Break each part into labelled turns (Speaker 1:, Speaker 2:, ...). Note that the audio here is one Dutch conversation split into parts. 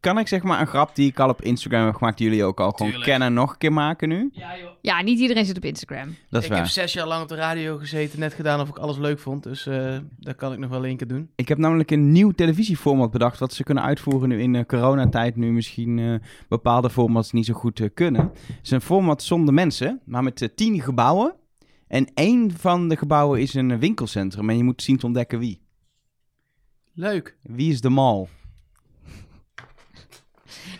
Speaker 1: kan ik zeg maar een grap die ik al op Instagram heb gemaakt, die jullie ook al gewoon
Speaker 2: Tuurlijk.
Speaker 1: kennen, nog een keer maken nu?
Speaker 2: Ja, joh.
Speaker 3: Ja, niet iedereen zit op Instagram.
Speaker 1: Dat is
Speaker 2: Ik
Speaker 1: waar.
Speaker 2: heb zes jaar lang op de radio gezeten, net gedaan of ik alles leuk vond. Dus eh dat kan ik nog wel één keer doen.
Speaker 1: Ik heb namelijk een nieuw televisieformat bedacht. Wat ze kunnen uitvoeren nu in eh, coronatijd. Nu misschien eh, bepaalde formats niet zo goed eh, kunnen. Het is een format zonder mensen, maar met eh, tien gebouwen. En één van de gebouwen is een eh, winkelcentrum. En je moet zien te ontdekken wie.
Speaker 2: Leuk.
Speaker 1: Wie is de mal?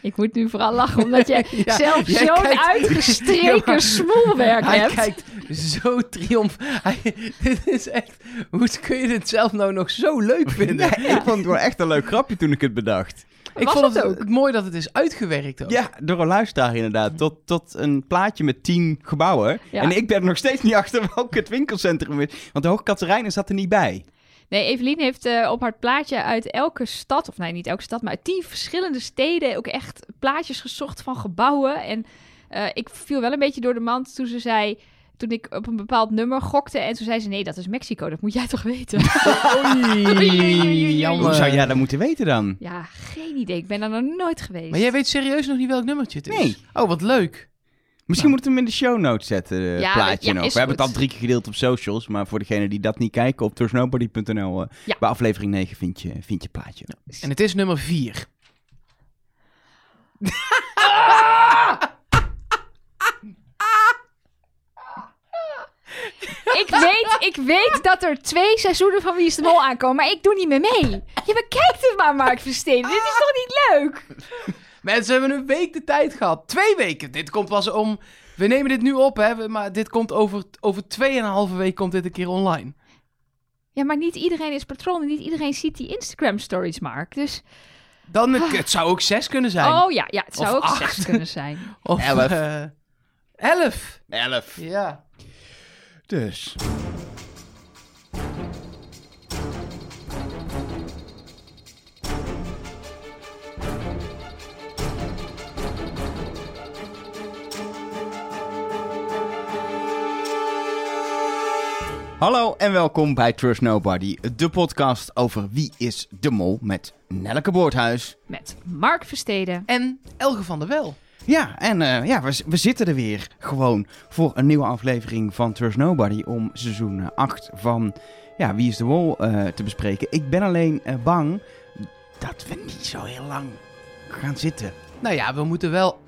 Speaker 3: Ik moet nu vooral lachen, omdat je
Speaker 2: Ja,
Speaker 3: zelf
Speaker 2: jij
Speaker 3: zo'n
Speaker 2: kijkt- Ja,
Speaker 3: uitgestreken
Speaker 2: maar-
Speaker 3: smoelwerk
Speaker 2: Hij
Speaker 3: hebt.
Speaker 2: kijkt zo triomf. Hij, dit is echt... Hoe kun je dit zelf nou nog zo leuk vinden?
Speaker 1: ik vond het wel echt een leuk grapje toen ik het bedacht.
Speaker 2: Ik
Speaker 3: Was
Speaker 2: vond
Speaker 3: het
Speaker 2: het
Speaker 3: ook?
Speaker 2: mooi dat het is uitgewerkt ook.
Speaker 1: Ja, door een luisteraar inderdaad. Tot, tot een plaatje met tien gebouwen.
Speaker 3: Ja.
Speaker 1: En ik ben er nog steeds niet achter welk het winkelcentrum is. Want de Hoogkaterijnen zat er niet bij.
Speaker 3: Nee, Evelien heeft eh, op haar plaatje uit elke stad, of nee, niet elke stad, maar uit tien verschillende steden ook echt plaatjes gezocht van gebouwen. En eh, ik viel wel een beetje door de mand toen ze zei, toen ik op een bepaald nummer gokte. En toen zei ze, nee, dat is Mexico, dat moet jij toch weten?
Speaker 2: Oei, jammer.
Speaker 1: Hoe zou
Speaker 3: eh,
Speaker 1: jij dat moeten weten dan?
Speaker 3: ja, geen idee, ik ben daar nog nooit geweest.
Speaker 2: Maar jij weet serieus nog niet welk nummertje het is?
Speaker 1: Nee.
Speaker 2: Oh, wat leuk.
Speaker 1: Misschien moeten we hem in de show notes zetten, eh,
Speaker 3: nou. Ja,
Speaker 1: plaatje
Speaker 3: ja,
Speaker 1: nog. We
Speaker 3: is
Speaker 1: hebben het
Speaker 3: goed.
Speaker 1: al drie keer gedeeld op socials, maar voor degenen die dat niet kijken, op toursnobody.nl eh,
Speaker 3: Ja.
Speaker 1: bij aflevering 9 vind je, vind je plaatje.
Speaker 2: En het is nummer 4.
Speaker 3: Ik weet, ik weet dat er twee seizoenen van Wie is de Mol aankomen, maar ik doe niet meer mee. Je bekijkt het maar, Mark Versteden. Dit is toch niet leuk?
Speaker 2: Mensen hebben een week de tijd gehad. Twee weken. Dit komt pas om... We nemen dit nu op, hè. we- Maar dit komt over, over tweeënhalve week komt dit een keer online.
Speaker 3: Ja, maar niet iedereen is patroon en niet iedereen ziet die Instagram-stories, Mark. Dus,
Speaker 2: Dan het zou ook zes kunnen zijn.
Speaker 3: oh ja, ja het zou
Speaker 2: Of
Speaker 3: ook
Speaker 2: acht.
Speaker 3: zes kunnen zijn.
Speaker 2: Of,
Speaker 1: Elf.
Speaker 2: eh, elf.
Speaker 1: Elf.
Speaker 2: Ja.
Speaker 1: Dus. Hallo en welkom bij Trust Nobody, de podcast over wie is de mol met Nelleke Boorthuis.
Speaker 3: Met Mark Versteden.
Speaker 2: En Elge van der Wel.
Speaker 1: Ja, en eh, ja, we, z- we zitten er weer gewoon voor een nieuwe aflevering van Trust Nobody om seizoen 8 van ja, Wie is de Wol eh, te bespreken. Ik ben alleen eh, bang dat we niet zo heel lang gaan zitten.
Speaker 2: Nou ja, we moeten wel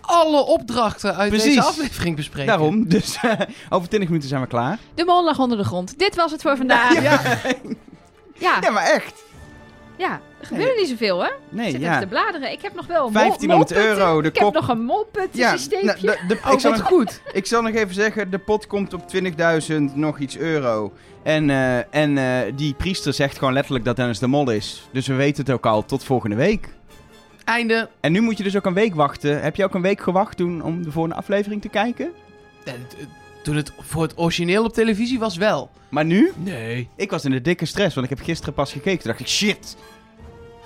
Speaker 2: alle opdrachten uit
Speaker 1: Precies.
Speaker 2: deze aflevering bespreken.
Speaker 1: Daarom, dus eh, over 20 minuten zijn we klaar.
Speaker 3: De mol lag onder de grond. Dit was het voor vandaag. Ja,
Speaker 1: Ja,
Speaker 3: ja,
Speaker 1: ja maar echt.
Speaker 3: er gebeurde niet zoveel, hè? Ik
Speaker 1: Nee,
Speaker 3: zit
Speaker 1: ja.
Speaker 3: even te bladeren. Ik heb nog wel een mol-
Speaker 1: 1500
Speaker 3: molpunten.
Speaker 1: euro, de
Speaker 3: Ik heb
Speaker 1: kop-
Speaker 3: nog een molpunt
Speaker 1: Ja, nou,
Speaker 3: systeempje.
Speaker 1: de, de,
Speaker 2: Oh,
Speaker 1: ik, zal
Speaker 2: wat
Speaker 1: nog,
Speaker 2: goed.
Speaker 1: ik zal nog even zeggen, de pot komt op 20.000 nog iets euro. En, eh, en eh, die priester zegt gewoon letterlijk dat Dennis de Mol is. Dus we weten het ook al, tot volgende week.
Speaker 2: Einde.
Speaker 1: En nu moet je dus ook een week wachten. Heb je ook een week gewacht toen om de volgende aflevering te kijken?
Speaker 2: Eh, t- eh, Toen het voor het origineel op televisie was wel.
Speaker 1: Maar nu?
Speaker 2: Nee.
Speaker 1: Ik was in de dikke stress, want ik heb gisteren pas gekeken. Toen dacht ik, shit,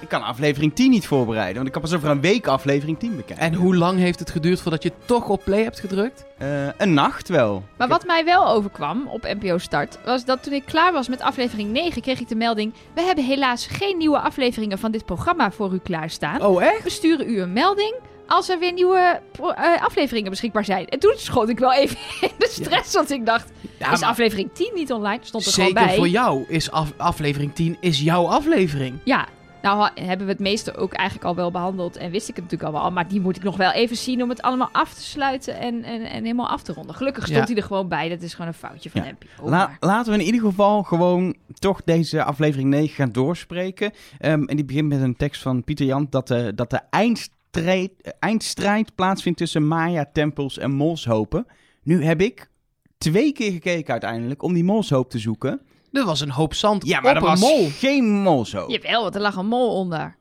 Speaker 1: ik kan aflevering 10 niet voorbereiden. Want ik kan pas over een week aflevering 10 bekijken.
Speaker 2: En hoe lang heeft het geduurd voordat je toch op play hebt gedrukt?
Speaker 1: Eh, een nacht wel.
Speaker 3: Maar
Speaker 1: Ik heb-
Speaker 3: wat mij wel overkwam op NPO Start, was dat toen ik klaar was met aflevering 9, kreeg ik de melding: We hebben helaas geen nieuwe afleveringen van dit programma voor u klaarstaan.
Speaker 2: Oh, echt?
Speaker 3: We sturen u een melding als er weer nieuwe pro- eh, afleveringen beschikbaar zijn. En toen schoot ik wel even in de stress, want ik dacht:
Speaker 2: Ja,
Speaker 3: Is
Speaker 2: maar
Speaker 3: aflevering 10 niet online? Stond er gewoon
Speaker 2: zeker
Speaker 3: bij.
Speaker 2: voor jou is af- aflevering 10 is jouw aflevering.
Speaker 3: Ja, nou ha- hebben we het meeste ook eigenlijk al wel behandeld. En wist ik het natuurlijk al wel. Maar die moet ik nog wel even zien om het allemaal af te sluiten en, en, en helemaal af te ronden. Gelukkig stond
Speaker 2: Ja.
Speaker 3: hij er gewoon bij. Dat is gewoon een foutje van
Speaker 1: Ja.
Speaker 3: NPO.
Speaker 1: La-
Speaker 3: maar-
Speaker 1: laten we in ieder geval gewoon toch deze aflevering 9 gaan doorspreken. Ehm, en die begint met een tekst van Pieter Jan dat de, dat de eindstrijd, eh, eindstrijd plaatsvindt tussen Maya-tempels en molshopen. Nu heb ik twee keer gekeken uiteindelijk om die molshoop te zoeken.
Speaker 2: Er was een hoop zand
Speaker 1: Ja, maar er
Speaker 2: op een
Speaker 1: was
Speaker 2: mol.
Speaker 1: geen
Speaker 2: Oh.
Speaker 1: molshoop.
Speaker 3: Jawel, want er lag een mol onder.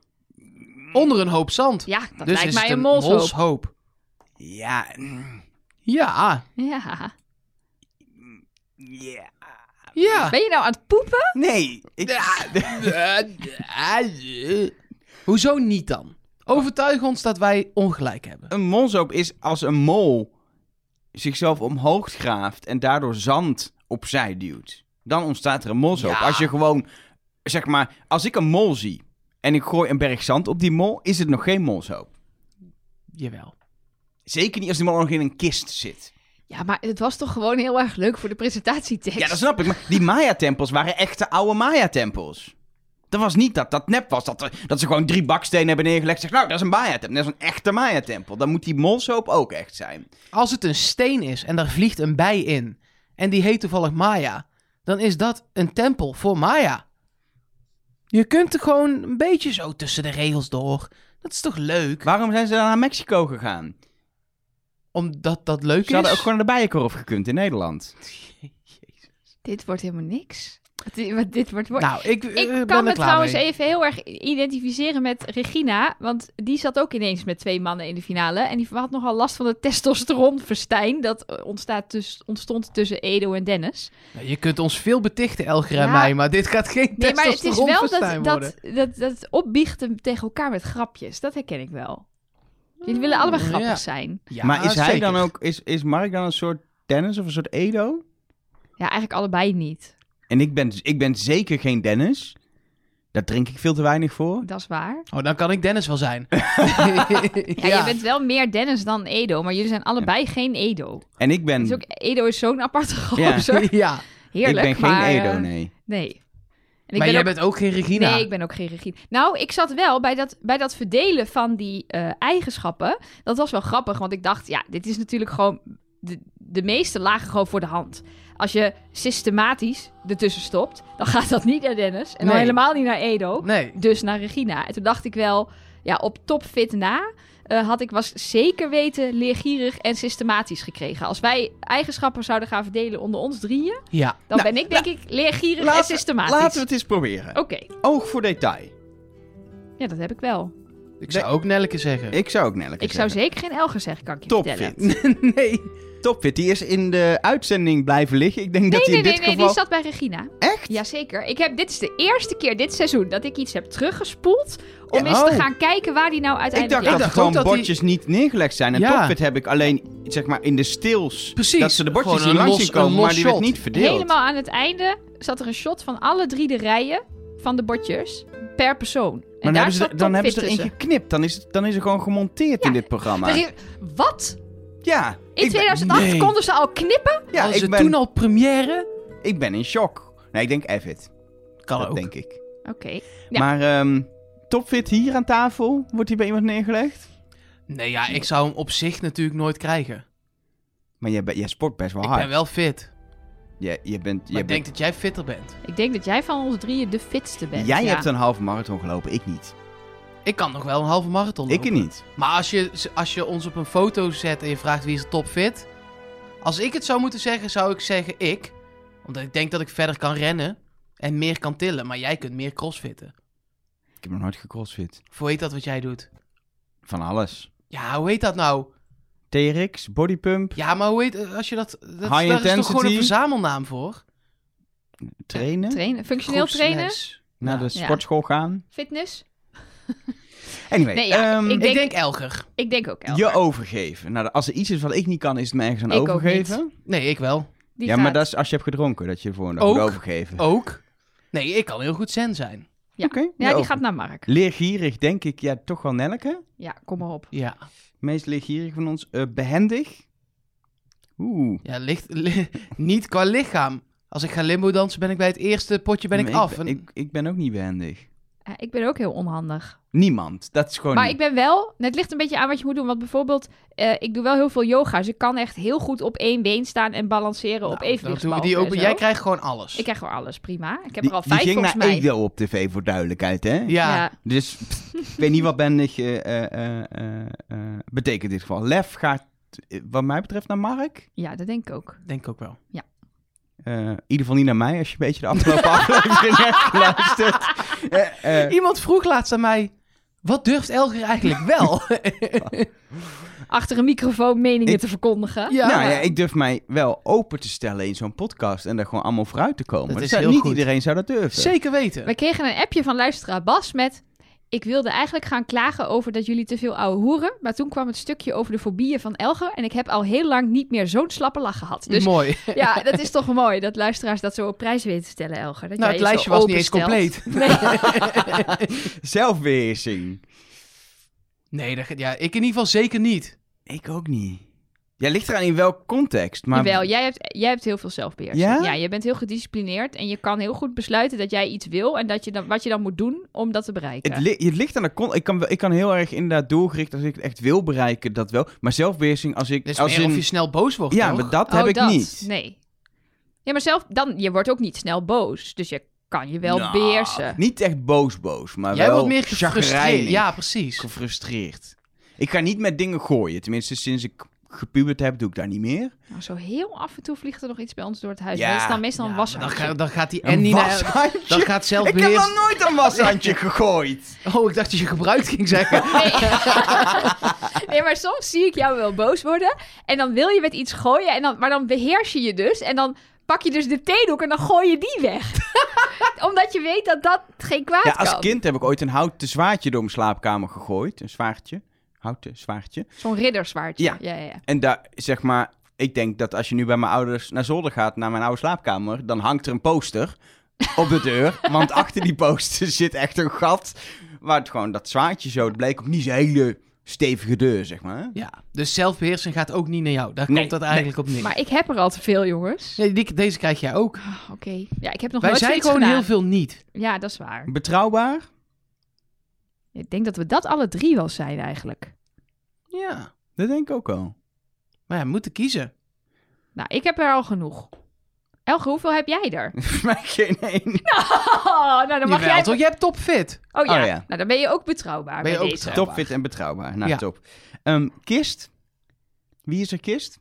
Speaker 2: Onder een hoop zand.
Speaker 3: Ja, dat
Speaker 2: dus
Speaker 3: lijkt
Speaker 2: is
Speaker 3: mij
Speaker 2: het
Speaker 3: een
Speaker 2: een
Speaker 3: molshoop.
Speaker 2: molshoop.
Speaker 1: Ja, mm,
Speaker 2: Ja,
Speaker 3: Ja.
Speaker 1: ja.
Speaker 2: ja.
Speaker 3: Ben je nou aan het poepen?
Speaker 1: Nee, ik,
Speaker 2: Hoezo niet dan? Overtuig ons dat wij ongelijk hebben.
Speaker 1: een molshoop is als een mol zichzelf omhoog graaft en daardoor zand opzij duwt. Dan ontstaat er een molshoop.
Speaker 2: Ja.
Speaker 1: Als je gewoon, zeg maar, als ik een mol zie en ik gooi een berg zand op die mol, is het nog geen molshoop.
Speaker 2: Jawel.
Speaker 1: Zeker niet als die mol nog in een kist zit.
Speaker 3: Ja, maar het was toch gewoon heel erg leuk voor de presentatietekst.
Speaker 1: Ja, dat snap ik. Maar die Maya-tempels waren echte oude Maya-tempels. Dat was niet dat dat nep was. Dat, er- dat ze gewoon drie bakstenen hebben neergelegd. Zeg, nou, dat is een Maya-tempel. Dat is een echte Maya-tempel. Dan moet die molshoop ook echt zijn.
Speaker 2: Als het een steen is en daar vliegt een bij in en die heet toevallig Maya, dan is dat een tempel voor Maya. Je kunt er gewoon een beetje zo tussen de regels door. Dat is toch leuk?
Speaker 1: Waarom zijn ze dan naar Mexico gegaan?
Speaker 2: Omdat dat leuk
Speaker 1: Ze hadden ook
Speaker 2: is.
Speaker 1: gewoon naar de Bijenkorf gekund in Nederland.
Speaker 3: Dit wordt helemaal niks. Wat Dit, wat dit wordt... wordt-
Speaker 2: Nou, ik, eh,
Speaker 3: ik
Speaker 2: ben er
Speaker 3: kan me
Speaker 2: klaar
Speaker 3: trouwens
Speaker 2: mee.
Speaker 3: even heel erg identificeren met Regina. Want die zat ook ineens met twee mannen in de finale. En die had nogal last van het testosteronverstijn. Dat eh, ontstaat dus, ontstond tussen Edo en Dennis.
Speaker 2: Nou, je kunt ons veel betichten, Elger en
Speaker 3: e- Ja.
Speaker 2: mij, maar dit gaat geen
Speaker 3: Nee, maar het is wel
Speaker 2: testosteronverstijn
Speaker 3: dat,
Speaker 2: worden.
Speaker 3: dat, dat, dat opbiechten tegen elkaar met grapjes. Dat herken ik wel. Jullie willen allemaal
Speaker 2: Ja.
Speaker 3: grappig zijn.
Speaker 2: Ja,
Speaker 1: maar is hij
Speaker 2: zeker.
Speaker 1: dan ook... Is, is Mark dan een soort Dennis of een soort Edo?
Speaker 3: Ja, eigenlijk allebei niet.
Speaker 1: En ik ben, ik ben zeker geen Dennis. Daar drink ik veel te weinig voor.
Speaker 3: Dat is waar.
Speaker 2: Oh, dan kan ik Dennis wel zijn.
Speaker 3: Ja, je bent wel meer Dennis dan Edo, maar jullie zijn allebei geen Edo.
Speaker 1: En ik ben...
Speaker 3: Dus ook, Edo is zo'n aparte
Speaker 1: Ja.
Speaker 3: gozer.
Speaker 2: ja.
Speaker 1: Ik
Speaker 3: Heerlijk,
Speaker 1: ben geen
Speaker 3: maar,
Speaker 1: Edo,
Speaker 3: eh,
Speaker 1: nee.
Speaker 3: nee. En ik
Speaker 2: maar
Speaker 3: ben
Speaker 2: jij
Speaker 3: ook-
Speaker 2: bent ook geen Regina.
Speaker 3: Nee, ik ben ook geen regie. Nou, ik zat wel bij dat, bij dat verdelen van die eh, eigenschappen. Dat was wel grappig, want ik dacht, ja, dit is natuurlijk gewoon... De, de meeste lagen gewoon voor de hand. Als je systematisch ertussen stopt, dan gaat dat niet naar Dennis. En dan
Speaker 2: Nee.
Speaker 3: helemaal niet naar Edo.
Speaker 2: Nee.
Speaker 3: Dus naar Regina. En toen dacht ik wel, ja, op topfit na eh, had ik was zeker weten leergierig en systematisch gekregen. Als wij eigenschappen zouden gaan verdelen onder ons drieën,
Speaker 2: Ja.
Speaker 3: dan
Speaker 1: Nou,
Speaker 3: ben ik denk ik leergierig en
Speaker 1: Laten,
Speaker 3: systematisch.
Speaker 1: laten we het eens proberen.
Speaker 3: Oké,
Speaker 1: Oog voor detail.
Speaker 3: ja, dat heb ik wel.
Speaker 2: Ik zou ook Nelleke zeggen.
Speaker 1: Ik zou ook Nelleke
Speaker 3: Ik zou
Speaker 1: zeggen.
Speaker 3: zeker geen Elger zeggen, kan ik je vertellen.
Speaker 1: Topfit.
Speaker 2: nee.
Speaker 1: Topfit, die is in de uitzending blijven liggen. Ik denk dat hij
Speaker 3: Nee, nee,
Speaker 1: in
Speaker 3: nee,
Speaker 1: dit
Speaker 3: nee,
Speaker 1: geval...
Speaker 3: die zat bij Regina.
Speaker 1: Echt?
Speaker 3: Jazeker. Ik heb, dit is de eerste keer dit seizoen dat ik iets heb teruggespoeld. Om
Speaker 1: Ja,
Speaker 3: eens te
Speaker 1: oh.
Speaker 3: gaan kijken waar die nou
Speaker 1: Ik
Speaker 3: uiteindelijk
Speaker 1: dacht dat er
Speaker 2: Ik dacht
Speaker 1: gewoon
Speaker 2: ook dat die-
Speaker 1: bordjes niet neergelegd zijn. En
Speaker 2: Ja.
Speaker 1: Topfit heb ik alleen, zeg maar, in de stils...
Speaker 2: Precies.
Speaker 1: Dat ze de bordjes
Speaker 2: Gewoon
Speaker 1: niet
Speaker 2: een
Speaker 1: langs
Speaker 2: los-
Speaker 1: zien komen,
Speaker 2: een los
Speaker 1: maar die werd
Speaker 2: shot.
Speaker 1: niet verdeeld.
Speaker 3: Helemaal aan het einde zat er een shot van alle drie de rijen van de bordjes per persoon. En
Speaker 1: Maar dan
Speaker 3: daar
Speaker 1: hebben, ze,
Speaker 3: zat
Speaker 1: er- dan hebben ze
Speaker 3: Topfit
Speaker 1: erin
Speaker 3: tussen.
Speaker 1: geknipt. Dan is, het- dan is er gewoon gemonteerd in
Speaker 3: Ja,
Speaker 1: dit programma.
Speaker 3: Waarin- Wat?
Speaker 1: Ja,
Speaker 3: In
Speaker 1: ik ben,
Speaker 3: 2008
Speaker 2: nee.
Speaker 3: konden ze al knippen?
Speaker 1: ja,
Speaker 2: Als
Speaker 1: ik,
Speaker 2: ze
Speaker 1: ben,
Speaker 2: toen al première...
Speaker 1: ik ben in shock. Nee, ik denk Evid.
Speaker 2: Kan
Speaker 1: dat
Speaker 2: Oh, ook.
Speaker 1: denk ik.
Speaker 3: Oké. Ja.
Speaker 1: Maar ehm, Topfit hier aan tafel, wordt die bij iemand neergelegd?
Speaker 2: Nee, ja, ik zou hem op zich natuurlijk nooit krijgen.
Speaker 1: Maar jij, bent- jij sport best wel
Speaker 2: Ik
Speaker 1: hard.
Speaker 2: ben wel fit.
Speaker 1: Jij- je bent,
Speaker 2: Maar
Speaker 1: jij
Speaker 2: ik denk dat jij fitter bent.
Speaker 3: Ik denk dat jij van ons drieën de fitste bent.
Speaker 1: bent- jij
Speaker 3: ja.
Speaker 1: hebt een halve marathon gelopen, ik niet.
Speaker 2: Ik kan nog wel een halve marathon
Speaker 1: Ik
Speaker 2: lopen.
Speaker 1: niet.
Speaker 2: Maar als je, als je ons op een foto zet en je vraagt wie is de topfit... Als ik het zou moeten zeggen, zou ik zeggen ik. Omdat ik denk dat ik verder kan rennen en meer kan tillen. Maar jij kunt meer crossfitten.
Speaker 1: Ik heb nog nooit gecrossfit.
Speaker 2: Of hoe heet dat wat jij doet?
Speaker 1: Van alles.
Speaker 2: Ja, hoe heet dat nou?
Speaker 1: TRX, bodypump,
Speaker 2: Ja, maar hoe heet... eh, Als je dat... dat daar is
Speaker 1: intensity.
Speaker 2: toch gewoon een verzamelnaam voor?
Speaker 1: trainen,
Speaker 3: Trainen, functioneel trainen,
Speaker 2: Groepsles.
Speaker 1: naar de
Speaker 2: Ja.
Speaker 1: sportschool gaan.
Speaker 3: fitness.
Speaker 1: Anyway,
Speaker 3: Nee, ja,
Speaker 1: ehm,
Speaker 3: ik
Speaker 2: Ik
Speaker 3: denk-
Speaker 2: denk Elger.
Speaker 3: Ik denk ook Elger.
Speaker 1: je overgeven. Nou, als er iets is wat ik niet kan, is het me ergens aan
Speaker 3: Ik ook
Speaker 1: overgeven.
Speaker 2: Nee, ik wel.
Speaker 3: Die
Speaker 1: ja,
Speaker 3: gaat-
Speaker 1: maar dat is als je hebt gedronken, dat je de volgende dag moet
Speaker 2: Ook.
Speaker 1: overgeven.
Speaker 2: Ook? Nee, ik kan heel goed zen zijn.
Speaker 3: Ja.
Speaker 1: Oké,
Speaker 3: Ja,
Speaker 1: je
Speaker 3: die
Speaker 1: over-
Speaker 3: gaat naar Mark.
Speaker 1: Leergierig, denk ik, ja, toch wel Nelke.
Speaker 3: Ja, kom maar op.
Speaker 2: Ja.
Speaker 1: Meest leergierig van ons. Eh, behendig. Oeh.
Speaker 2: Ja, licht, li- niet qua lichaam. Als ik ga limbo dansen, ben ik bij het eerste potje ben ik
Speaker 1: Nee,
Speaker 2: af.
Speaker 1: Mm, ben-
Speaker 2: En-
Speaker 1: Ik, ik ben ook niet behendig.
Speaker 3: Eh, ik ben ook heel onhandig.
Speaker 1: Niemand. Dat is
Speaker 2: Oh,
Speaker 1: gewoon.
Speaker 3: Maar ik ben wel, het ligt een beetje aan wat je moet doen. Want bijvoorbeeld, eh, ik doe wel heel veel yoga. Dus ik kan echt heel goed op één been staan en balanceren
Speaker 2: Nou,
Speaker 3: op
Speaker 2: dan
Speaker 3: evenwichtsbalken.
Speaker 2: doen we die open.
Speaker 3: en zo.
Speaker 2: Jij krijgt gewoon alles.
Speaker 3: Ik krijg gewoon alles, prima. Ik heb
Speaker 1: die,
Speaker 3: er al
Speaker 1: die
Speaker 3: vijf
Speaker 1: ging
Speaker 3: volgens
Speaker 1: naar
Speaker 3: mij.
Speaker 1: Edo op tv voor duidelijkheid, hè?
Speaker 2: ja.
Speaker 3: Ja.
Speaker 1: Dus pff, ik weet niet wat behendig eh, eh, eh, eh, eh, betekent in dit geval. Lef gaat, eh, wat mij betreft, naar Mark.
Speaker 3: ja, dat denk ik ook.
Speaker 2: denk ik ook wel.
Speaker 1: Eh, in ieder geval niet naar mij, als je een beetje de afgelopen aflevering hebt geluisterd. Eh, eh,
Speaker 2: Iemand vroeg laatst aan mij, wat durft Elger eigenlijk wel?
Speaker 3: Achter een microfoon meningen
Speaker 1: Ik-
Speaker 3: te verkondigen.
Speaker 2: Ja.
Speaker 1: nou ja, ik durf mij wel open te stellen in zo'n podcast en daar gewoon allemaal vooruit te komen.
Speaker 2: Dat
Speaker 1: Dat
Speaker 2: is
Speaker 1: zou-
Speaker 2: heel
Speaker 1: niet
Speaker 2: goed.
Speaker 1: iedereen zou dat durven.
Speaker 2: Zeker weten.
Speaker 3: Wij kregen een appje van luisteraar Bas met... Ik wilde eigenlijk gaan klagen over dat jullie te veel ouwe hoeren. Maar toen kwam het stukje over de fobieën van Elger. En ik heb al heel lang niet meer zo'n slappe lach
Speaker 2: Mhm.
Speaker 3: gehad. Dus
Speaker 2: Mooi.
Speaker 3: ja, dat is toch mooi dat luisteraars dat zo op prijs weten te stellen, Elger. Dat
Speaker 2: Nou,
Speaker 3: jij
Speaker 2: het
Speaker 3: je
Speaker 2: lijstje
Speaker 3: zo
Speaker 2: was niet eens
Speaker 3: openstelt.
Speaker 2: compleet.
Speaker 3: Nee.
Speaker 1: Zelfbeheersing.
Speaker 2: Nee, dat, ja, ik in ieder geval zeker niet.
Speaker 1: Ik ook niet. Ja, ligt eraan in welk context. Maar
Speaker 3: Jawel, jij hebt, jij hebt heel veel zelfbeheersing.
Speaker 1: Ja?
Speaker 3: Ja? je bent heel gedisciplineerd en je kan heel goed besluiten dat jij iets wil en dat je dan, wat je dan moet doen om dat te bereiken.
Speaker 1: het, li- het ligt aan de context. Ik kan, wel- ik kan heel erg inderdaad doelgericht als ik het echt wil bereiken, dat wel. Maar zelfbeheersing als ik...
Speaker 2: Dus
Speaker 1: als
Speaker 2: meer
Speaker 1: in-
Speaker 2: of je snel boos wordt,
Speaker 1: Ja,
Speaker 2: toch?
Speaker 1: maar dat
Speaker 3: Oh,
Speaker 1: heb ik
Speaker 3: dat.
Speaker 1: niet.
Speaker 3: Nee. Ja, maar zelf, dan, je wordt ook niet snel boos. Dus je kan je wel
Speaker 1: Nou,
Speaker 3: beheersen.
Speaker 1: Niet echt boos-boos, maar
Speaker 2: Jij
Speaker 1: wel
Speaker 2: wordt meer gefrustreerd.
Speaker 1: chagrijnig,
Speaker 2: Ja, precies.
Speaker 1: gefrustreerd. Ik ga niet met dingen gooien. Tenminste, sinds ik gepubert heb, doe ik daar niet meer.
Speaker 3: Nou, zo heel af en toe vliegt er nog iets bij ons door het huis.
Speaker 1: Ja.
Speaker 3: Maar dat is dan meestal een
Speaker 2: Ja,
Speaker 3: washandje.
Speaker 2: dan, ga- dan gaat die
Speaker 1: Een
Speaker 2: Andy naar...
Speaker 1: washandje?
Speaker 2: Dan gaat
Speaker 1: Ik heb nog
Speaker 2: zelfbeheers...
Speaker 1: nooit een washandje gegooid.
Speaker 2: Oh, ik dacht dat je gebruikt ging zeggen.
Speaker 3: Nee. nee, maar soms zie ik jou wel boos worden. En dan wil je met iets gooien. En dan, maar dan beheers je je dus. En dan pak je dus de theedoek en dan gooi je die weg. Omdat je weet dat dat geen kwaad
Speaker 1: Ja,
Speaker 3: kan.
Speaker 1: als kind heb ik ooit een houten zwaardje door mijn slaapkamer gegooid. Een zwaardje. Houten zwaardje.
Speaker 3: Zo'n ridderswaardje.
Speaker 1: Ja.
Speaker 3: Ja, ja, ja.
Speaker 1: En daar, zeg maar, ik denk dat als je nu bij mijn ouders naar zolder gaat, naar mijn oude slaapkamer, dan hangt er een poster op de deur. want achter die poster zit echt een gat waar het gewoon dat zwaardje zo, het bleek ook niet zo'n hele stevige deur, zeg maar.
Speaker 2: Ja, dus zelfbeheersing gaat ook niet naar jou. Daar
Speaker 1: Nee,
Speaker 2: komt dat eigenlijk op neer.
Speaker 3: Maar ik heb er al te veel, jongens.
Speaker 2: Nee, die- deze krijg jij ook.
Speaker 3: Ah, Oké. Ja, ik heb nog
Speaker 2: Wij
Speaker 3: nooit
Speaker 2: zijn
Speaker 3: zoiets
Speaker 2: gewoon
Speaker 3: gedaan.
Speaker 2: heel veel niet.
Speaker 3: Ja, dat is waar.
Speaker 1: Betrouwbaar?
Speaker 3: Ik denk dat we dat alle drie wel zijn eigenlijk.
Speaker 2: Ja.
Speaker 1: Dat denk ik ook al.
Speaker 2: Maar ja, we moeten kiezen.
Speaker 3: Nou, ik heb er al genoeg. Elge, hoeveel heb jij er?
Speaker 1: maar geen één.
Speaker 3: Oh, nou dan mag
Speaker 2: Jawel,
Speaker 3: jij...
Speaker 2: toch? Je hebt topfit.
Speaker 3: Oh ja.
Speaker 1: Oh, ja.
Speaker 3: nou dan ben je ook betrouwbaar
Speaker 2: Ben je
Speaker 3: bij
Speaker 2: ook
Speaker 3: deze.
Speaker 2: betrouwbaar.
Speaker 1: Topfit en betrouwbaar. Nou,
Speaker 2: Ja.
Speaker 1: top. Ehm, kist? Wie is er kist?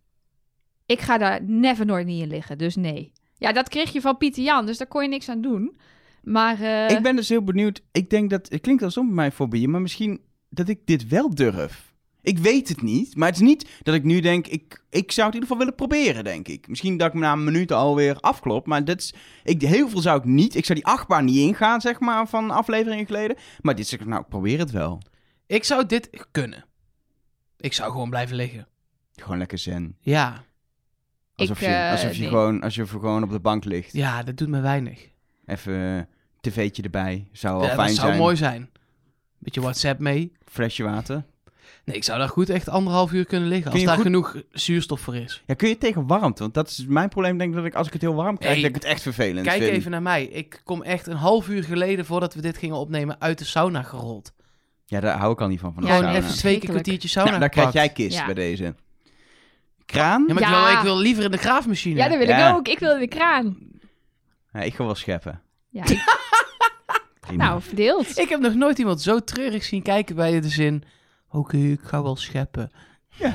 Speaker 3: Ik ga daar never nooit niet in liggen, dus nee. Ja, dat kreeg je van Pieter Jan, dus daar kon je niks aan doen. Maar eh,
Speaker 1: Ik ben dus heel benieuwd. Ik denk dat het klinkt alsom mijn fobie, maar misschien dat ik dit wel durf. Ik weet het niet, maar het is niet dat ik nu denk, ik, ik zou het in ieder geval willen proberen, denk ik. Misschien dat ik me na een minuut alweer afklop, maar dat is, ik, heel veel zou ik niet. Ik zou die achtbaan niet ingaan, zeg maar, van afleveringen geleden. Maar dit zeg ik, nou, ik probeer het wel.
Speaker 2: Ik zou dit kunnen. Ik zou gewoon blijven liggen.
Speaker 1: Gewoon lekker zen.
Speaker 2: Ja.
Speaker 1: Alsof
Speaker 3: Ik,
Speaker 1: je,
Speaker 3: eh,
Speaker 1: alsof je,
Speaker 3: nee.
Speaker 1: gewoon, alsof je gewoon op de bank ligt.
Speaker 2: Ja, dat doet me weinig.
Speaker 1: Even eh, tv'tje erbij, zou wel
Speaker 2: Ja,
Speaker 1: fijn
Speaker 2: dat zou
Speaker 1: zijn.
Speaker 2: mooi zijn. Beetje WhatsApp mee.
Speaker 1: Flesje water.
Speaker 2: Nee, ik zou daar goed echt anderhalf uur kunnen liggen.
Speaker 1: Kun
Speaker 2: Als
Speaker 1: je
Speaker 2: daar
Speaker 1: goed-
Speaker 2: genoeg zuurstof voor is.
Speaker 1: Ja, kun je tegen warmte? Want dat is mijn probleem, denk ik, dat ik als ik het heel warm krijg,
Speaker 2: Hey,
Speaker 1: dat ik het echt vervelend
Speaker 2: Kijk
Speaker 1: vind.
Speaker 2: even naar mij. Ik kom echt een half uur geleden voordat we dit gingen opnemen uit de sauna gerold.
Speaker 1: Ja, daar hou ik al niet van. van de
Speaker 3: Ja,
Speaker 2: Gewoon
Speaker 1: sauna.
Speaker 2: even twee keer een kwartiertje sauna
Speaker 1: Nou, daar krijg
Speaker 2: gepakt.
Speaker 1: jij kist
Speaker 3: Ja.
Speaker 1: bij deze. Kraan?
Speaker 2: Ja, maar Ik,
Speaker 3: Ja.
Speaker 2: wil, ik wil liever in de graafmachine.
Speaker 3: ja, dat wil
Speaker 1: Ja.
Speaker 3: ik ook. Ik wil in de kraan.
Speaker 1: Ja, ik ga wel scheppen.
Speaker 3: Ja, ik-
Speaker 1: Prima.
Speaker 3: nou, verdeeld.
Speaker 2: Ik heb nog nooit iemand zo treurig zien kijken bij de zin... Oké, ik ga wel scheppen.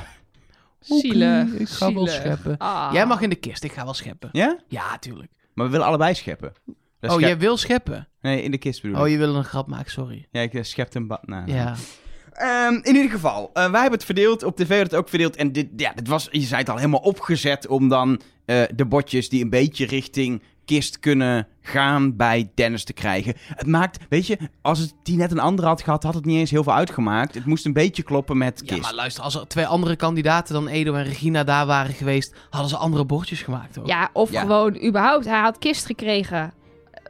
Speaker 2: Oké,
Speaker 3: Zielig.
Speaker 2: ik ga wel
Speaker 3: zielig.
Speaker 2: scheppen.
Speaker 3: Ah.
Speaker 2: Jij mag in de kist, ik ga wel scheppen.
Speaker 1: Ja?
Speaker 2: Ja, tuurlijk.
Speaker 1: Maar we willen allebei scheppen. Dat
Speaker 2: oh,
Speaker 1: schep-
Speaker 2: jij wil scheppen?
Speaker 1: Nee, in de kist bedoel ik.
Speaker 2: Oh, je wil een grap maken, sorry.
Speaker 1: Ja, ik eh, schept een bad na.
Speaker 2: Ja.
Speaker 1: Ehm, in ieder geval, eh, wij hebben het verdeeld. Op tv werd het ook verdeeld. En dit, ja, dit was, je zei het al, helemaal opgezet om dan eh, de botjes die een beetje richting kist kunnen gaan bij Dennis te krijgen. Het maakt, weet je, als het die net een andere had gehad, had het niet eens heel veel uitgemaakt. Het moest een beetje kloppen met
Speaker 2: ja,
Speaker 1: kist.
Speaker 2: maar luister, als er twee andere kandidaten dan Edo en Regina daar waren geweest... hadden ze andere bordjes gemaakt, hoor.
Speaker 3: Ja, of
Speaker 1: Ja.
Speaker 3: gewoon überhaupt. Hij had kist gekregen.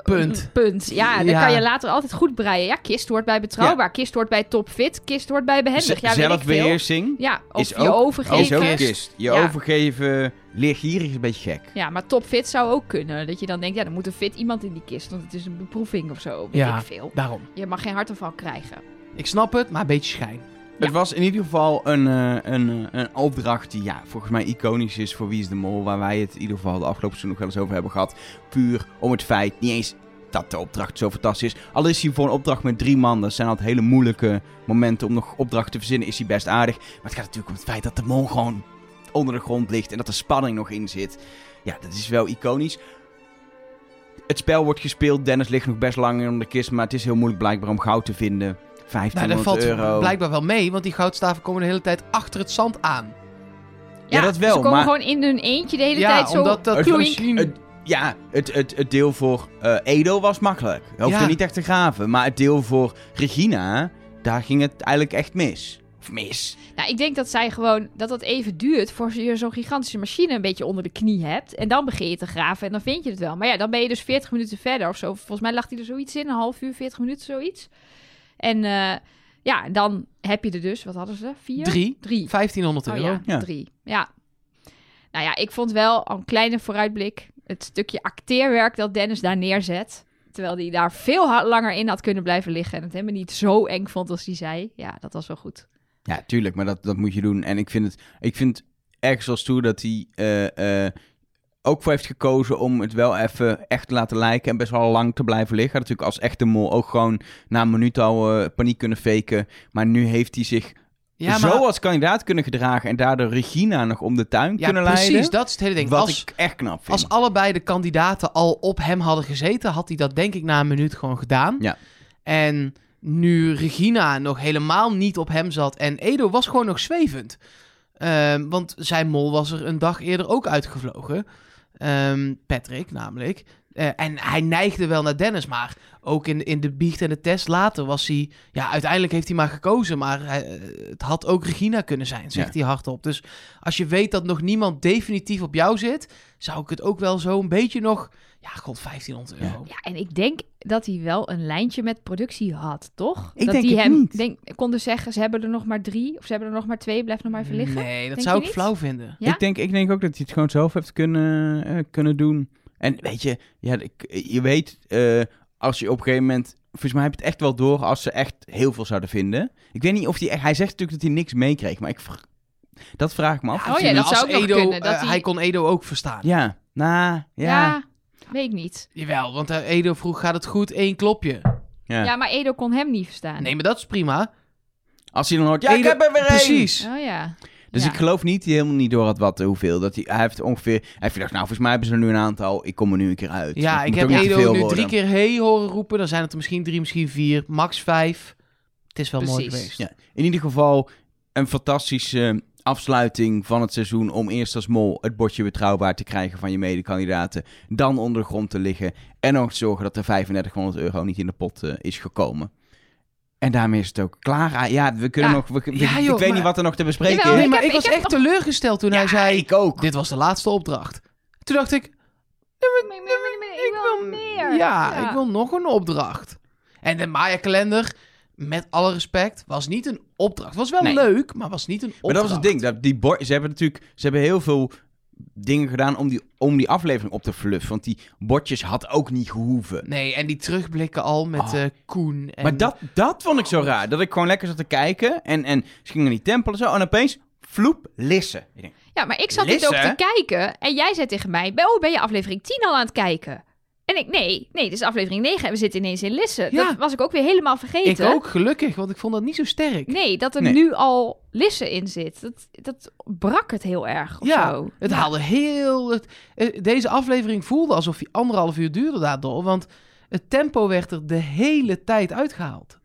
Speaker 2: Punt.
Speaker 3: Punt. Ja, dan
Speaker 2: Ja.
Speaker 3: kan je later altijd goed breien. Ja, kist hoort bij betrouwbaar. Kist hoort bij topfit. Kist hoort bij behendig. Ja, weet ik veel.
Speaker 1: Zelfbeheersing
Speaker 3: Ja, of
Speaker 1: Is
Speaker 3: je
Speaker 1: ook-
Speaker 3: overgeven.
Speaker 1: is ook
Speaker 2: Kist.
Speaker 1: kist. Je
Speaker 3: Ja.
Speaker 1: overgeven, leergierig is een beetje gek.
Speaker 3: Ja, maar topfit zou ook kunnen. Dat je dan denkt, ja, dan moet een fit iemand in die kist. Want het is een beproeving of zo. Weet
Speaker 2: Ja.
Speaker 3: ik veel.
Speaker 2: Daarom.
Speaker 3: Je mag geen hartaanval krijgen.
Speaker 2: Ik snap het, maar een beetje schijn. Nou,
Speaker 1: Het was in ieder geval een, eh, een, eh, een opdracht die ja, volgens mij iconisch is voor Wie is de Mol. Waar wij het in ieder geval de afgelopen seizoen nog wel eens over hebben gehad. Puur om het feit, niet eens dat de opdracht zo fantastisch is. Al is hij voor een opdracht met drie man, dat zijn altijd hele moeilijke momenten om nog opdrachten te verzinnen, is hij best aardig. Maar het gaat natuurlijk om het feit dat de Mol gewoon onder de grond ligt en dat er spanning nog in zit. Ja, dat is wel iconisch. Het spel wordt gespeeld. Dennis ligt nog best lang onder de kist, maar het is heel moeilijk blijkbaar om goud te vinden. 1500
Speaker 2: Nou, dat valt
Speaker 1: euro.
Speaker 2: blijkbaar wel mee, want die goudstaven komen de hele tijd achter het zand aan.
Speaker 1: Ja, dat wel,
Speaker 3: Ze komen
Speaker 1: maar-
Speaker 3: gewoon in hun eentje de hele
Speaker 2: ja,
Speaker 3: tijd zo...
Speaker 2: omdat dat
Speaker 1: Het-
Speaker 2: de machine...
Speaker 1: Het- Ja, het, het, het deel voor eh, Edo was makkelijk. Je hoefde
Speaker 2: Ja.
Speaker 1: niet echt te graven. Maar het deel voor Regina, daar ging het eigenlijk echt mis. Of mis.
Speaker 3: Nou, ik denk dat zij gewoon dat dat even duurt voor je zo'n gigantische machine een beetje onder de knie hebt. En dan begin je te graven en dan vind je het wel. Maar ja, dan ben je dus 40 minuten verder of zo. Volgens mij lag hij er zoiets in, een half uur, 40 minuten, zoiets. En eh, ja, dan heb je er dus, wat hadden ze? Vier?
Speaker 2: Drie,
Speaker 3: Drie.
Speaker 2: 1500
Speaker 3: Oh
Speaker 2: euro.
Speaker 3: ja,
Speaker 1: Ja.
Speaker 3: drie. Ja. Nou ja, ik vond wel al een kleine vooruitblik. Het stukje acteerwerk dat Dennis daar neerzet. Terwijl hij daar veel ha- langer in had kunnen blijven liggen. En het helemaal niet zo eng vond als hij zei. Ja, dat was wel goed.
Speaker 1: Ja, tuurlijk, maar dat, dat moet je doen. En ik vind het, ik vind ergens als toe dat hij eh, eh, ook voor heeft gekozen om het wel even echt te laten lijken en best wel lang te blijven liggen. Had natuurlijk als echte mol ook gewoon na een minuut al eh, paniek kunnen faken. Maar nu heeft hij zich
Speaker 2: Ja, maar-
Speaker 1: zo als kandidaat kunnen gedragen en daardoor Regina nog om de tuin
Speaker 2: ja,
Speaker 1: kunnen
Speaker 2: precies,
Speaker 1: leiden.
Speaker 2: dat is het hele ding.
Speaker 1: wat
Speaker 2: Als,
Speaker 1: ik echt knap vind.
Speaker 2: als allebei de kandidaten al op hem hadden gezeten, had hij dat denk ik na een minuut gewoon gedaan.
Speaker 1: Ja.
Speaker 2: En nu Regina nog helemaal niet op hem zat en Edo was gewoon nog zwevend. Ehm, want zijn mol was er een dag eerder ook uitgevlogen. Ehm, Patrick namelijk. Eh, en hij neigde wel naar Dennis, maar ook in, in de biecht en de test later was hij... Ja, uiteindelijk heeft hij maar gekozen, maar hij- eh, het had ook Regina kunnen zijn, zegt hij hardop. Dus als je weet dat nog niemand definitief op jou zit, zou ik het ook wel zo een beetje nog... Ja, god, 1500
Speaker 1: Ja.
Speaker 2: euro.
Speaker 3: Ja, en ik denk dat hij wel een lijntje met productie had, toch?
Speaker 1: Ik
Speaker 3: dat
Speaker 1: denk
Speaker 3: die
Speaker 1: het
Speaker 3: hem
Speaker 1: niet.
Speaker 3: Denk, konden zeggen, ze hebben er nog maar drie. Of ze hebben er nog maar twee, blijf nog maar even liggen.
Speaker 2: Nee, dat
Speaker 3: Denk
Speaker 2: zou
Speaker 3: je
Speaker 2: ik
Speaker 3: niet?
Speaker 2: flauw vinden.
Speaker 3: Ja?
Speaker 1: Ik, denk, ik denk ook dat hij het gewoon zelf heeft kunnen, eh, kunnen doen. En weet je, ja, ik- je weet, eh, als je op een gegeven moment... Volgens mij heb je het echt wel door als ze echt heel veel zouden vinden. Ik weet niet of hij... echt- Hij zegt natuurlijk dat hij niks meekreeg, maar ik... vra- Dat vraag ik me af.
Speaker 3: Ja, oh ja, dat
Speaker 2: Als
Speaker 3: zou ook nog
Speaker 2: Edo,
Speaker 3: kunnen, dat
Speaker 2: eh,
Speaker 3: hij-
Speaker 2: hij kon Edo ook verstaan.
Speaker 1: Ja, nou, ja.
Speaker 3: Ja, weet ik niet.
Speaker 2: Jawel, want eh, Edo vroeg, gaat het goed? Eén klopje.
Speaker 1: Ja.
Speaker 3: Ja. maar Edo kon hem niet verstaan.
Speaker 2: Nee, maar dat is prima.
Speaker 1: Als hij dan hoort, ja, ik
Speaker 2: Edo-
Speaker 1: heb er weer één.
Speaker 2: Precies.
Speaker 3: Oh ja.
Speaker 1: Dus
Speaker 3: Ja.
Speaker 1: ik geloof niet dat hij helemaal niet door had wat, hoeveel. Dat hij, hij heeft ongeveer... Hij heeft gedacht, nou, volgens mij hebben ze er nu een aantal. Ik kom er nu een keer uit.
Speaker 2: Ja,
Speaker 1: Het
Speaker 2: ik
Speaker 1: moet
Speaker 2: heb
Speaker 1: ook niet te
Speaker 2: Edo nu
Speaker 1: veel worden.
Speaker 2: drie keer hey horen roepen. Dan zijn het er misschien drie, misschien vier, max vijf. Het is wel mooi
Speaker 3: Precies.
Speaker 2: geweest.
Speaker 1: Ja, in ieder geval een fantastische afsluiting van het seizoen om eerst als mol het bordje betrouwbaar te krijgen van je medekandidaten, dan onder de grond te liggen en nog te zorgen dat de 3500 euro niet in de pot eh, is gekomen. En daarmee is het ook klaar. Ah, Ja, we kunnen
Speaker 3: Ja.
Speaker 1: nog. we- we-
Speaker 2: Ja,
Speaker 1: ik
Speaker 2: joh,
Speaker 1: weet
Speaker 2: maar-
Speaker 1: niet wat er nog te bespreken
Speaker 3: Jawel,
Speaker 1: is.
Speaker 2: Nee, maar
Speaker 3: Ik
Speaker 2: ik,
Speaker 3: heb-
Speaker 2: was
Speaker 3: ik heb
Speaker 2: echt teleurgesteld toen hij
Speaker 1: Ja,
Speaker 2: zei,
Speaker 1: ik ook.
Speaker 2: dit was de laatste opdracht. Toen dacht ik,
Speaker 3: Ik wil meer.
Speaker 2: ja, ik wil nog een opdracht. En de Maya-kalender, met alle respect, was niet een opdracht. Was wel
Speaker 1: Nee.
Speaker 2: leuk, maar was niet een opdracht.
Speaker 1: Maar dat was het ding. Dat die bor- ze hebben natuurlijk ze hebben heel veel dingen gedaan om die, om die aflevering op te fluffen. Want die bordjes had ook niet gehoeven.
Speaker 2: Nee, en die terugblikken al met
Speaker 1: Ah.
Speaker 2: eh, Koen. En...
Speaker 1: Maar dat, dat vond ik zo raar. Dat ik gewoon lekker zat te kijken. En, en ze gingen in die tempel en zo. En opeens, vloep, lissen. Ik denk,
Speaker 3: Ja, maar ik zat dit
Speaker 1: Lisse,
Speaker 3: ook te
Speaker 1: hè?
Speaker 3: kijken en jij zei tegen mij, oh, ben je aflevering 10 al aan het kijken? En ik, nee, nee, dit is aflevering 9 en we zitten ineens in Lisse.
Speaker 2: Ja.
Speaker 3: Dat was ik ook weer helemaal
Speaker 2: Ik
Speaker 3: vergeten.
Speaker 2: ook, gelukkig, want ik vond dat niet zo sterk.
Speaker 3: Nee, dat er
Speaker 1: Nee.
Speaker 3: nu al Lisse in zit. Dat, dat brak het heel erg of
Speaker 2: Ja,
Speaker 3: zo.
Speaker 2: Het haalde heel. Het, eh, deze aflevering voelde alsof die anderhalf uur duurde daardoor. Want het tempo werd er de hele tijd uitgehaald.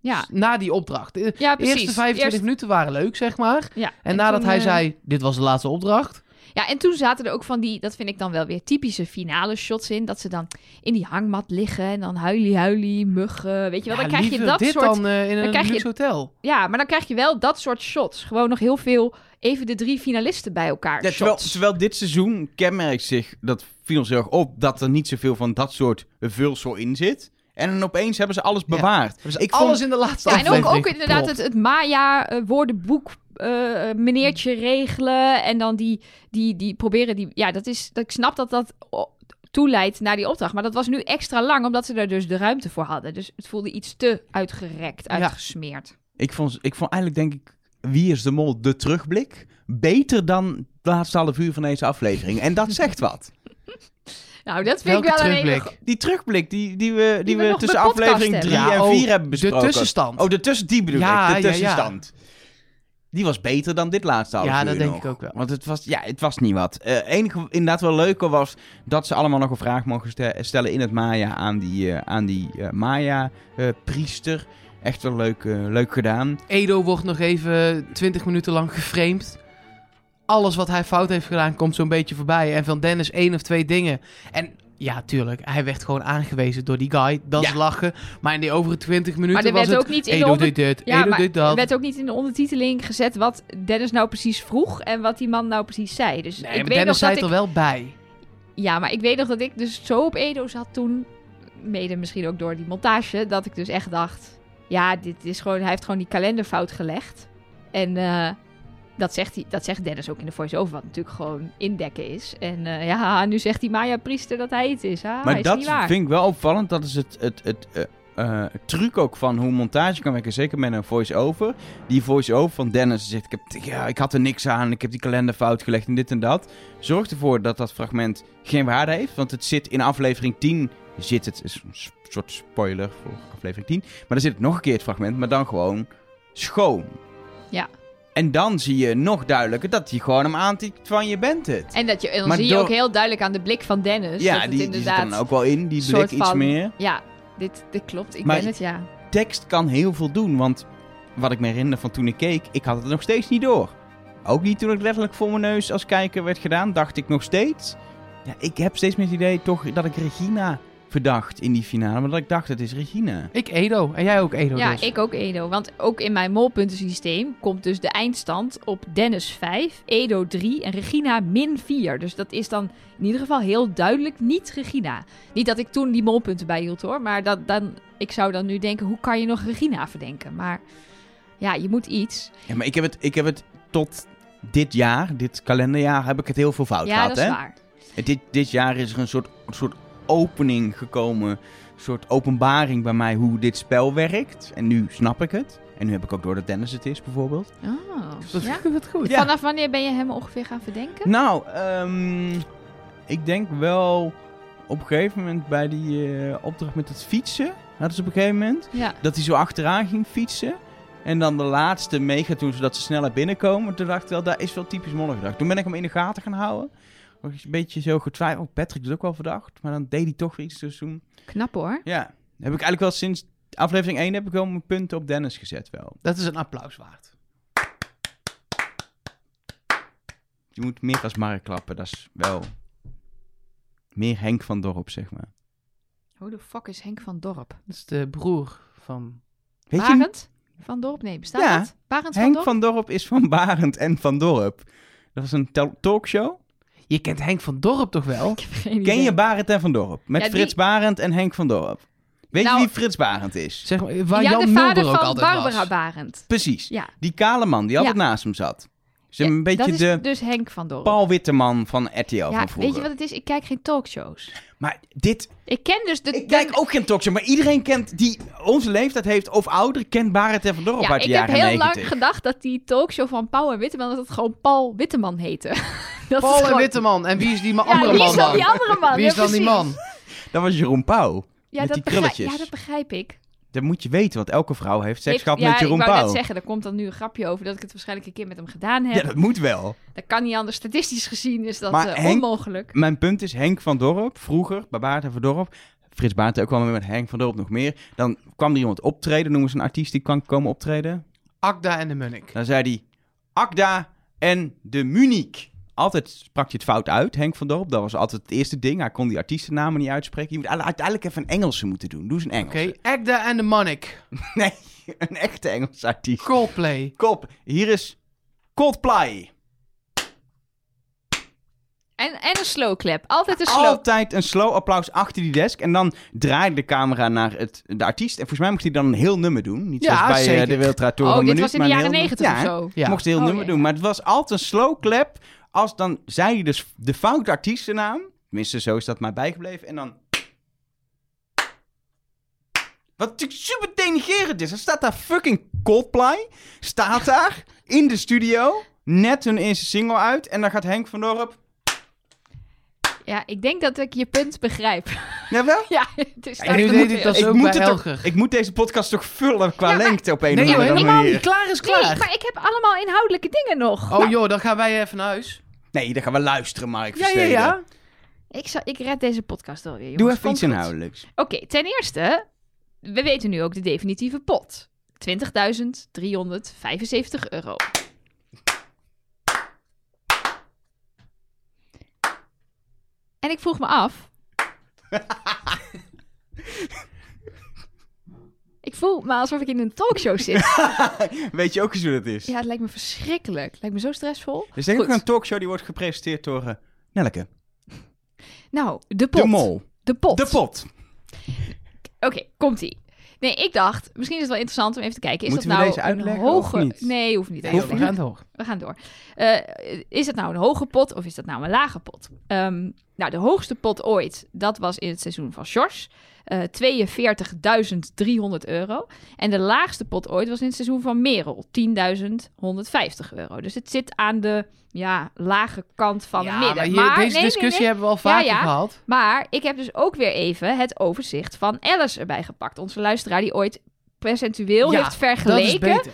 Speaker 3: Ja,
Speaker 2: Na die opdracht. Eh, De
Speaker 3: ja precies.
Speaker 2: eerste 25
Speaker 3: Eerst-
Speaker 2: minuten waren leuk, zeg maar.
Speaker 3: Ja.
Speaker 2: En, nadat
Speaker 3: toen,
Speaker 2: hij
Speaker 3: eh,
Speaker 2: zei: Dit was de laatste opdracht.
Speaker 3: Ja, en toen zaten er ook van die, dat vind ik dan wel weer typische finale shots in. Dat ze dan in die hangmat liggen en dan huilie, huilie, muggen. Weet je wel,
Speaker 2: Ja,
Speaker 3: dan krijg je
Speaker 2: liever
Speaker 3: dat
Speaker 2: dit
Speaker 3: soort.
Speaker 2: dan eh, in een
Speaker 3: krijg je-
Speaker 2: luxe hotel.
Speaker 3: Ja, maar dan krijg je wel dat soort shots. Gewoon nog heel veel, even de drie finalisten bij elkaar.
Speaker 1: ja, terwijl,
Speaker 3: shots.
Speaker 1: terwijl dit seizoen kenmerkt zich, dat viel ons heel erg op, dat er niet zoveel van dat soort vulsel in zit. En dan opeens hebben ze alles
Speaker 2: Ja.
Speaker 1: bewaard.
Speaker 2: ik Dus alles in de laatste
Speaker 3: Ja, en ook,
Speaker 2: aflevering.
Speaker 3: ook inderdaad het,
Speaker 2: gepropt.
Speaker 3: het Maya-woordenboek. eh, meneertje regelen en dan die, die, die proberen die. Ja, dat is. Dat, ik snap dat dat o- toeleidt naar die opdracht, maar dat was nu extra lang omdat ze daar dus de ruimte voor hadden. Dus het voelde iets te uitgerekt,
Speaker 2: Ja.
Speaker 3: uitgesmeerd.
Speaker 1: Ik, vond, ik vond eigenlijk, denk ik, Wie is de Mol, de terugblik, beter dan de laatste half uur van deze aflevering. En dat zegt wat.
Speaker 3: Nou, dat vind
Speaker 2: Welke
Speaker 3: ik wel een hele.
Speaker 2: terugblik?
Speaker 1: Die terugblik die, die we, die
Speaker 3: Die we
Speaker 1: we
Speaker 3: nog
Speaker 1: tussen
Speaker 3: bij podcast
Speaker 1: aflevering
Speaker 3: hebben.
Speaker 1: 3
Speaker 2: Ja,
Speaker 1: en
Speaker 2: oh,
Speaker 1: 4 hebben
Speaker 2: De
Speaker 1: besproken.
Speaker 2: tussenstand.
Speaker 1: Oh, de tussen, die bedoel ik.
Speaker 2: Ja, ja,
Speaker 1: De
Speaker 2: ja.
Speaker 1: tussenstand. Die was beter dan dit laatste half
Speaker 2: ja,
Speaker 1: uur
Speaker 2: dat denk
Speaker 1: nog.
Speaker 2: ik ook wel.
Speaker 1: Want het was, ja, het was niet wat. Eh, Het enige inderdaad wel leuke was dat ze allemaal nog een vraag mogen ste- stellen in het Maya aan die, eh, aan die eh, Maya-priester. Echt wel leuk, eh, leuk gedaan.
Speaker 2: Edo wordt nog even 20 minuten lang geframed. alles wat hij fout heeft gedaan komt zo'n beetje voorbij. En van Dennis één of twee dingen. En ja, tuurlijk, hij werd gewoon aangewezen door die guy. Dat is
Speaker 1: Ja.
Speaker 2: lachen. Maar in die overige 20 minuten
Speaker 3: Maar er
Speaker 2: was
Speaker 3: werd
Speaker 2: het...
Speaker 3: ook niet in
Speaker 2: Hey,
Speaker 3: de
Speaker 2: doe
Speaker 3: onder-
Speaker 2: dit, dit. hey, doe
Speaker 3: maar
Speaker 2: dit, dat.
Speaker 3: er werd ook niet in de ondertiteling gezet wat Dennis nou precies vroeg en wat die man nou precies zei. Dus
Speaker 2: Nee,
Speaker 3: ik
Speaker 2: maar
Speaker 3: weet nog
Speaker 2: Dennis zei
Speaker 3: dat
Speaker 2: het
Speaker 3: ik...
Speaker 2: er wel bij.
Speaker 3: Ja, maar ik weet nog dat ik dus zo op Edo zat toen, mede misschien ook door die montage, dat ik dus echt dacht, ja, dit is gewoon, hij heeft gewoon die kalenderfout gelegd. En eh, dat, zegt hij, dat zegt Dennis ook in de voice-over, wat natuurlijk gewoon indekken is. En eh, ja, nu zegt die Maya-priester dat hij het is. Ah,
Speaker 1: maar
Speaker 3: is
Speaker 1: dat
Speaker 3: niet waar.
Speaker 1: vind ik wel opvallend. Dat is het, het, het eh, eh, truc ook van hoe montage kan werken. Zeker met een voice-over. Die voice-over van Dennis zegt... Ik, heb, ja, ik had er niks aan. Ik heb die kalender fout gelegd en dit en dat. Zorgt ervoor dat dat fragment geen waarde heeft. Want het zit in aflevering 10... Zit het, is een s- soort spoiler voor aflevering 10. Maar dan zit het nog een keer het fragment. Maar dan gewoon schoon.
Speaker 3: Ja.
Speaker 1: En dan zie je nog duidelijker dat hij gewoon hem aantikt van je bent het.
Speaker 3: En, dat je, en dan
Speaker 1: Maar
Speaker 3: zie je
Speaker 1: door-
Speaker 3: ook heel duidelijk aan de blik van Dennis. dat
Speaker 1: ja,
Speaker 3: dus het
Speaker 1: die, die zit
Speaker 3: inderdaad...
Speaker 1: er dan ook wel in. Die
Speaker 3: soort
Speaker 1: blik iets
Speaker 3: van-
Speaker 1: meer.
Speaker 3: Ja, dit, dit klopt. Ik
Speaker 1: Maar-
Speaker 3: ben het, ja.
Speaker 1: tekst kan heel veel doen. Want wat ik me herinner van toen ik keek, ik had het nog steeds niet door. Ook niet toen ik letterlijk voor mijn neus als kijker werd gedaan, dacht ik nog steeds. Ja, ik heb steeds meer het idee toch dat ik Regina verdacht in die finale. Maar dat ik dacht, het is Regina.
Speaker 2: Ik Edo. En jij ook Edo
Speaker 3: Ja,
Speaker 2: dus.
Speaker 3: ik ook Edo. Want ook in mijn molpuntensysteem komt dus de eindstand op Dennis 5, Edo 3 en Regina min 4. Dus dat is dan in ieder geval heel duidelijk niet Regina. Niet dat ik toen die molpunten bijhield hoor, maar dat, dan, ik zou dan nu denken, hoe kan je nog Regina verdenken? Maar ja, je moet iets.
Speaker 1: Ja, maar ik heb het, ik heb het tot dit jaar, dit kalenderjaar, heb ik het heel veel fout
Speaker 3: ja,
Speaker 1: gehad.
Speaker 3: dat is
Speaker 1: hè?
Speaker 3: waar.
Speaker 1: Het- Dit, dit jaar is er een soort, een soort opening gekomen. Een soort openbaring bij mij hoe dit spel werkt. En nu snap ik het. En nu heb ik ook door dat Dennis het is, bijvoorbeeld.
Speaker 3: Oh,
Speaker 2: Dat
Speaker 3: ja?
Speaker 2: vind ik goed.
Speaker 1: Ja.
Speaker 3: Vanaf wanneer ben je hem ongeveer gaan verdenken?
Speaker 1: Nou, ehm, ik denk wel op een gegeven moment bij die eh, opdracht met het fietsen. Hadden ze op een gegeven moment
Speaker 3: Ja.
Speaker 1: dat hij zo achteraan ging fietsen. En dan de laatste mega toen, zodat ze sneller binnenkomen. Toen dacht ik wel, daar is wel typisch Molle gedacht. Toen ben ik hem in de gaten gaan houden. Was ik een beetje zo getwijfeld. Oh, Patrick is ook wel verdacht. Maar dan deed hij toch weer iets. Dus toen,
Speaker 3: Knap hoor.
Speaker 1: ja, heb ik eigenlijk wel sinds aflevering 1 heb ik wel mijn punten op Dennis gezet wel.
Speaker 2: Dat is een applaus waard.
Speaker 1: Je moet meer als Mark klappen. Dat is wel meer Henk van Dorp, zeg maar.
Speaker 3: Hoe de fuck is Henk van Dorp?
Speaker 2: Dat is de broer van...
Speaker 1: Weet je
Speaker 3: Barend van Dorp? Nee, bestaat
Speaker 1: Ja.
Speaker 3: dat? Barend van
Speaker 1: Henk
Speaker 3: Dorp?
Speaker 1: van Dorp is van Barend en van Dorp. Dat was een tel- talkshow.
Speaker 2: Je kent Henk van Dorp toch wel?
Speaker 3: Ik heb geen
Speaker 1: Ken
Speaker 3: idee.
Speaker 1: je Barend en van Dorp? Met
Speaker 3: Ja, die-
Speaker 1: Frits Barend en Henk van Dorp. Weet
Speaker 3: Nou-
Speaker 1: je wie Frits Barend is?
Speaker 2: Zeg maar, waar
Speaker 3: ja,
Speaker 2: Jan
Speaker 3: de vader
Speaker 2: Mulder ook
Speaker 3: van
Speaker 2: altijd
Speaker 3: Barbara
Speaker 2: was.
Speaker 3: Barend.
Speaker 1: Precies.
Speaker 3: Ja.
Speaker 1: Die kale man die
Speaker 3: Ja.
Speaker 1: altijd naast hem zat. Is
Speaker 3: Ja,
Speaker 1: een beetje
Speaker 3: dat
Speaker 1: de
Speaker 3: is dus Henk van Dorp.
Speaker 1: Paul Witteman van RTL
Speaker 3: ja,
Speaker 1: van
Speaker 3: weet
Speaker 1: vroeger.
Speaker 3: je wat het is? Ik kijk geen talkshows.
Speaker 1: Maar dit...
Speaker 3: Ik ken dus de...
Speaker 1: Ik kijk ook geen talkshow, maar iedereen kent die onze leeftijd heeft of ouder kent Barend en van Dorp
Speaker 3: ja,
Speaker 1: uit de
Speaker 3: ik heb
Speaker 1: jaren
Speaker 3: heel lang
Speaker 1: 90.
Speaker 3: gedacht dat die talkshow van Paul en Witteman... dat het gewoon Paul Witteman heette. dat is
Speaker 2: Paul en
Speaker 3: gewoon-
Speaker 2: Witteman. En wie is die ma-
Speaker 3: Ja,
Speaker 2: andere
Speaker 3: wie
Speaker 2: man
Speaker 3: is dan die andere man?
Speaker 2: Wie is
Speaker 3: Ja,
Speaker 2: dan die
Speaker 3: precies.
Speaker 2: man?
Speaker 1: Dat was Jeroen Pauw.
Speaker 3: Ja,
Speaker 1: Met
Speaker 3: dat
Speaker 1: die
Speaker 3: begrijp,
Speaker 1: krulletjes.
Speaker 3: ja, dat begrijp ik.
Speaker 1: Dat moet je weten, want elke vrouw heeft seks
Speaker 3: Heeft-
Speaker 1: gehad
Speaker 3: ja,
Speaker 1: met Jeroen
Speaker 3: ik wou
Speaker 1: Pauw.
Speaker 3: net zeggen, er komt dan nu een grapje over... dat ik het waarschijnlijk een keer met hem gedaan
Speaker 1: Ja,
Speaker 3: heb.
Speaker 1: dat moet wel.
Speaker 3: Dat kan niet anders. Statistisch gezien is dat
Speaker 1: Maar
Speaker 3: eh,
Speaker 1: Henk-
Speaker 3: onmogelijk.
Speaker 1: Mijn punt is, Henk van Dorp, vroeger, bij Baart en van Dorp... Frits Baart ook kwam weer met Henk van Dorp nog meer. Dan kwam er iemand optreden, noemen ze een artiest die kwam komen optreden.
Speaker 2: Akda en de Munnik.
Speaker 1: Dan zei hij, Akda en de Munich. Altijd sprak je het fout uit, Henk van Dorp. Dat was altijd het eerste ding. Hij kon die artiestennamen niet uitspreken. Je moet alle- uiteindelijk even een Engelse moeten doen. Doe eens een
Speaker 2: Oké,
Speaker 1: Engelse.
Speaker 2: Akda en de Munnik.
Speaker 1: Nee, een echte Engelse artiest.
Speaker 2: Coldplay.
Speaker 1: Kop, hier is Coldplay.
Speaker 3: En, en een slow clap. Altijd een slow
Speaker 1: Altijd een slow applaus achter die desk. En dan draaide de camera naar het, de artiest. En volgens mij moest hij dan een heel nummer doen. Niet
Speaker 2: Ja,
Speaker 1: zoals bij eh,
Speaker 2: zeker.
Speaker 1: de Wiltratoren.
Speaker 3: Oh, dit was in de jaren negentig of zo.
Speaker 1: Ja.
Speaker 2: Ja.
Speaker 1: Mocht hij heel
Speaker 3: Oh,
Speaker 1: nummer
Speaker 3: ja.
Speaker 1: doen. Maar het was altijd een slow clap. Als dan zei hij dus de foute artiestennaam. Tenminste, zo is dat mij bijgebleven. En dan... Wat natuurlijk super denigerend is. Er staat daar fucking Coldplay. Staat daar in de studio. Net hun eerste single uit. En dan gaat Henk van Dorp...
Speaker 3: Ja, ik denk dat ik je punt begrijp.
Speaker 1: Jawel?
Speaker 3: ja, het is
Speaker 2: En nu
Speaker 3: daar-
Speaker 2: deed hij dat ook bij
Speaker 1: het toch-
Speaker 2: Elger.
Speaker 1: ik moet deze podcast toch vullen qua
Speaker 3: Ja, maar-
Speaker 1: lengte op een
Speaker 2: Nee,
Speaker 1: of
Speaker 2: joh,
Speaker 1: andere
Speaker 2: helemaal
Speaker 1: manier.
Speaker 2: niet. Klaar is
Speaker 3: Nee,
Speaker 2: klaar.
Speaker 3: maar ik heb allemaal inhoudelijke dingen nog.
Speaker 2: Oh joh, dan gaan wij even naar huis.
Speaker 1: Nee, dan gaan we luisteren, Mark
Speaker 2: Ja, ja,
Speaker 1: Versteden.
Speaker 2: ja.
Speaker 3: Ik, zal, ik red deze podcast alweer, jongens.
Speaker 1: Doe even
Speaker 3: Komt
Speaker 1: iets
Speaker 3: goed.
Speaker 1: inhoudelijks.
Speaker 3: Oké, ten eerste, we weten nu ook de definitieve pot. 20.375 euro. En ik vroeg me af. ik voel me alsof ik in een talkshow zit.
Speaker 1: Weet je ook eens hoe dat is?
Speaker 3: Ja, het lijkt me verschrikkelijk. Het lijkt me zo stressvol.
Speaker 1: Er is denk ik ook
Speaker 3: Goed.
Speaker 1: een talkshow die wordt gepresenteerd door eh, Nelleke.
Speaker 3: Nou, de pot.
Speaker 1: De mol.
Speaker 3: De pot.
Speaker 1: De pot.
Speaker 3: Oké, komt-ie. Nee, ik dacht, misschien is het wel interessant om even te kijken. Is
Speaker 1: Moeten
Speaker 3: dat
Speaker 1: we
Speaker 3: nou
Speaker 1: deze
Speaker 3: een
Speaker 1: uitleggen
Speaker 3: hoge...
Speaker 1: of niet?
Speaker 3: Nee, hoeft niet.
Speaker 2: Nee,
Speaker 1: Hoeft
Speaker 2: joh, we
Speaker 1: niet.
Speaker 2: gaan door.
Speaker 3: We gaan door. Eh, is het nou een hoge pot of is dat nou een lage pot? Ehm, nou, de hoogste pot ooit, dat was in het seizoen van Sjors. eh 42.300 euro. En de laagste pot ooit was in het seizoen van Merel. 10.150 euro. Dus het zit aan de ja, lage kant van
Speaker 2: ja,
Speaker 3: het midden.
Speaker 2: Maar hier- deze
Speaker 3: nee, nee,
Speaker 2: discussie
Speaker 3: nee.
Speaker 2: hebben we al vaker
Speaker 3: ja.
Speaker 2: gehad.
Speaker 3: Maar ik heb dus ook weer even het overzicht van Alice erbij gepakt. Onze luisteraar die ooit percentueel
Speaker 2: Ja,
Speaker 3: heeft
Speaker 2: Dat is
Speaker 3: vergeleken
Speaker 2: beter.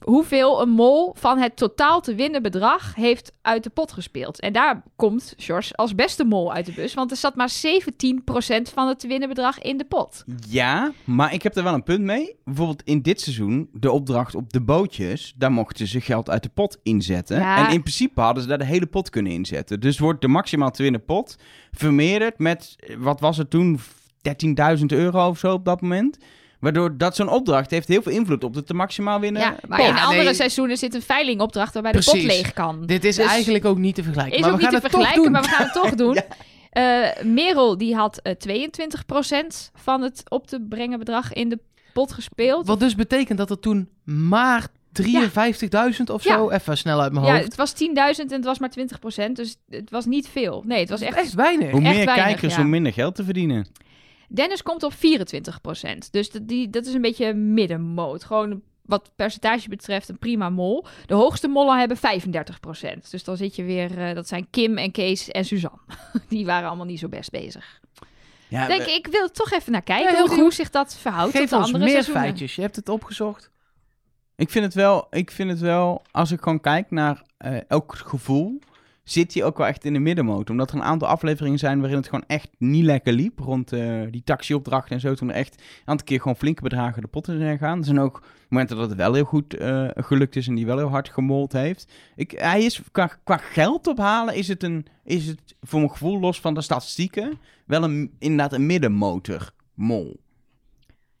Speaker 3: hoeveel een mol van het totaal te winnen bedrag heeft uit de pot gespeeld. En daar komt George als beste mol uit de bus, want er zat maar 17% van het te winnen bedrag in de pot.
Speaker 1: Ja, maar ik heb er wel een punt mee. Bijvoorbeeld in dit seizoen, de opdracht op de bootjes, daar mochten ze geld uit de pot inzetten.
Speaker 3: Ja.
Speaker 1: En in principe hadden ze daar de hele pot kunnen inzetten. Dus wordt de maximaal te winnen pot vermeerderd met, eh, wat was het toen, 13.000 euro of zo op dat moment. Waardoor dat zo'n opdracht heeft heel veel invloed op de te maximaal winnen.
Speaker 3: ja, maar
Speaker 1: pot.
Speaker 3: in
Speaker 2: Ja,
Speaker 3: andere
Speaker 2: nee.
Speaker 3: seizoenen zit een veilingopdracht waarbij de pot
Speaker 2: Precies.
Speaker 3: leeg kan.
Speaker 2: Dit is
Speaker 3: Dus-
Speaker 2: eigenlijk ook niet te vergelijken.
Speaker 3: Is
Speaker 2: maar
Speaker 3: ook
Speaker 2: we
Speaker 3: niet te
Speaker 2: gaan het toch
Speaker 3: vergelijken,
Speaker 2: doen.
Speaker 3: maar we gaan het toch doen. Eh, Merel die had eh, 22% van het op te brengen bedrag in de pot gespeeld.
Speaker 2: Wat dus betekent dat er toen maar 53.000 of
Speaker 3: Ja.
Speaker 2: zo, even snel uit mijn
Speaker 3: ja,
Speaker 2: hoofd.
Speaker 3: het was 10.000 en het was maar 20%, dus het was niet veel. Nee, het was echt
Speaker 2: echt weinig.
Speaker 1: Hoe
Speaker 3: echt
Speaker 1: meer
Speaker 3: weinig,
Speaker 1: kijkers,
Speaker 3: ja.
Speaker 1: hoe minder geld te verdienen.
Speaker 3: Dennis komt op 24%. Dus dat, die, dat is een beetje middenmoot. Gewoon wat percentage betreft een prima mol. De hoogste mollen hebben 35%. Dus dan zit je weer... eh, dat zijn Kim en Kees en Suzanne. Die waren allemaal niet zo best bezig.
Speaker 1: Ja,
Speaker 3: Denk,
Speaker 1: we-
Speaker 3: ik wil er toch even naar kijken
Speaker 2: Ja, heel
Speaker 3: hoe,
Speaker 2: goed.
Speaker 3: hoe zich dat verhoudt tot
Speaker 2: Geef
Speaker 3: de
Speaker 2: ons
Speaker 3: andere
Speaker 2: meer
Speaker 3: seizoenen.
Speaker 2: feitjes. Je hebt het opgezocht.
Speaker 1: Ik vind het wel, ik vind het wel als ik gewoon kijk naar eh, elk gevoel, zit hij ook wel echt in de middenmoot. Omdat er een aantal afleveringen zijn waarin het gewoon echt niet lekker liep. Rond eh, die taxiopdrachten en zo. Toen er echt een aantal keer gewoon flinke bedragen de pot in zijn gegaan. Er zijn ook momenten dat het wel heel goed eh, gelukt is en die wel heel hard gemold heeft. Ik, hij is, qua, qua geld ophalen is het, een, is het voor mijn gevoel, los van de statistieken, wel een, inderdaad een middenmotor mol.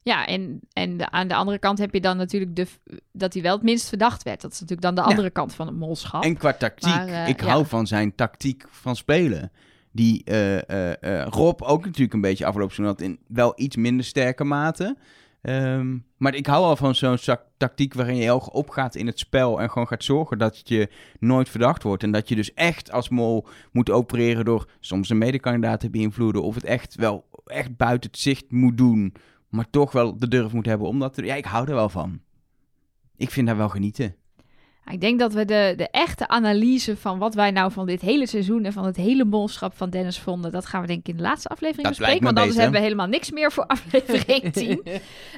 Speaker 3: Ja, en, en de- aan de andere kant heb je dan natuurlijk de, f- dat hij wel het minst verdacht werd. Dat is natuurlijk dan de andere kant van het molschap.
Speaker 1: En qua tactiek,
Speaker 3: Maar, eh,
Speaker 1: ik
Speaker 3: ja.
Speaker 1: hou van zijn tactiek van spelen. Die eh, eh, eh, Rob ook natuurlijk een beetje afgelopen seizoen had in wel iets minder sterke mate. Ehm, maar ik hou al van zo'n sa- tactiek waarin je heel erg opgaat in het spel en gewoon gaat zorgen dat je nooit verdacht wordt. En dat je dus echt als mol moet opereren door soms een medekandidaat te beïnvloeden of het echt wel echt buiten het zicht moet doen. Maar toch wel de durf moet hebben om dat te Ja, ik hou er wel van. Ik vind daar wel genieten.
Speaker 3: Ik denk dat we de, de echte analyse van wat wij nou van dit hele seizoen en van het hele molschap van Dennis vonden, dat gaan we denk ik in de laatste aflevering
Speaker 1: Dat lijkt me
Speaker 3: bespreken. Want anders
Speaker 1: beter.
Speaker 3: hebben we helemaal niks meer voor aflevering 10.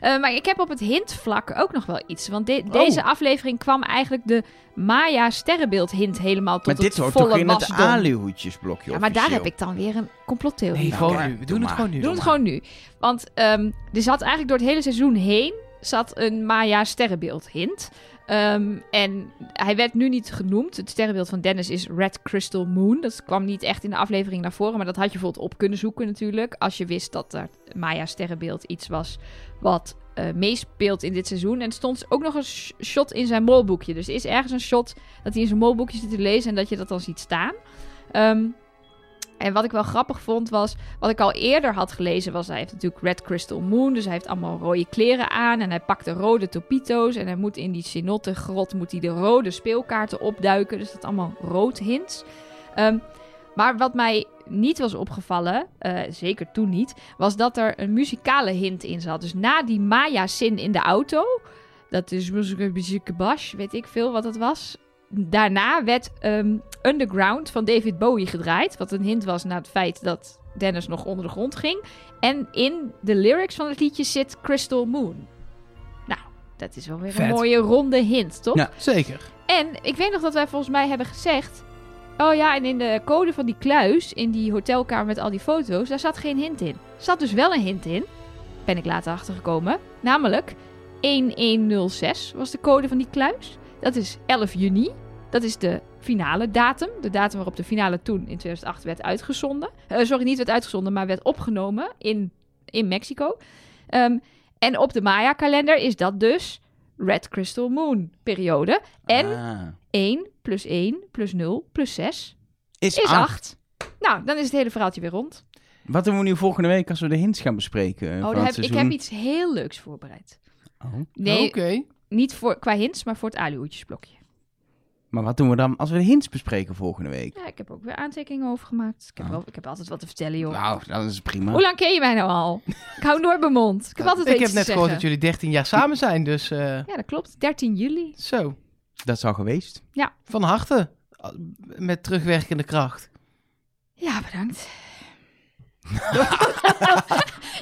Speaker 3: Eh, maar ik heb op het hintvlak ook nog wel iets. Want de-
Speaker 1: Oh.
Speaker 3: deze aflevering kwam eigenlijk de Maya sterrenbeeld hint helemaal tot
Speaker 1: Maar dit
Speaker 3: het
Speaker 1: hoort
Speaker 3: volle
Speaker 1: toch in het
Speaker 3: wasdom.
Speaker 1: aluhoedjesblokje
Speaker 3: Ja, maar daar
Speaker 1: officieel?
Speaker 3: heb ik dan weer een complottheorie
Speaker 2: Nee,
Speaker 3: voor.
Speaker 2: gewoon
Speaker 1: oké,
Speaker 2: nu. We
Speaker 1: Nou, doe
Speaker 2: doen
Speaker 1: maar.
Speaker 2: het gewoon nu.
Speaker 3: Doe het gewoon nu. Want ehm er zat eigenlijk door het hele seizoen heen zat een Maya sterrenbeeld hint. Ehm, en hij werd nu niet genoemd. Het sterrenbeeld van Dennis is Red Crystal Moon. Dat kwam niet echt in de aflevering naar voren. Maar dat had je bijvoorbeeld op kunnen zoeken natuurlijk. Als je wist dat er Maya sterrenbeeld iets was wat eh, meespeelt in dit seizoen. En er stond ook nog een sh- shot in zijn molboekje. Dus er is ergens een shot dat hij in zijn molboekje zit te lezen en dat je dat dan ziet staan. Ehm, en wat ik wel grappig vond was, wat ik al eerder had gelezen was, hij heeft natuurlijk Red Crystal Moon, dus hij heeft allemaal rode kleren aan en hij pakt de rode topito's en hij moet in die cenote grot moet hij de rode speelkaarten opduiken, dus dat allemaal rood hints. Ehm, maar wat mij niet was opgevallen, eh, zeker toen niet, was dat er een muzikale hint in zat. Dus na die Maya-zin in de auto, dat is muziek bash, weet ik veel wat dat was. Daarna werd ehm, Underground van David Bowie gedraaid. Wat een hint was naar het feit dat Dennis nog onder de grond ging. En in de lyrics van het liedje zit Crystal Moon. Nou, dat is wel weer
Speaker 2: Vet.
Speaker 3: een mooie ronde hint, toch?
Speaker 1: Ja.
Speaker 2: Zeker.
Speaker 3: En ik weet nog dat wij volgens mij hebben gezegd. Oh ja, en in de code van die kluis, in die hotelkamer met al die foto's, daar zat geen hint in. Er zat dus wel een hint in. Ben ik later achtergekomen. Namelijk 1106 was de code van die kluis. Dat is 11 juni. Dat is de finale datum. De datum waarop de finale toen in 2008 werd uitgezonden. Eh, sorry, niet werd uitgezonden, maar werd opgenomen in, in Mexico. Ehm, en op de Maya-kalender is dat dus Red Crystal Moon periode. En
Speaker 1: Ah.
Speaker 3: 1 plus 1 plus 0 plus 6
Speaker 1: Is,
Speaker 3: is
Speaker 1: acht.
Speaker 2: Ah.
Speaker 3: 8. Nou, dan is het hele verhaaltje weer rond.
Speaker 1: Wat doen we nu volgende week als we de hints gaan bespreken? eh,
Speaker 3: Oh,
Speaker 1: van
Speaker 3: daar heb,
Speaker 1: het
Speaker 3: ik heb
Speaker 1: seizoen?
Speaker 3: iets heel leuks voorbereid.
Speaker 1: Oh.
Speaker 3: Nee,
Speaker 2: Oké.
Speaker 3: niet voor, qua hints, maar voor het aluhoedjesblokje.
Speaker 1: Maar wat doen we dan als we de hints bespreken volgende week?
Speaker 3: Ja, ik heb ook weer aantekeningen over gemaakt. Ik heb,
Speaker 2: Ah.
Speaker 1: Oh.
Speaker 3: wel, ik heb altijd wat te vertellen, joh.
Speaker 1: Nou, dat is prima.
Speaker 3: Hoe lang ken je mij nou al? Ik hou nooit mijn mond. Ik heb altijd
Speaker 2: Ik
Speaker 3: iets
Speaker 2: heb
Speaker 3: te
Speaker 2: net gehoord dat
Speaker 3: zeggen.
Speaker 2: jullie 13 jaar samen zijn, dus eh,
Speaker 3: Ja, dat klopt. 13 juli.
Speaker 2: zo.
Speaker 1: Dat is al geweest.
Speaker 2: Van harte. Met terugwerkende kracht.
Speaker 3: Ja, bedankt.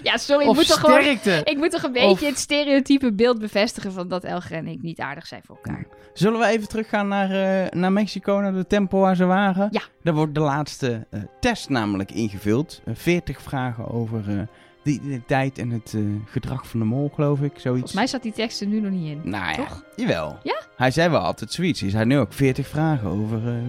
Speaker 3: ja, sorry. Ik
Speaker 2: of
Speaker 3: moet, toch gewoon,
Speaker 2: sterkte.
Speaker 3: ik moet toch een
Speaker 2: Of-
Speaker 3: beetje het stereotype beeld bevestigen van dat Elger en ik niet aardig zijn voor elkaar.
Speaker 1: Zullen we even teruggaan naar, eh, naar Mexico, naar de tempel waar ze waren?
Speaker 3: Ja.
Speaker 1: Daar wordt de laatste eh, test namelijk ingevuld. Eh, 40 vragen over eh, de identiteit en het eh, gedrag van de mol, geloof ik. Zoiets.
Speaker 3: Volgens mij zat die tekst er nu nog niet in.
Speaker 1: Nou ja,
Speaker 3: Toch?
Speaker 1: jawel.
Speaker 3: Ja?
Speaker 1: Hij zei wel altijd zoiets. Hij zei nu ook 40 vragen over... eh, eh.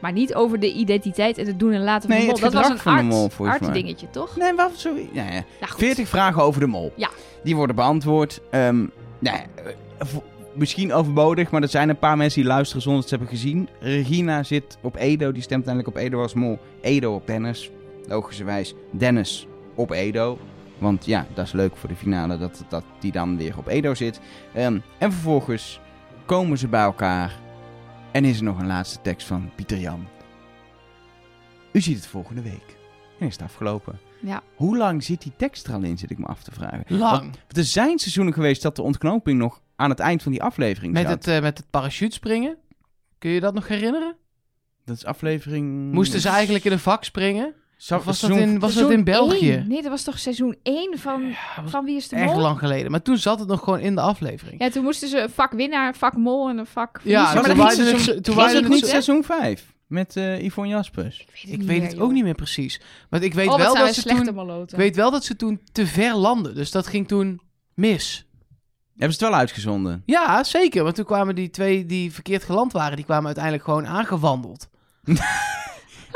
Speaker 3: Maar niet over de identiteit en het doen en laten
Speaker 1: Nee,
Speaker 3: van de mol.
Speaker 1: het
Speaker 3: Dat was
Speaker 1: gedrag
Speaker 3: een
Speaker 1: van de
Speaker 3: art,
Speaker 1: mol, volgens mij.
Speaker 3: dingetje, toch?
Speaker 1: Nee, wat zo... Nou ja,
Speaker 3: Nou, goed.
Speaker 1: 40 vragen over de mol.
Speaker 3: Ja.
Speaker 1: Die worden beantwoord. Ehm, nou ja, eh, vo- misschien overbodig, maar er zijn een paar mensen die luisteren zonder dat ze hebben gezien. Regina zit op Edo, die stemt uiteindelijk op Edo als mol. Edo op Dennis. Logischerwijs Dennis op Edo. Want ja, dat is leuk voor de finale dat, dat die dan weer op Edo zit. Ehm, en vervolgens komen ze bij elkaar. En is er nog een laatste tekst van Pieter Jan. U ziet het volgende week. En is het afgelopen.
Speaker 3: Ja.
Speaker 1: Hoe lang zit die tekst er al in, zit ik me af te vragen.
Speaker 2: Lang.
Speaker 1: Want er zijn seizoenen geweest dat de ontknoping nog aan het eind van die aflevering
Speaker 2: Met
Speaker 1: zat.
Speaker 2: het, eh, met het parachute springen. Kun je dat nog herinneren?
Speaker 3: Hmm.
Speaker 1: Dat is aflevering...
Speaker 2: Moesten ze eigenlijk in een vak springen?
Speaker 1: Zo-
Speaker 2: Of was dat
Speaker 1: seizoen-
Speaker 2: in, was dat
Speaker 3: Seizoen
Speaker 2: in België?
Speaker 3: één. Nee, dat was toch seizoen 1 van,
Speaker 2: Ja, was
Speaker 3: van Wie is de
Speaker 2: echt
Speaker 3: Mol?
Speaker 2: lang geleden. Maar toen zat het nog gewoon in de aflevering.
Speaker 3: Ja, toen moesten ze een vak winnaar, een vak mol en een vak
Speaker 2: Ja,
Speaker 3: verliezer.
Speaker 1: maar
Speaker 2: toen
Speaker 1: dat
Speaker 2: waren
Speaker 1: ging
Speaker 2: het-
Speaker 1: seizoen-
Speaker 2: toen
Speaker 1: Was
Speaker 2: waren
Speaker 1: het
Speaker 2: het
Speaker 1: niet
Speaker 2: zo-
Speaker 1: seizoen 5? Met eh, Yvonne Jaspers?
Speaker 3: Ik weet het,
Speaker 2: Ik
Speaker 3: niet
Speaker 2: weet
Speaker 3: meer,
Speaker 2: het
Speaker 3: joh.
Speaker 2: ook niet meer precies. Want ik weet,
Speaker 3: Oh, wat
Speaker 2: wel
Speaker 3: zijn wij
Speaker 2: dat ze
Speaker 3: slechte
Speaker 2: toen, ik
Speaker 3: maloten.
Speaker 2: weet wel dat ze toen te ver landden. Dus dat ging toen mis.
Speaker 1: Hebben ze het wel uitgezonden?
Speaker 2: Ja, zeker. Want toen kwamen die twee die verkeerd geland waren, die kwamen uiteindelijk gewoon aangewandeld.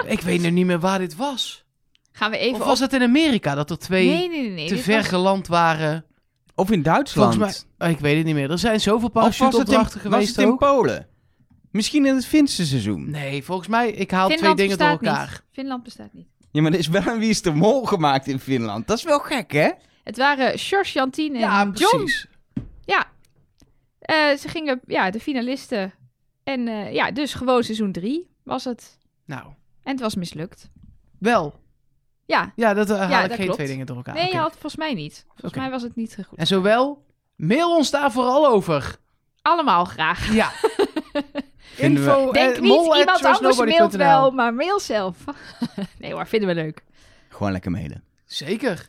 Speaker 2: ik weet nu niet meer waar dit was.
Speaker 3: Gaan we even
Speaker 2: of was het in Amerika dat er twee
Speaker 3: Nee, nee, nee. nee.
Speaker 2: te
Speaker 3: dit
Speaker 2: ver
Speaker 3: was-
Speaker 2: geland waren?
Speaker 1: Of in Duitsland?
Speaker 2: Volgens mij, oh, ik weet het niet meer. Er zijn zoveel
Speaker 1: of was het, in,
Speaker 2: parachuteopdrachten
Speaker 1: was
Speaker 2: geweest
Speaker 1: het in
Speaker 2: ook.
Speaker 1: Polen? Misschien in het Finse seizoen?
Speaker 2: Nee, volgens mij, ik haal
Speaker 3: Finland
Speaker 2: twee dingen door
Speaker 3: bestaat
Speaker 2: elkaar.
Speaker 3: Niet. Finland bestaat niet.
Speaker 1: Ja, maar er is wel een Wie is de Mol gemaakt in Finland. Dat is wel gek, hè?
Speaker 3: Het waren George, Jantine en
Speaker 2: Ja,
Speaker 3: John.
Speaker 2: precies.
Speaker 3: Ja. Eh, ze gingen, ja, de finalisten. En eh, ja, dus gewoon seizoen 3 was het.
Speaker 2: Nou,
Speaker 3: En het was mislukt.
Speaker 2: wel.
Speaker 3: Ja.
Speaker 2: Ja, dat eh, haal
Speaker 3: Ja,
Speaker 2: ik
Speaker 3: dat
Speaker 2: geen
Speaker 3: klopt.
Speaker 2: twee dingen door elkaar.
Speaker 3: nee,
Speaker 2: Oké.
Speaker 3: je had volgens mij niet. Volgens
Speaker 2: Oké.
Speaker 3: mij was het niet goed.
Speaker 2: En zowel, mail ons daar vooral over.
Speaker 3: Allemaal graag.
Speaker 2: Ja.
Speaker 1: Vinden we-
Speaker 2: Info,
Speaker 3: Denk
Speaker 2: eh,
Speaker 3: niet,
Speaker 2: mol at
Speaker 3: iemand anders
Speaker 2: trustnobody.nl.
Speaker 3: mailt wel, maar mail zelf. nee hoor, vinden we leuk.
Speaker 1: Gewoon lekker mailen.
Speaker 2: Zeker.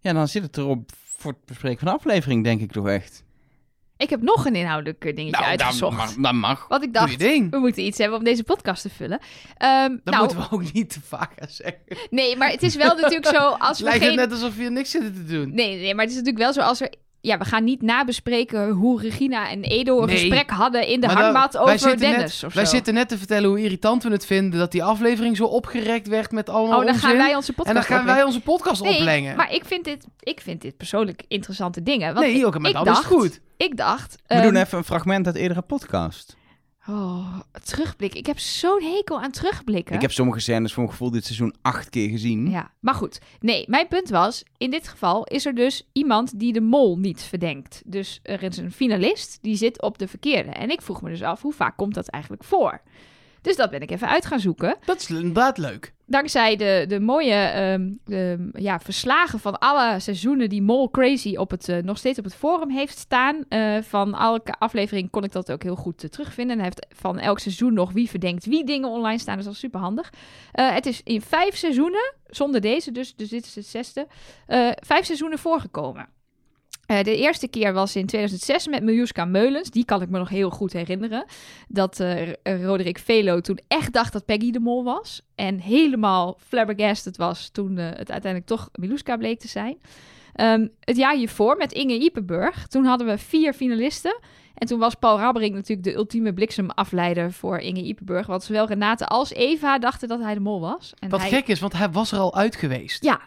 Speaker 1: Ja, dan zit het erop voor het bespreken van de aflevering, denk ik toch echt.
Speaker 3: Ik heb nog een inhoudelijk eh, dingetje
Speaker 1: dat
Speaker 3: uitgezocht.
Speaker 1: mag. Dat mag.
Speaker 3: Wat ik
Speaker 2: Nou, Doe je
Speaker 3: dacht,
Speaker 2: ding.
Speaker 3: we moeten iets hebben om deze podcast te vullen. Ehm,
Speaker 2: Dat
Speaker 3: nou,
Speaker 2: moeten we ook niet te vaak gaan zeggen.
Speaker 3: nee, maar het is wel natuurlijk zo als
Speaker 2: Het
Speaker 3: we
Speaker 2: lijkt
Speaker 3: geen...
Speaker 2: het net alsof je niks zit te doen.
Speaker 3: Nee, nee, maar het is natuurlijk wel zo als er... Ja, we gaan niet nabespreken hoe Regina en Edo een
Speaker 2: Nee.
Speaker 3: gesprek hadden in de
Speaker 2: Maar dan-
Speaker 3: hangmat
Speaker 2: wij
Speaker 3: over
Speaker 2: zitten
Speaker 3: Dennis
Speaker 2: net,
Speaker 3: of zo.
Speaker 2: Wij zitten net te vertellen hoe irritant we het vinden dat die aflevering zo opgerekt werd met allemaal
Speaker 3: oh, dan
Speaker 2: onzin.
Speaker 3: gaan wij onze podcast
Speaker 2: en dan gaan
Speaker 3: opleggen.
Speaker 2: wij onze podcast
Speaker 3: Nee,
Speaker 2: oplengen.
Speaker 3: maar ik vind, dit, ik vind dit persoonlijk interessante dingen. Want
Speaker 2: nee,
Speaker 3: ik-
Speaker 2: ook met
Speaker 3: ik
Speaker 2: alles
Speaker 3: dacht,
Speaker 2: goed.
Speaker 3: Ik dacht...
Speaker 1: We
Speaker 3: ehm,
Speaker 1: doen even een fragment uit eerdere podcast.
Speaker 3: Oh, terugblik. Ik heb zo'n hekel aan terugblikken.
Speaker 1: Ik heb Hm? sommige scènes voor mijn gevoel dit seizoen acht keer gezien.
Speaker 3: Ja, maar goed. Nee, mijn punt was, in dit geval is er dus iemand die de mol niet verdenkt. Dus er is een finalist, die zit op de verkeerde. En ik vroeg me dus af, hoe vaak komt dat eigenlijk voor? Dus dat ben ik even uit gaan zoeken.
Speaker 2: Dat is inderdaad leuk.
Speaker 3: Dankzij de, de mooie ehm, de, ja, verslagen van alle seizoenen die Mol Crazy op het, eh, nog steeds op het forum heeft staan. eh, van elke aflevering kon ik dat ook heel goed eh, terugvinden. En hij heeft van elk seizoen nog wie verdenkt wie dingen online staan. Dus dat is super handig. het is in vijf seizoenen, zonder deze dus, dus dit is het zesde, eh, vijf seizoenen voorgekomen. Eh, de eerste keer was in 2006 met Miljuska Meulens. Die kan ik me nog heel goed herinneren. Dat eh, R- eh, Roderick Velo toen echt dacht dat Peggy de Mol was. En helemaal flabbergasted was toen eh, het uiteindelijk toch Miljuska bleek te zijn. Ehm, het jaar hiervoor met Inge Ipenburg. Toen hadden we vier finalisten. En toen was Paul Rabbering natuurlijk de ultieme bliksemafleider voor Inge Ipenburg. Want zowel Renate als Eva dachten dat hij de mol was. En
Speaker 2: Wat
Speaker 3: hij-
Speaker 2: gek is, want hij was er al uit geweest.
Speaker 3: Ja,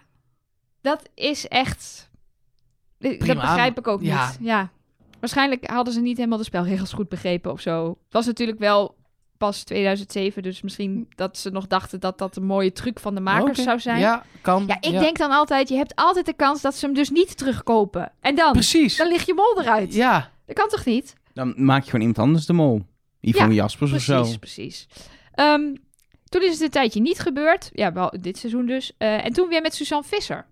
Speaker 3: dat is echt... Dat
Speaker 2: Prima.
Speaker 3: begrijp ik ook
Speaker 2: Ja.
Speaker 3: niet. Ja. Waarschijnlijk hadden ze niet helemaal de spelregels goed begrepen of zo. Het was natuurlijk wel pas 2007, dus misschien dat ze nog dachten dat dat een mooie truc van de makers
Speaker 2: Oké.
Speaker 3: zou zijn.
Speaker 2: Ja, kan.
Speaker 3: Ja, ik denk dan altijd, je hebt altijd de kans dat ze hem dus niet terugkopen. En dan,
Speaker 2: Precies.
Speaker 3: dan ligt je mol eruit.
Speaker 2: Ja,
Speaker 3: Dat kan toch niet?
Speaker 1: Dan maak je gewoon iemand anders de mol. Yvonne Jaspers
Speaker 3: Precies,
Speaker 1: of zo.
Speaker 3: precies. Ehm, toen is het een tijdje niet gebeurd. Ja, wel dit seizoen dus. Eh, en toen weer met Suzanne Visser.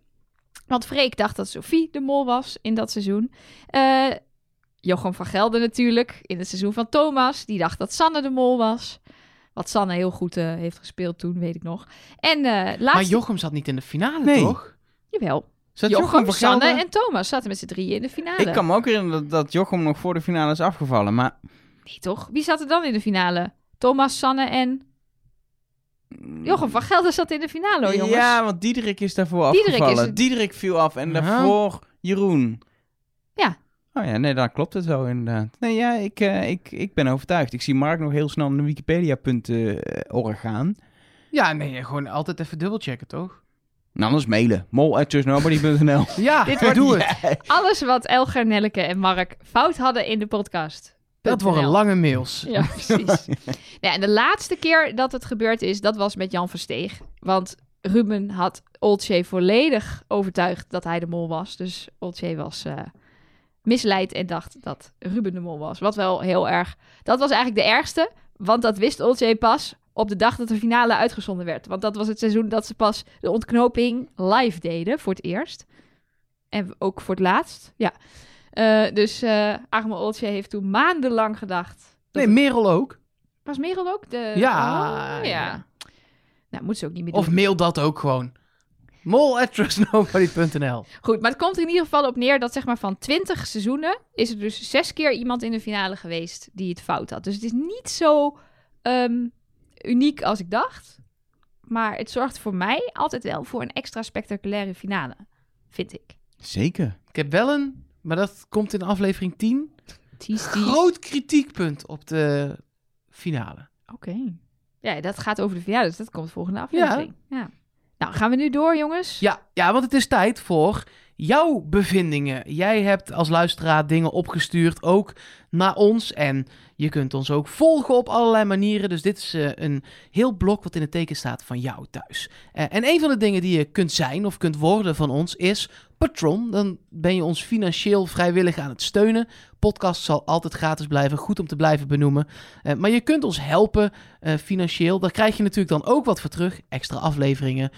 Speaker 3: Want Freek dacht dat Sophie de mol was in dat seizoen. Eh Jochem van Gelder natuurlijk. In het seizoen van Thomas. Die dacht dat Sanne de mol was. Wat Sanne heel goed eh, heeft gespeeld toen, weet ik nog. En eh
Speaker 2: maar
Speaker 3: laatst...
Speaker 2: Jochem zat niet in de finale,
Speaker 1: Nee.
Speaker 2: toch?
Speaker 3: Jawel.
Speaker 2: Zat
Speaker 3: Jochem,
Speaker 2: Jochem, van
Speaker 3: Sanne
Speaker 2: Gelder?
Speaker 3: en Thomas zaten met z'n drieën in de finale.
Speaker 1: Ik kan me ook herinneren dat, dat Jochem nog voor de finale is afgevallen. Maar
Speaker 3: Nee, toch? Wie zat er dan in de finale? Thomas, Sanne en... Jochem van Gelder zat in de finale, hoor, jongens.
Speaker 1: Hmm. Ja, want Diederik is daarvoor
Speaker 3: Diederik is
Speaker 1: afgevallen.
Speaker 3: het.
Speaker 1: Diederik viel af en
Speaker 2: Ja.
Speaker 1: daarvoor Jeroen.
Speaker 3: Ja.
Speaker 1: Oh ja, nee, dan klopt het wel inderdaad. Nee, ja, ik, eh, ik, ik ben overtuigd. Ik zie Mark nog heel snel naar wikipedia.org eh, gaan.
Speaker 2: Ja, nee, gewoon altijd even dubbelchecken, toch?
Speaker 1: En anders mailen. Mol at justnobody.nl
Speaker 2: Ja,
Speaker 3: Dit wordt-
Speaker 2: doe het.
Speaker 3: Alles wat Elger, Nelleke en Mark fout hadden in de podcast.
Speaker 2: Dat worden
Speaker 3: .nl.
Speaker 2: lange mails.
Speaker 3: Ja, precies. nou, ja, en de laatste keer dat het gebeurd is, dat was met Jan Versteeg. Want Ruben had Olcay volledig overtuigd dat hij de mol was. Dus Olcay was eh, misleid en dacht dat Ruben de mol was. Wat wel heel erg... Dat was eigenlijk de ergste, want dat wist Olcay pas op de dag dat de finale uitgezonden werd. Want dat was het seizoen dat ze pas de ontknoping live deden, voor het eerst. En ook voor het laatst, ja. Eh, dus eh Agma Olcay heeft toen maandenlang gedacht... dat
Speaker 2: Nee, Merel ook.
Speaker 3: was Merel ook de...
Speaker 2: Ja,
Speaker 3: Oh,
Speaker 2: ja.
Speaker 3: ja. Nou, moet ze ook niet meer doen.
Speaker 2: Of mail dat ook gewoon. Mol at trustnobody.nl.
Speaker 3: Goed, maar het komt er in ieder geval op neer dat zeg maar van 20 seizoenen... is er dus zes keer iemand in de finale geweest die het fout had. Dus het is niet zo ehm, uniek als ik dacht. Maar het zorgt voor mij altijd wel voor een extra spectaculaire finale, vind ik.
Speaker 1: Zeker.
Speaker 2: Ik heb wel een, maar dat komt in aflevering 10.
Speaker 3: Ties, ties.
Speaker 2: Groot kritiekpunt op de finale.
Speaker 3: Oké. Ja, dat gaat over de finale, dus dat komt volgende aflevering. Ja. Nou, gaan we nu door, jongens?
Speaker 2: Ja, ja, want het is tijd voor jouw bevindingen. Jij hebt als luisteraar dingen opgestuurd, ook naar ons. En je kunt ons ook volgen op allerlei manieren. Dus dit is eh, een heel blok wat in het teken staat van jou thuis. Eh, en een van de dingen die je kunt zijn of kunt worden van ons is patron. Dan ben je ons financieel vrijwillig aan het steunen. Podcast zal altijd gratis blijven, goed om te blijven benoemen. Eh, maar je kunt ons helpen eh, financieel. Daar krijg je natuurlijk dan ook wat voor terug. Extra afleveringen,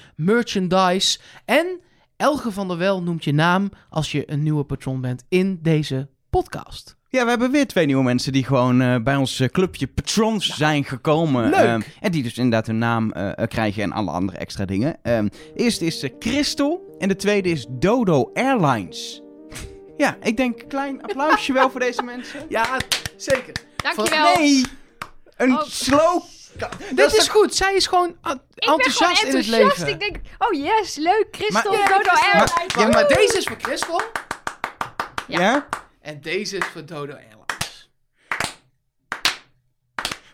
Speaker 2: merchandise en Elge van der Wel noemt je naam als je een nieuwe patron bent in deze podcast.
Speaker 1: Ja, we hebben weer twee nieuwe mensen die gewoon eh, bij ons eh, clubje patrons zijn gekomen.
Speaker 2: Leuk.
Speaker 1: Ehm, en die dus inderdaad hun naam eh, eh, krijgen en alle andere extra dingen. Ehm, eerst is eh, Crystal en de tweede is Dodo Airlines. ja, ik denk klein applausje wel voor deze mensen.
Speaker 2: Ja, zeker.
Speaker 3: Dankjewel.
Speaker 1: Nee, een
Speaker 3: Oh.
Speaker 1: slow...
Speaker 2: Dit is goed. Zij is gewoon en-
Speaker 3: Ik ben gewoon
Speaker 2: enthousiast, in het
Speaker 3: enthousiast.
Speaker 2: leven.
Speaker 3: Ik denk, oh yes, leuk, Christel,
Speaker 1: Maar-
Speaker 3: Dodo Airlines.
Speaker 1: Maar-
Speaker 2: Ja, maar deze is voor Christel
Speaker 1: Ja.
Speaker 2: en deze is voor Dodo Airlines.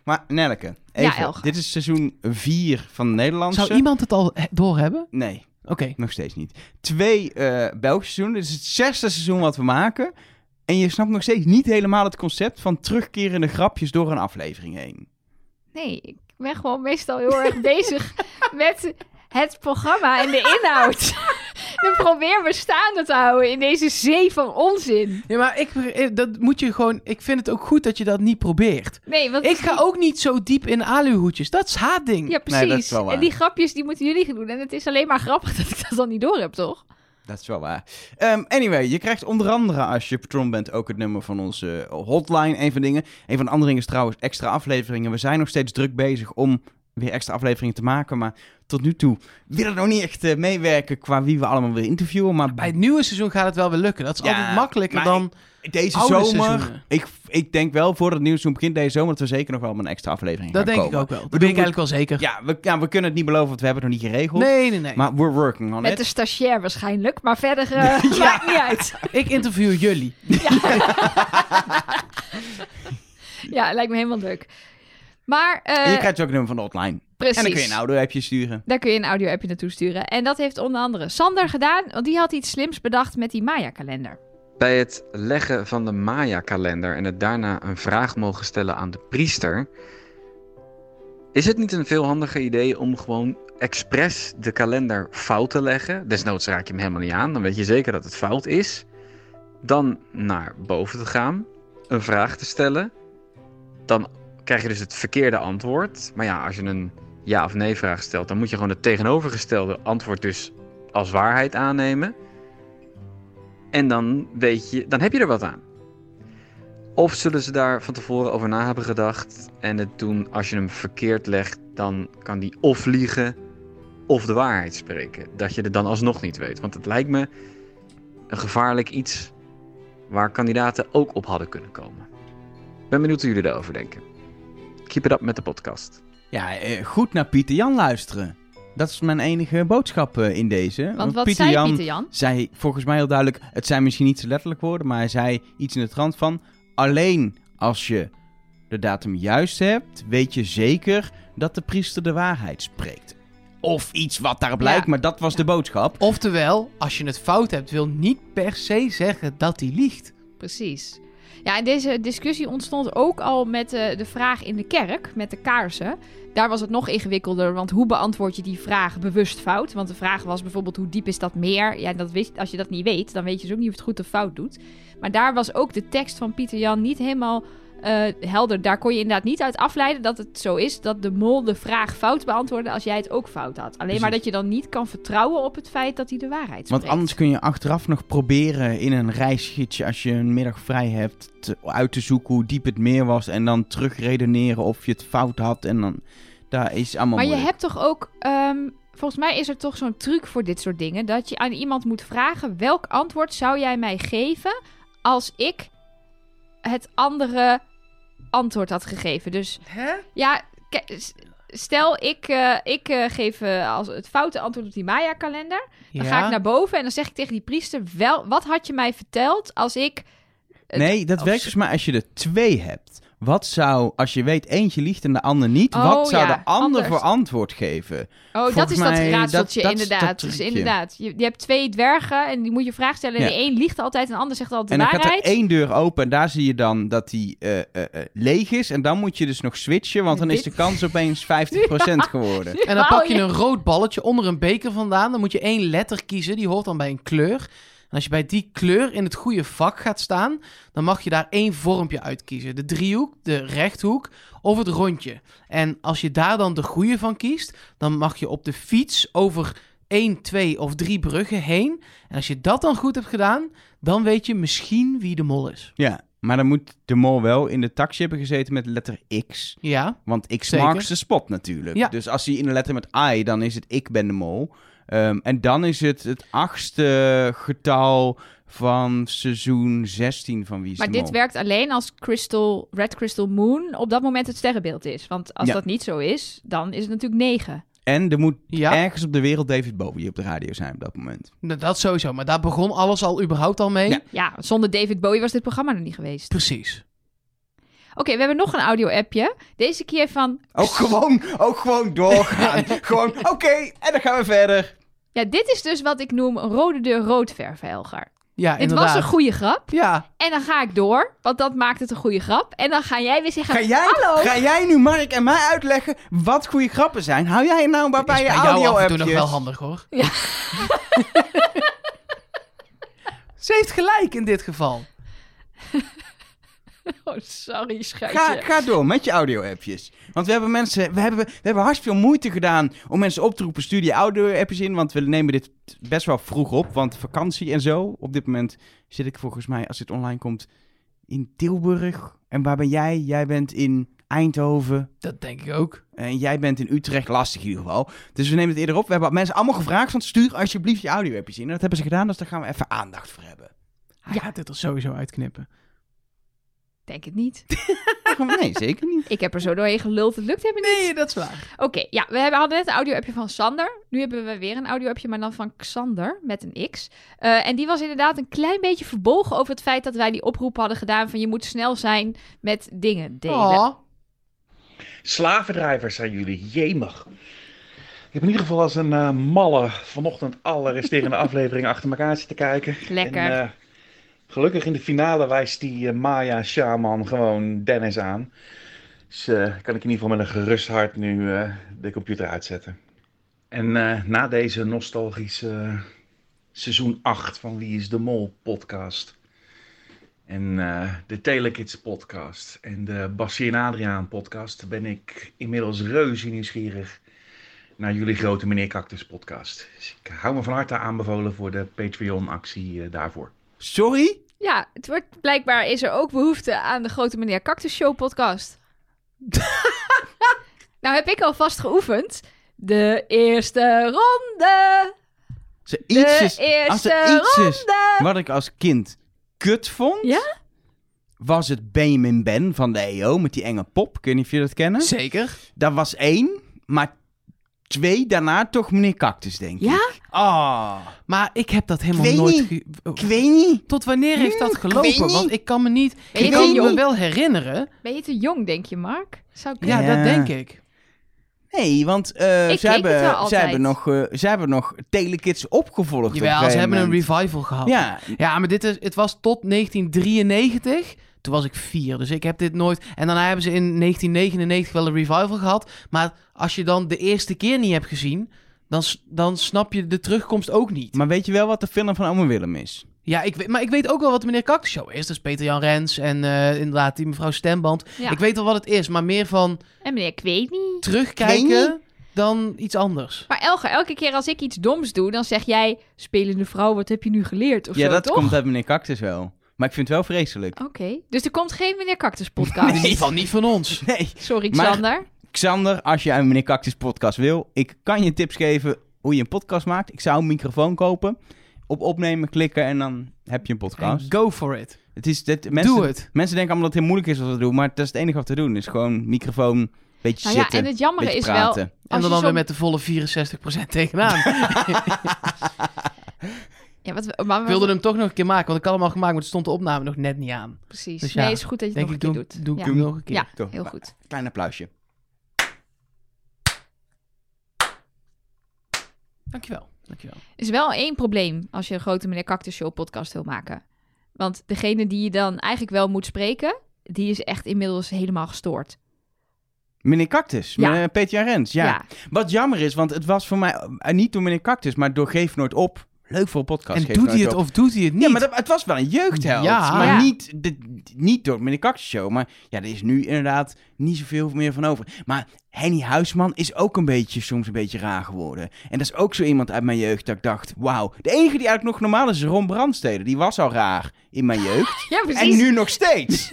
Speaker 1: Maar Nelke,
Speaker 3: Ja,
Speaker 1: even.
Speaker 3: Elge.
Speaker 1: dit is seizoen 4 van de Nederlandse.
Speaker 2: Zou iemand het al he- doorhebben?
Speaker 1: Nee.
Speaker 2: Oké.
Speaker 1: Nog steeds niet. Twee eh Belgische seizoenen. Dit is het zesde seizoen wat we maken. En je snapt nog steeds niet helemaal het concept van terugkerende grapjes door een aflevering heen.
Speaker 3: Nee, ik ben gewoon meestal heel erg bezig met het programma en de inhoud. Ik probeer me staande te houden in deze zee van onzin.
Speaker 2: Ja, maar ik, eh, dat moet je gewoon, ik vind het ook goed dat je dat niet probeert.
Speaker 3: Nee, want...
Speaker 2: Ik ga ook niet zo diep in aluhoedjes. Dat is haar ding.
Speaker 3: Ja, precies.
Speaker 1: Nee, dat is wel waar.
Speaker 3: En die grapjes, die moeten jullie gaan doen. En het is alleen maar grappig dat ik dat dan niet door heb, toch?
Speaker 1: Dat is wel waar. Ehm, anyway, je krijgt onder andere als je patron bent ook het nummer van eh, onze hotline. Een van de dingen. Een van de andere dingen is trouwens extra afleveringen. We zijn nog steeds druk bezig om weer extra afleveringen te maken. Maar tot nu toe willen we nog niet echt eh, meewerken qua wie we allemaal willen interviewen. Maar
Speaker 2: Bij het nieuwe seizoen gaat het wel weer lukken. Dat is
Speaker 1: Ja,
Speaker 2: altijd makkelijker
Speaker 1: maar
Speaker 2: dan...
Speaker 1: deze
Speaker 2: oude
Speaker 1: zomer,
Speaker 2: seizoenen.
Speaker 1: ik, ik denk wel voor het nieuwe seizoen begint deze zomer, dat we zeker nog wel met een extra aflevering
Speaker 2: Dat
Speaker 1: gaan
Speaker 2: denk ik
Speaker 1: komen.
Speaker 2: ook wel. Dat ben ik
Speaker 1: we-
Speaker 2: eigenlijk wel zeker.
Speaker 1: Ja we, ja, we kunnen het niet beloven, want we hebben het nog niet geregeld.
Speaker 2: nee, nee, nee.
Speaker 1: Maar we're working on
Speaker 3: Met
Speaker 1: it.
Speaker 3: de stagiair waarschijnlijk, maar verder eh, maakt niet uit.
Speaker 2: Ik interview jullie.
Speaker 3: Ja, lijkt me helemaal leuk. Maar, eh,
Speaker 1: en je krijgt ook een nummer van de hotline.
Speaker 3: precies.
Speaker 1: En dan kun je een audio-appje sturen.
Speaker 3: Daar kun je een audio-appje naartoe sturen. En dat heeft onder andere Sander gedaan, want die had iets slims bedacht met die Maya-kalender.
Speaker 4: Bij het leggen van de Maya-kalender en het daarna een vraag mogen stellen aan de priester, is het niet een veel handiger idee om gewoon expres de kalender fout te leggen? Desnoods raak je hem helemaal niet aan, dan weet je zeker dat het fout is. Dan naar boven te gaan, een vraag te stellen. Dan krijg je dus het verkeerde antwoord. Maar ja, als je een ja of nee vraag stelt, dan moet je gewoon het tegenovergestelde antwoord dus als waarheid aannemen. En dan weet je, dan heb je er wat aan. Of zullen ze daar van tevoren over na hebben gedacht en het doen als je hem verkeerd legt, dan kan die of liegen of de waarheid spreken. Dat je het dan alsnog niet weet. Want het lijkt me een gevaarlijk iets waar kandidaten ook op hadden kunnen komen. Ik ben benieuwd hoe jullie daarover denken. Keep it up met de podcast.
Speaker 1: Ja, eh, goed naar Pieter Jan luisteren. Dat is mijn enige boodschap eh, in deze.
Speaker 3: Want wat zei Oh, Pieter Jan?
Speaker 1: zei volgens mij heel duidelijk, het zijn misschien niet zo letterlijk woorden, maar hij zei iets in de trant van, alleen als je de datum juist hebt, weet je zeker dat de priester de waarheid spreekt. Of iets wat daarop
Speaker 3: Ja.
Speaker 1: lijkt, maar dat was de boodschap.
Speaker 2: Oftewel, als je het fout hebt, wil niet per se zeggen dat hij liegt.
Speaker 3: Precies. Ja, en deze discussie ontstond ook al met eh, de vraag in de kerk, met de kaarsen. Daar was het nog ingewikkelder, want hoe beantwoord je die vraag bewust fout? Want de vraag was bijvoorbeeld, hoe diep is dat meer? Ja, dat wist, als je dat niet weet, dan weet je dus ook niet of het goed of fout doet. Maar daar was ook de tekst van Pieter Jan niet helemaal eh, helder. Daar kon je inderdaad niet uit afleiden dat het zo is dat de mol de vraag fout beantwoordde als jij het ook fout had. Alleen maar
Speaker 1: Precies.
Speaker 3: dat je dan niet kan vertrouwen op het feit dat hij de waarheid spreekt.
Speaker 1: Want anders kun je achteraf nog proberen in een reisgidsje, als je een middag vrij hebt, te- uit te zoeken hoe diep het meer was. En dan terugredeneren of je het fout had. En dan, daar is allemaal
Speaker 3: Maar je
Speaker 1: moeilijk.
Speaker 3: hebt toch ook. ehm, volgens mij is er toch zo'n truc voor dit soort dingen. Dat je aan iemand moet vragen: welk antwoord zou jij mij geven als ik het andere antwoord had gegeven? Dus
Speaker 2: Hè?
Speaker 3: ja, ke- s- stel ik, eh, ik eh, geef eh, als het foute antwoord op die Maya-kalender. Dan ga ik naar boven en dan zeg ik tegen die priester: wel, wat had je mij verteld als ik. het- oh,
Speaker 1: Nee, dat
Speaker 3: of
Speaker 1: werkt
Speaker 3: zo-
Speaker 1: dus maar als je er twee hebt. Wat zou, als je weet eentje liegt en de ander niet,
Speaker 3: Oh,
Speaker 1: wat zou
Speaker 3: ja,
Speaker 1: de ander
Speaker 3: anders.
Speaker 1: voor antwoord geven?
Speaker 3: Oh, dat
Speaker 1: Volgens
Speaker 3: is
Speaker 1: mij,
Speaker 3: dat raadseltje,
Speaker 1: dat- dat is dat
Speaker 3: inderdaad. dus
Speaker 1: trucje.
Speaker 3: inderdaad. Je, je hebt twee dwergen en die moet je vraag stellen. En
Speaker 1: Ja.
Speaker 3: de een liegt altijd en de ander zegt altijd de
Speaker 1: en dan
Speaker 3: waarheid.
Speaker 1: gaat er één deur open en daar zie je dan dat die eh, eh, eh, leeg is. En dan moet je dus nog switchen, want dan is de
Speaker 3: Dit-
Speaker 1: kans opeens 50% geworden.
Speaker 2: En dan
Speaker 3: Wou
Speaker 2: pak je een rood balletje onder een beker vandaan. Dan moet je één letter kiezen, die hoort dan bij een kleur. En als je bij die kleur in het goede vak gaat staan, dan mag je daar één vormpje uitkiezen. De driehoek, de rechthoek of het rondje. En als je daar dan de goede van kiest, dan mag je op de fiets over één, twee of drie bruggen heen. En als je dat dan goed hebt gedaan, dan weet je misschien wie de mol is.
Speaker 1: ja, maar dan moet de mol wel in de taxi hebben gezeten met letter X.
Speaker 2: Ja,
Speaker 1: Want X
Speaker 2: Zeker.
Speaker 1: marks de spot natuurlijk.
Speaker 2: Ja.
Speaker 1: Dus als hij in de letter met I, dan is het ik ben de mol. Ehm, en dan is het het achtste getal van seizoen 16 van Wie is
Speaker 3: Maar
Speaker 1: de
Speaker 3: dit
Speaker 1: Mol.
Speaker 3: werkt alleen als crystal, Red Crystal Moon op dat moment het sterrenbeeld is. Want als
Speaker 1: Ja.
Speaker 3: dat niet zo is, dan is het natuurlijk 9.
Speaker 1: En er moet
Speaker 2: ja.
Speaker 1: ergens op de wereld David Bowie op de radio zijn op dat moment.
Speaker 2: Nou, dat sowieso. Maar daar begon alles al überhaupt al mee.
Speaker 1: Ja.
Speaker 3: Ja, zonder David Bowie was dit programma nog niet geweest.
Speaker 2: Precies.
Speaker 3: Oké, we hebben nog een audio-appje. Deze keer van...
Speaker 1: Ook gewoon, ook gewoon doorgaan. gewoon, oké, en dan gaan we verder.
Speaker 3: Ja, dit is dus wat ik noem een rode deur rood vervelger.
Speaker 2: Ja,
Speaker 3: Dit
Speaker 2: inderdaad.
Speaker 3: was een goede grap.
Speaker 2: Ja,
Speaker 3: En dan ga ik door, want dat maakt het een goede grap. En dan ga jij weer zeggen...
Speaker 1: Ga jij,
Speaker 3: Hallo!
Speaker 1: ga jij nu Mark en mij uitleggen wat goede grappen zijn? Hou jij nou maar bij
Speaker 2: is
Speaker 1: je
Speaker 2: bij jou
Speaker 1: audio
Speaker 2: af en toe nog wel
Speaker 1: appjes.
Speaker 2: handig hoor.
Speaker 3: Ja.
Speaker 2: Ze heeft gelijk in dit geval.
Speaker 3: Oh, sorry, schatje.
Speaker 1: Ga, ga door met je audio-appjes. Want we hebben mensen, we hebben, we hebben hartstikke veel moeite gedaan om mensen op te roepen. Stuur die audio-appjes in, want we nemen dit best wel vroeg op. Want vakantie en zo. Op dit moment zit ik volgens mij, als dit online komt, in Tilburg. En waar ben jij? Jij bent in Eindhoven.
Speaker 2: Dat denk ik ook.
Speaker 1: En jij bent in Utrecht, lastig in ieder geval. Dus we nemen het eerder op. We hebben mensen allemaal gevraagd van stuur alsjeblieft je audio appjes in. En dat hebben ze gedaan, dus daar gaan we even aandacht voor hebben.
Speaker 2: Hij gaat dit er sowieso uitknippen.
Speaker 3: Denk het niet.
Speaker 1: nee, zeker niet.
Speaker 3: Ik heb er zo doorheen geluld. Het lukt helemaal niet.
Speaker 2: Nee, dat is waar.
Speaker 3: Oké, ja, we hebben, hadden net een audio-appje van Sander. Nu hebben we weer een audio-appje, maar dan van Xander met een X. Eh, en die was inderdaad een klein beetje verbolgen over het feit dat wij die oproep hadden gedaan van je moet snel zijn met dingen delen.
Speaker 2: Oh,
Speaker 5: Slavendrijvers zijn jullie, jemig. Ik heb in ieder geval als een eh, malle vanochtend alle resterende afleveringen achter elkaar zitten kijken.
Speaker 3: Lekker.
Speaker 5: En, eh, gelukkig in de finale wijst die eh, Maya Shaman gewoon Dennis aan. Dus eh, kan ik in ieder geval met een gerust hart nu eh, de computer uitzetten. En eh, na deze nostalgische eh, seizoen 8 van Wie is de Mol podcast. En eh, de Telekids podcast en de Bassie en Adriaan podcast ben ik inmiddels reuze nieuwsgierig naar jullie grote meneer Cactus podcast. Dus ik hou me van harte aanbevolen voor de Patreon actie eh, daarvoor.
Speaker 1: Sorry?
Speaker 3: Ja, het wordt, blijkbaar is er ook behoefte aan de Grote Meneer Cactus Show podcast. nou heb ik alvast geoefend. De eerste ronde!
Speaker 1: Als er
Speaker 3: De
Speaker 1: iets is, als
Speaker 3: eerste
Speaker 1: er iets
Speaker 3: ronde!
Speaker 1: is wat ik als kind kut vond,
Speaker 3: Ja?
Speaker 1: was het Benjamin Ben van de EO met die enge pop. Kun je niet of jullie dat kennen?
Speaker 2: zeker.
Speaker 1: Dat was één, maar twee daarna toch meneer Cactus, denk ik.
Speaker 3: Ja?
Speaker 1: Ah,
Speaker 2: Maar ik heb dat helemaal
Speaker 1: Ik weet
Speaker 2: nooit...
Speaker 1: niet.
Speaker 2: ge- oh.
Speaker 1: ik weet niet.
Speaker 2: Tot wanneer heeft dat
Speaker 1: weet
Speaker 2: gelopen?
Speaker 1: niet.
Speaker 2: Want ik kan me niet...
Speaker 3: Ben je
Speaker 2: Ik
Speaker 3: te
Speaker 2: kan me
Speaker 3: jong?
Speaker 2: wel herinneren.
Speaker 3: Ben je te jong, denk je, Mark? Zou ik...
Speaker 2: Ja,
Speaker 1: Ja.
Speaker 2: dat denk ik.
Speaker 1: Nee, want eh,
Speaker 3: Ik
Speaker 1: ze,
Speaker 3: keek het wel
Speaker 1: hebben, ze,
Speaker 3: altijd.
Speaker 1: hebben nog, eh, ze hebben nog Telekids opgevolgd. op
Speaker 2: Jawel, ze hebben een
Speaker 1: gegeven
Speaker 2: revival gehad.
Speaker 1: moment. Ja,
Speaker 2: Ja, maar dit is, het was tot 1993. Toen was ik vier, dus ik heb dit nooit... En daarna hebben ze in 1999 wel een revival gehad. Maar als je dan de eerste keer niet hebt gezien... dan, s- dan snap je de terugkomst ook niet.
Speaker 1: maar weet je wel wat de film van Ome Willem is?
Speaker 2: Ja, ik weet, maar ik weet ook wel wat de meneer Cactus Show is. Dat is Peter-Jan Rens en eh, inderdaad die mevrouw Stemband.
Speaker 3: Ja.
Speaker 2: Ik weet wel wat het is, maar meer van
Speaker 3: En meneer, ik weet niet.
Speaker 1: Weet
Speaker 2: terugkijken dan iets anders.
Speaker 3: Maar Elge, elke keer als ik iets doms doe, dan zeg jij... Spelende vrouw, wat heb je nu geleerd? Of
Speaker 1: ja,
Speaker 3: zo,
Speaker 1: dat
Speaker 3: toch?
Speaker 1: komt uit meneer Cactus wel. Maar ik vind het wel vreselijk.
Speaker 3: Oké, dus er komt geen meneer Cactus podcast.
Speaker 2: In ieder geval niet van ons.
Speaker 1: Nee.
Speaker 3: Sorry,
Speaker 1: Maar-
Speaker 3: Xander. Nou
Speaker 1: Xander, als je een meneer Cactus podcast wil, ik kan je tips geven hoe je een podcast maakt. Ik zou een microfoon kopen, op opnemen klikken en dan heb je een podcast.
Speaker 2: En Go for it.
Speaker 1: Het is, dit, mensen,
Speaker 2: Doe het.
Speaker 1: mensen denken allemaal dat het heel moeilijk is wat we doen, maar dat is het enige wat te doen. Is gewoon microfoon, een beetje
Speaker 3: Nou ja,
Speaker 1: zitten,
Speaker 3: en het jammere
Speaker 1: beetje
Speaker 3: is wel...
Speaker 1: praten.
Speaker 2: En
Speaker 3: als je
Speaker 2: dan, dan weer
Speaker 3: zo'n-
Speaker 2: met de volle 64% tegenaan.
Speaker 3: Ja, wat, we- maar,
Speaker 2: Ik
Speaker 3: we-
Speaker 2: wilde hem toch nog een keer maken, want ik had hem al gemaakt, maar het stond de opname nog net niet aan.
Speaker 3: Precies.
Speaker 2: Dus ja,
Speaker 3: nee, is goed dat je het
Speaker 2: Denk
Speaker 3: nog
Speaker 2: ik,
Speaker 3: een
Speaker 2: doe,
Speaker 3: keer doet.
Speaker 2: doe, ik
Speaker 3: ja.
Speaker 2: hem nog een keer.
Speaker 3: Ja,
Speaker 1: Toch,
Speaker 3: heel
Speaker 1: maar-
Speaker 3: goed.
Speaker 1: Klein applausje.
Speaker 2: Dankjewel. Dankjewel.
Speaker 3: is wel één probleem als je een grote meneer Cactus Show podcast wil maken. Want degene die je dan eigenlijk wel moet spreken, die is echt inmiddels helemaal gestoord.
Speaker 1: Meneer Cactus,
Speaker 3: Ja.
Speaker 1: meneer Peter Jan Rens, ja. Wat jammer is, want het was voor mij eh, niet door meneer Cactus, maar door Geef Nooit Op. Leuk voor een podcast.
Speaker 2: En
Speaker 1: Geef
Speaker 2: doet
Speaker 1: Nooit
Speaker 2: hij het
Speaker 1: Op.
Speaker 2: of doet hij het niet?
Speaker 1: Ja, maar dat, het was wel een jeugdheld.
Speaker 2: Ja.
Speaker 1: Maar
Speaker 3: Ja.
Speaker 1: Niet, de, niet door meneer Cactus Show. Maar ja, er is nu inderdaad niet zoveel meer van over. Maar Henny Huisman is ook een beetje, soms een beetje raar geworden. En dat is ook zo iemand uit mijn jeugd dat ik dacht, wauw. De enige die eigenlijk nog normaal is, is Ron Brandstede. Die was al raar in mijn jeugd.
Speaker 3: ja
Speaker 1: en nu nog steeds.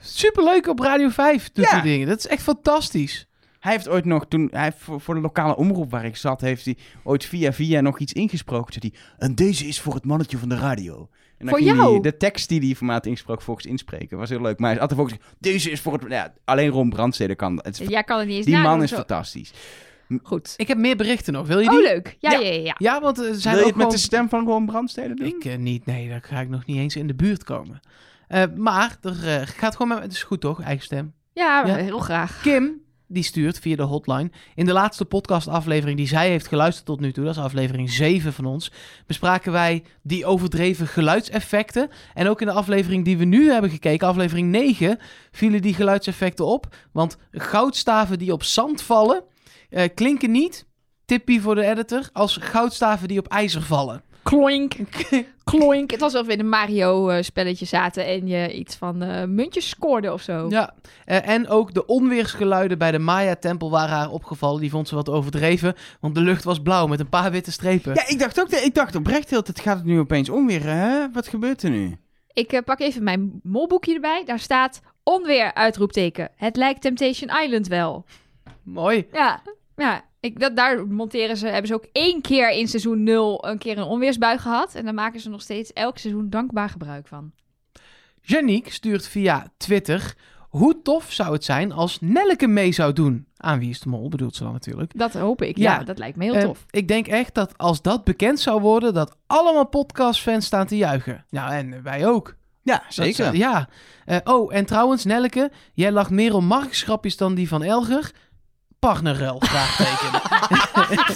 Speaker 2: Superleuk op Radio 5 doet
Speaker 1: Ja.
Speaker 2: die dingen. Dat is echt fantastisch.
Speaker 1: Hij heeft ooit nog, toen hij heeft voor, voor de lokale omroep waar ik zat, heeft hij ooit via via nog iets ingesproken. Zei hij, en deze is voor het mannetje van de radio. En dan
Speaker 3: Voor
Speaker 1: ging hij
Speaker 3: jou?
Speaker 1: de tekst die hij formaat insprak volgens inspreken. Was heel leuk. Maar hij had ervoor gezegd, deze is voor het... Ja, alleen Ron Brandstede kan dat. Het is-
Speaker 3: Jij kan het niet eens
Speaker 1: die
Speaker 3: nadoen
Speaker 1: man is
Speaker 3: zo.
Speaker 1: fantastisch.
Speaker 3: Goed.
Speaker 2: Ik heb meer berichten nog. Wil je
Speaker 3: Oh,
Speaker 2: die?
Speaker 3: leuk. Ja,
Speaker 1: Ja.
Speaker 3: ja, ja. ja.
Speaker 2: Ja, want er zijn
Speaker 1: Wil je
Speaker 2: ook
Speaker 1: het met
Speaker 2: gewoon...
Speaker 1: de stem van Ron Brandstede doen?
Speaker 2: Ik eh, niet, nee, daar ga ik nog niet eens in de buurt komen. Eh, maar er eh, gaat gewoon... Met... Het is goed toch, eigen stem?
Speaker 3: Ja,
Speaker 2: Ja.
Speaker 3: heel graag.
Speaker 2: Kim, die stuurt via de hotline. In de laatste podcastaflevering die zij heeft geluisterd tot nu toe, dat is aflevering 7 van ons, bespraken wij die overdreven geluidseffecten. En ook in de aflevering die we nu hebben gekeken, aflevering 9, vielen die geluidseffecten op. Want goudstaven die op zand vallen, eh, klinken niet, tippie voor de editor, als goudstaven die op ijzer vallen.
Speaker 3: Kloink. Kloink. Het was alsof we in een Mario-spelletje zaten en je iets van eh, muntjes scoorde of zo.
Speaker 2: Ja, eh, en ook de onweersgeluiden bij de Maya-tempel waren haar opgevallen. Die vond ze wat overdreven, want de lucht was blauw met een paar witte strepen.
Speaker 1: Ja, ik dacht ook, ik dacht oprecht heel, het gaat het nu opeens om weer, hè? Wat gebeurt er nu?
Speaker 3: Ik eh, pak even mijn molboekje erbij. Daar staat Onweer, uitroepteken. Het lijkt Temptation Island wel.
Speaker 2: Mooi.
Speaker 3: Ja, ja. Ik, dat, daar monteren ze, hebben ze ook één keer in seizoen 0 een keer een onweersbui gehad. En daar maken ze nog steeds elk seizoen dankbaar gebruik van.
Speaker 2: Janiek stuurt via Twitter... Hoe tof zou het zijn als Nelleke mee zou doen? Aan Wie is de Mol bedoelt ze dan natuurlijk.
Speaker 3: Dat hoop ik. Ja,
Speaker 2: Ja.
Speaker 3: dat lijkt me heel
Speaker 2: Eh,
Speaker 3: tof.
Speaker 2: ik denk echt dat als dat bekend zou worden... dat allemaal podcastfans staan te juichen. Nou, en wij ook.
Speaker 1: Ja,
Speaker 2: Dat
Speaker 1: zeker.
Speaker 2: zou- ja. Eh, oh, en trouwens, Nelleke, jij lacht meer om marktschapjes dan die van Elger. Partnerruil, vraagteken.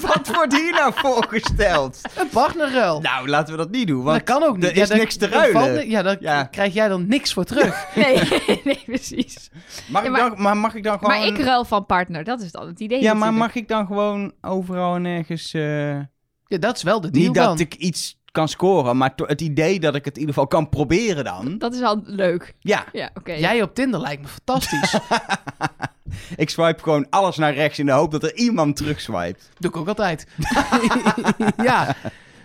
Speaker 1: Wat wordt hier nou voorgesteld?
Speaker 2: een partnerruil.
Speaker 1: Nou, laten we dat niet doen,
Speaker 2: dat
Speaker 1: want
Speaker 2: kan ook niet.
Speaker 1: er is
Speaker 2: daar-
Speaker 1: niks te
Speaker 2: daar
Speaker 1: ruilen.
Speaker 2: valt ni- ja, daar
Speaker 1: Ja.
Speaker 2: krijg jij dan niks voor terug.
Speaker 3: Nee, nee, precies.
Speaker 1: mag,
Speaker 3: Ja,
Speaker 1: ik
Speaker 3: maar-
Speaker 1: dan, maar mag ik dan gewoon...
Speaker 3: Maar ik ruil van partner, dat is dan het idee.
Speaker 1: Ja, maar
Speaker 3: natuurlijk.
Speaker 1: mag ik dan gewoon overal en ergens... eh,
Speaker 2: ja, dat is wel de deal
Speaker 1: Niet dat
Speaker 2: dan.
Speaker 1: ik iets kan scoren, maar to- het idee dat ik het in ieder geval kan proberen dan.
Speaker 3: Dat is al leuk.
Speaker 1: Ja,
Speaker 3: Ja, oké.
Speaker 2: Jij op Tinder lijkt me fantastisch.
Speaker 1: ik swipe gewoon alles naar rechts in de hoop dat er iemand terugswipt.
Speaker 2: Doe ik ook altijd. ja.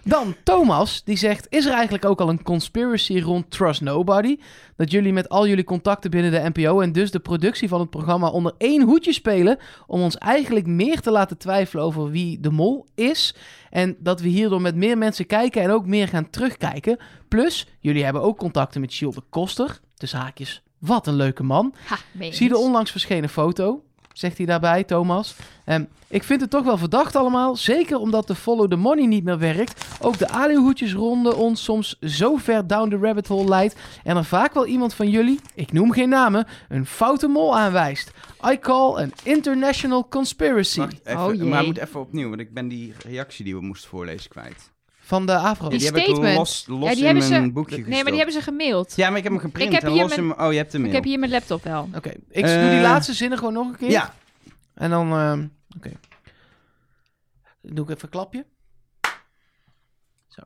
Speaker 2: Dan Thomas, die zegt... Is er eigenlijk ook al een conspiracy rond Trust Nobody? Dat jullie met al jullie contacten binnen de NPO... en dus de productie van het programma onder één hoedje spelen... om ons eigenlijk meer te laten twijfelen over wie de mol is... en dat we hierdoor met meer mensen kijken en ook meer gaan terugkijken. Plus, jullie hebben ook contacten met Shield de Koster. Dus haakjes, wat een leuke man.
Speaker 3: Ha, mee
Speaker 2: Zie de
Speaker 3: eens.
Speaker 2: onlangs verschenen foto, zegt hij daarbij, Thomas. Ehm, ik vind het toch wel verdacht allemaal, zeker omdat de follow the money niet meer werkt. Ook de aluhoedjesronde ons soms zo ver down the rabbit hole leidt... en er vaak wel iemand van jullie, ik noem geen namen, een foute mol aanwijst. I call an international conspiracy.
Speaker 3: even, Oh
Speaker 1: maar
Speaker 3: jee. maar
Speaker 1: hij
Speaker 3: hij
Speaker 1: moet
Speaker 3: moet
Speaker 1: even opnieuw, want ik ben die reactie die we moesten voorlezen kwijt.
Speaker 2: Van de Afro.
Speaker 3: Die
Speaker 1: die heb ik
Speaker 3: statement.
Speaker 1: los, los
Speaker 3: Ja, die
Speaker 1: in
Speaker 3: hebben
Speaker 1: mijn
Speaker 3: ze-
Speaker 1: boekje gestopt.
Speaker 3: Nee, maar die hebben ze gemaild.
Speaker 1: Ja, maar ik heb hem geprint
Speaker 3: Ik heb
Speaker 1: en
Speaker 3: hier
Speaker 1: los
Speaker 3: mijn-
Speaker 1: in mijn- Oh, je hebt hem
Speaker 3: ik heb hier mijn laptop wel.
Speaker 2: Oké, ik doe die
Speaker 1: Eh.
Speaker 2: laatste zinnen gewoon nog een keer.
Speaker 1: Ja,
Speaker 2: En dan, ehm, oké. Doe ik even een klapje. Zo.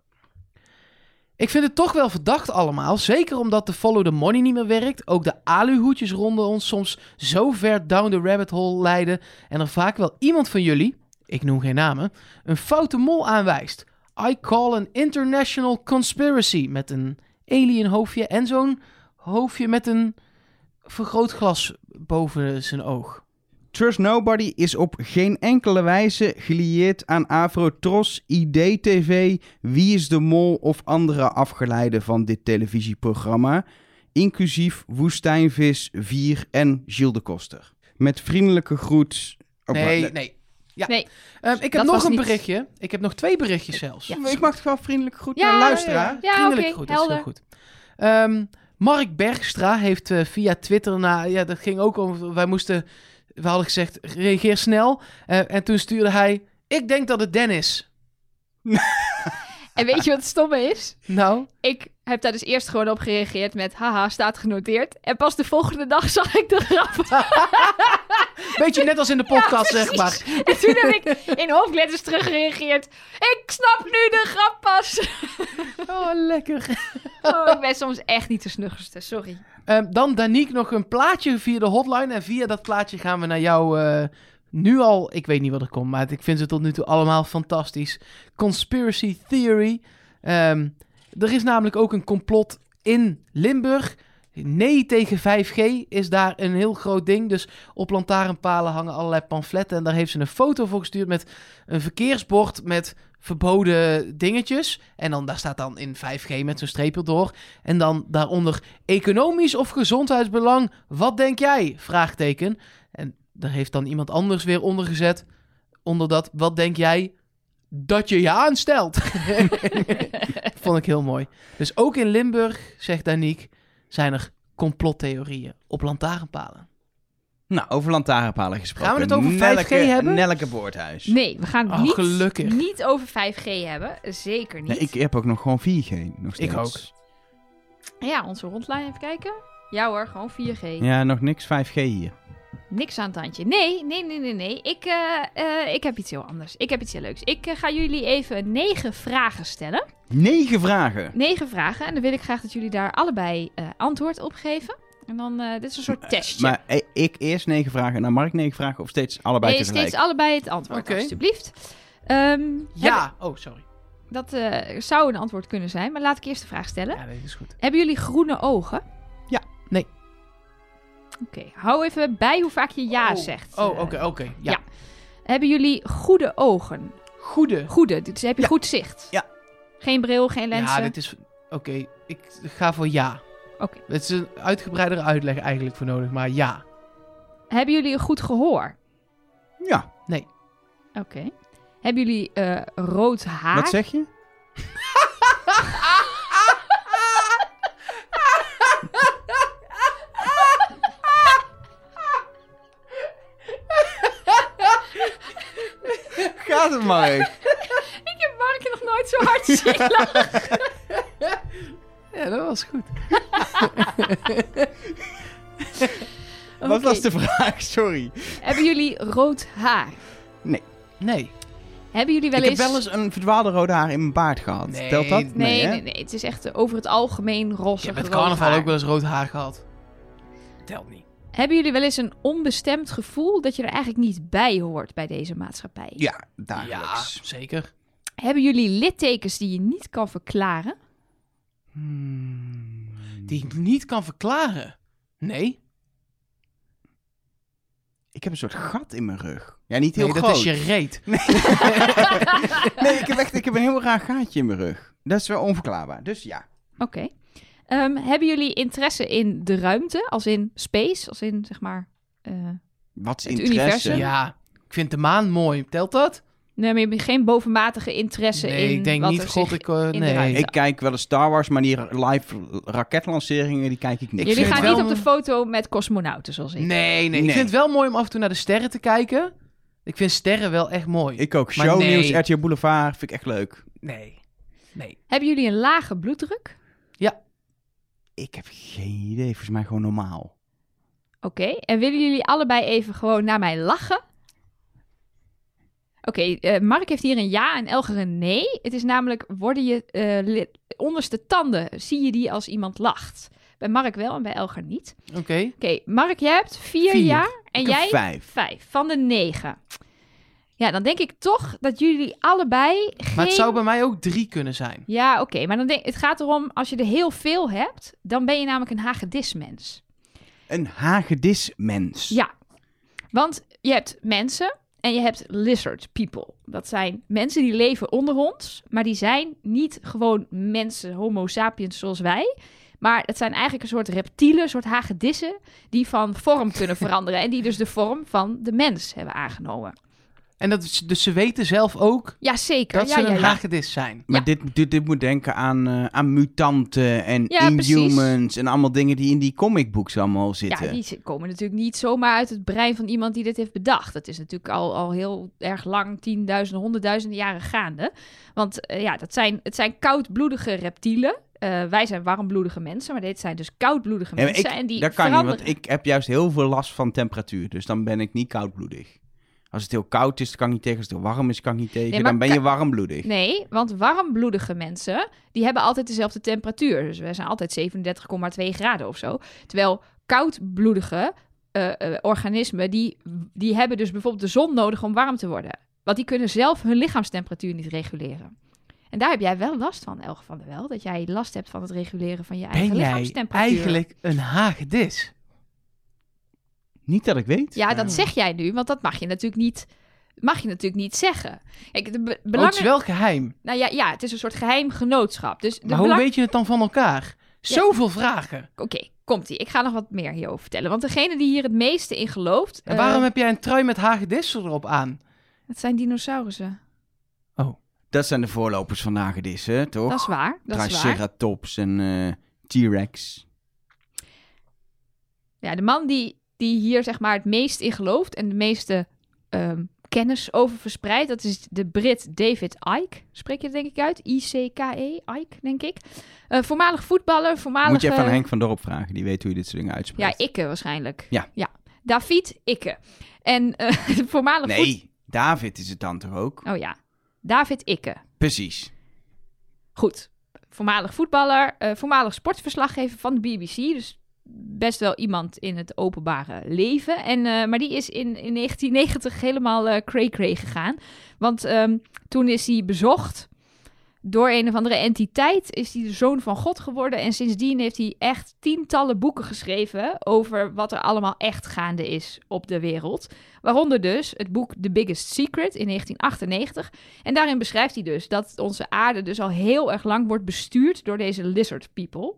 Speaker 2: Ik vind het toch wel verdacht allemaal. Zeker omdat de follow the money niet meer werkt. Ook de aluhoedjesronden ons soms zo ver down the rabbit hole leiden. En er vaak wel iemand van jullie, ik noem geen namen, een foute mol aanwijst. I call an international conspiracy. Met een alien hoofdje en zo'n hoofdje met een vergrootglas boven zijn oog.
Speaker 1: Trust Nobody is op geen enkele wijze gelieerd aan Avrotros, IDTV, Wie is de Mol of andere afgeleiden van dit televisieprogramma, inclusief Woestijnvis 4 en Gilles de Koster. Met vriendelijke groet. Oh,
Speaker 2: Nee,
Speaker 1: maar-
Speaker 2: nee. Ja.
Speaker 3: Nee.
Speaker 2: Ehm, ik heb
Speaker 3: Dat
Speaker 2: nog
Speaker 3: was
Speaker 2: een
Speaker 3: niet-
Speaker 2: berichtje. Ik heb nog twee berichtjes zelfs.
Speaker 3: Ja.
Speaker 1: Ik mag wel vriendelijk groet
Speaker 3: Ja,
Speaker 1: naar luisteraar.
Speaker 3: Ja, oké,
Speaker 2: Vriendelijk goed, dat is heel
Speaker 3: helder.
Speaker 2: goed. Ehm, Mark Bergstra heeft eh, via Twitter, na, ja, dat ging ook om, wij moesten, we hadden gezegd, reageer snel. Eh, en toen stuurde hij, ik denk dat het Dennis.
Speaker 3: En weet je wat het stomme is?
Speaker 2: Nou,
Speaker 3: Ik heb daar dus eerst gewoon op gereageerd met haha, staat genoteerd. En pas de volgende dag zag ik de grap.
Speaker 2: beetje net als in de podcast, zeg maar.
Speaker 3: Precies. En toen heb ik in hoofdletters teruggereageerd. Ik snap nu de grap pas.
Speaker 2: Oh, lekker.
Speaker 3: Oh, ik ben soms echt niet de snuggerste, sorry.
Speaker 2: Ehm, dan Danique nog een plaatje via de hotline. En via dat plaatje gaan we naar jou eh, nu al... Ik weet niet wat er komt, maar ik vind ze tot nu toe allemaal fantastisch. Conspiracy Theory. Ehm, er is namelijk ook een complot in Limburg. Nee tegen 5G is daar een heel groot ding. Dus op lantaarnpalen hangen allerlei pamfletten. En daar heeft ze een foto voor gestuurd met een verkeersbord met verboden dingetjes. En dan daar staat dan in 5G met zo'n streepje door. En dan daaronder economisch of gezondheidsbelang. Wat denk jij? Vraagteken. En daar heeft dan iemand anders weer onder gezet. Onder dat, wat denk jij dat je je aanstelt? Vond ik heel mooi. Dus ook in Limburg, zegt Danique, zijn er complottheorieën op lantaarnpalen.
Speaker 1: Nou, over lantaarnpalen gesproken.
Speaker 2: Gaan we het over 5G hebben?
Speaker 1: Nelke Boordhuis.
Speaker 3: Nee, we gaan
Speaker 2: Oh,
Speaker 3: niet,
Speaker 2: gelukkig.
Speaker 3: niet over 5G hebben. Zeker niet.
Speaker 1: Nee, ik heb ook nog gewoon 4G. Nog steeds.
Speaker 2: Ik ook.
Speaker 3: Ja, onze rondlijn even kijken. Ja hoor, gewoon 4G.
Speaker 1: Ja, nog niks 5G hier.
Speaker 3: Niks aan het tandje. Nee, nee, nee, nee, nee. Ik, eh, eh, ik heb iets heel anders. Ik heb iets heel leuks. Ik eh, ga jullie even negen vragen stellen.
Speaker 1: Negen vragen.
Speaker 3: Negen vragen. En dan wil ik graag dat jullie daar allebei eh, antwoord op geven. En dan, eh, dit is een soort testje.
Speaker 1: Maar eh, ik eerst negen vragen en dan Mark negen vragen of steeds allebei
Speaker 3: nee,
Speaker 1: tegelijk?
Speaker 3: steeds allebei het antwoord,
Speaker 2: Oké.
Speaker 3: alstublieft. Ehm, heb-
Speaker 2: Ja, oh sorry.
Speaker 3: dat eh, zou een antwoord kunnen zijn, maar laat ik eerst de vraag stellen.
Speaker 2: Ja, dat is goed.
Speaker 3: Hebben jullie groene ogen?
Speaker 1: Ja.
Speaker 2: Nee.
Speaker 3: Oké, hou even bij hoe vaak je ja
Speaker 2: Oh.
Speaker 3: zegt.
Speaker 2: Oh,
Speaker 3: eh.
Speaker 2: oké, oké. Ja.
Speaker 3: Ja. Hebben jullie goede ogen?
Speaker 2: Goede.
Speaker 3: Goede, dus heb je
Speaker 1: Ja.
Speaker 3: goed zicht?
Speaker 1: Ja.
Speaker 3: Geen bril, geen lenzen?
Speaker 2: Ja, dit is... Oké, ik ga voor ja.
Speaker 3: Oké.
Speaker 2: Het is een uitgebreidere uitleg eigenlijk voor nodig, maar ja.
Speaker 3: Hebben jullie een goed gehoor?
Speaker 1: Ja,
Speaker 3: Oké. Hebben jullie eh, rood haar?
Speaker 1: wat zeg je? Gaat het, Mark?
Speaker 3: Ik heb Mark nog nooit zo hard zien lachen.
Speaker 2: Ja, dat was goed.
Speaker 1: Wat was
Speaker 3: Oké.
Speaker 1: de vraag? Sorry.
Speaker 3: Hebben jullie rood haar?
Speaker 2: Nee.
Speaker 3: Hebben jullie wel
Speaker 1: ik
Speaker 3: eens...
Speaker 1: heb wel eens een verdwaalde rode haar in mijn baard gehad.
Speaker 2: Nee,
Speaker 1: Telt dat?
Speaker 3: Nee,
Speaker 1: hè?
Speaker 3: nee, nee. Het is echt eh, over het algemeen
Speaker 2: Ik
Speaker 3: roze
Speaker 2: heb met
Speaker 3: rood
Speaker 2: carnaval
Speaker 3: haar.
Speaker 2: ook wel eens rood haar gehad. Telt niet.
Speaker 3: Hebben jullie wel eens een onbestemd gevoel dat je er eigenlijk niet bij hoort bij deze maatschappij?
Speaker 1: Ja, dagelijks.
Speaker 2: Ja, zeker.
Speaker 3: Hebben jullie littekens die je niet kan verklaren?
Speaker 1: Hmm.
Speaker 2: Die ik niet kan verklaren. Nee.
Speaker 1: Ik heb een soort gat in mijn rug. Ja, niet heel
Speaker 2: nee,
Speaker 1: groot.
Speaker 2: dat is je reet.
Speaker 1: Nee, ik heb echt ik heb een heel raar gaatje in mijn rug. Dat is wel onverklaarbaar. Dus ja.
Speaker 3: Oké. Ehm, hebben jullie interesse in de ruimte, als in space, als in zeg maar. eh,
Speaker 1: Wat is
Speaker 3: Het
Speaker 1: interesse?
Speaker 3: universum.
Speaker 2: Ja, ik vind de maan mooi. Telt dat?
Speaker 3: nee, maar je hebt geen bovenmatige interesse in.
Speaker 2: Nee, ik denk
Speaker 3: wat
Speaker 2: niet.
Speaker 3: er
Speaker 2: God,
Speaker 3: zich-
Speaker 2: ik... eh,
Speaker 3: de
Speaker 2: nee.
Speaker 3: ruimte.
Speaker 1: Ik kijk wel eens Star Wars, maar die live raketlanceringen, die kijk ik niet.
Speaker 2: Ik
Speaker 3: Jullie
Speaker 2: vind
Speaker 3: gaan
Speaker 2: wel
Speaker 3: niet op de
Speaker 2: een-
Speaker 3: foto met cosmonauten, zoals ik.
Speaker 2: Nee, nee. Ik
Speaker 1: Nee.
Speaker 2: vind het wel mooi om af en toe naar de sterren te kijken. Ik vind sterren wel echt mooi.
Speaker 1: Ik ook.
Speaker 2: Maar
Speaker 1: Shownieuws,
Speaker 2: nee.
Speaker 1: RTL Boulevard, vind ik echt leuk.
Speaker 2: Nee. Nee.
Speaker 3: Hebben jullie een lage bloeddruk?
Speaker 1: Ik heb geen idee. Volgens mij gewoon normaal.
Speaker 3: Oké. En willen jullie allebei even gewoon naar mij lachen? Oké, eh, Mark heeft hier een ja en Elger een nee. Het is namelijk, worden je eh, li- onderste tanden, zie je die als iemand lacht? Bij Mark wel en bij Elger niet.
Speaker 2: Oké.
Speaker 3: Oké, Mark, jij hebt vier,
Speaker 2: Vier.
Speaker 3: jaar en
Speaker 1: Ik heb
Speaker 3: jij
Speaker 1: Vijf.
Speaker 3: vijf van de negen. Ja, dan denk ik toch dat jullie allebei geen...
Speaker 2: Maar het zou bij mij ook drie kunnen zijn.
Speaker 3: Ja, oké, maar dan denk, het gaat erom, als je er heel veel hebt, dan ben je namelijk een hagedismens.
Speaker 1: Een hagedismens.
Speaker 3: Ja, want je hebt mensen en je hebt lizard people. Dat zijn mensen die leven onder ons, maar die zijn niet gewoon mensen, homo sapiens zoals wij. Maar het zijn eigenlijk een soort reptielen, een soort hagedissen, die van vorm kunnen veranderen. En die dus de vorm van de mens hebben aangenomen.
Speaker 2: En dat, is- dus ze weten zelf ook
Speaker 3: Jazeker.
Speaker 2: dat
Speaker 3: Ja,
Speaker 2: ze
Speaker 3: ja,
Speaker 2: een
Speaker 3: ja.
Speaker 2: hagedis zijn.
Speaker 1: Maar
Speaker 3: Ja.
Speaker 1: dit, dit, dit moet denken aan, eh, aan mutanten en
Speaker 3: Ja, precies.
Speaker 1: inhumans en allemaal dingen die in die comicbooks allemaal zitten.
Speaker 3: Ja, die z- komen natuurlijk niet zomaar uit het brein van iemand die dit heeft bedacht. Dat is natuurlijk al, al heel erg lang, tienduizenden, honderdduizenden jaren gaande. Want eh, ja, dat zijn, het zijn koudbloedige reptielen. Eh, wij zijn warmbloedige mensen, maar dit zijn dus koudbloedige
Speaker 1: Ja, maar
Speaker 3: mensen.
Speaker 1: ik-
Speaker 3: en die
Speaker 1: dat kan
Speaker 3: veranderen.
Speaker 1: niet, want ik heb juist heel veel last van temperatuur. Dus dan ben ik niet koudbloedig. Als het heel koud is, dan kan ik niet tegen. Als het heel warm is, kan ik niet tegen.
Speaker 3: Nee, maar
Speaker 1: dan ben
Speaker 3: ka-
Speaker 1: je warmbloedig.
Speaker 3: Nee, want warmbloedige mensen, die hebben altijd dezelfde temperatuur. Dus wij zijn altijd 37,2 graden of zo. Terwijl koudbloedige eh, eh, organismen, die, die hebben dus bijvoorbeeld de zon nodig om warm te worden. Want die kunnen zelf hun lichaamstemperatuur niet reguleren. En daar heb jij wel last van, Elge van der Wel. Dat jij last hebt van het reguleren van je eigen
Speaker 2: Ben jij
Speaker 3: lichaamstemperatuur.
Speaker 2: eigenlijk een hagedis?
Speaker 1: Niet dat ik weet.
Speaker 3: Ja, dat zeg jij nu, want dat mag je natuurlijk niet, mag je natuurlijk niet zeggen. Kijk, de be-
Speaker 2: Oh, het is
Speaker 3: belangen...
Speaker 2: wel geheim.
Speaker 3: Nou ja, ja, het is een soort geheim genootschap. Dus de
Speaker 2: Maar hoe
Speaker 3: belang-
Speaker 2: weet je het dan van elkaar? Zoveel vragen.
Speaker 3: Oké, komt ie. Ik ga nog wat meer hierover vertellen. Want degene die hier het meeste in gelooft.
Speaker 2: En
Speaker 3: eh,
Speaker 2: waarom heb jij een trui met hagedissen erop aan?
Speaker 3: Het zijn dinosaurussen.
Speaker 1: Dat zijn de voorlopers van hagedissen, toch?
Speaker 3: Dat is waar. Dat is waar.
Speaker 1: Triceratops en eh, T-Rex.
Speaker 3: Ja, de man die, die hier zeg maar het meest in gelooft. en de meeste ehm, kennis over verspreidt. dat is de Brit David Icke. Spreek je dat denk ik uit? I-C-K-E. E, Icke, denk ik. Eh, voormalig voetballer. Voormalig.
Speaker 1: Moet je even aan
Speaker 3: eh,
Speaker 1: Henk van Dorp vragen. Die weet hoe je dit soort dingen
Speaker 3: Ja,
Speaker 1: uitspreekt.
Speaker 3: Ikke waarschijnlijk.
Speaker 1: Ja.
Speaker 3: ja. David Ikke. En eh voormalig. voet-
Speaker 1: Nee, David is het dan toch ook?
Speaker 3: Oh ja. David Ikke.
Speaker 1: Precies.
Speaker 3: Goed. Voormalig voetballer, eh, voormalig sportverslaggever van de BBC. Dus best wel iemand in het openbare leven. En, eh, maar die is in, in 1990 helemaal eh cray-cray gegaan. Want ehm, toen is hij bezocht door een of andere entiteit is hij de zoon van God geworden. En sindsdien heeft hij echt tientallen boeken geschreven over wat er allemaal echt gaande is op de wereld. Waaronder dus het boek The Biggest Secret in 1998. En daarin beschrijft hij dus dat onze aarde dus al heel erg lang wordt bestuurd door deze lizard people.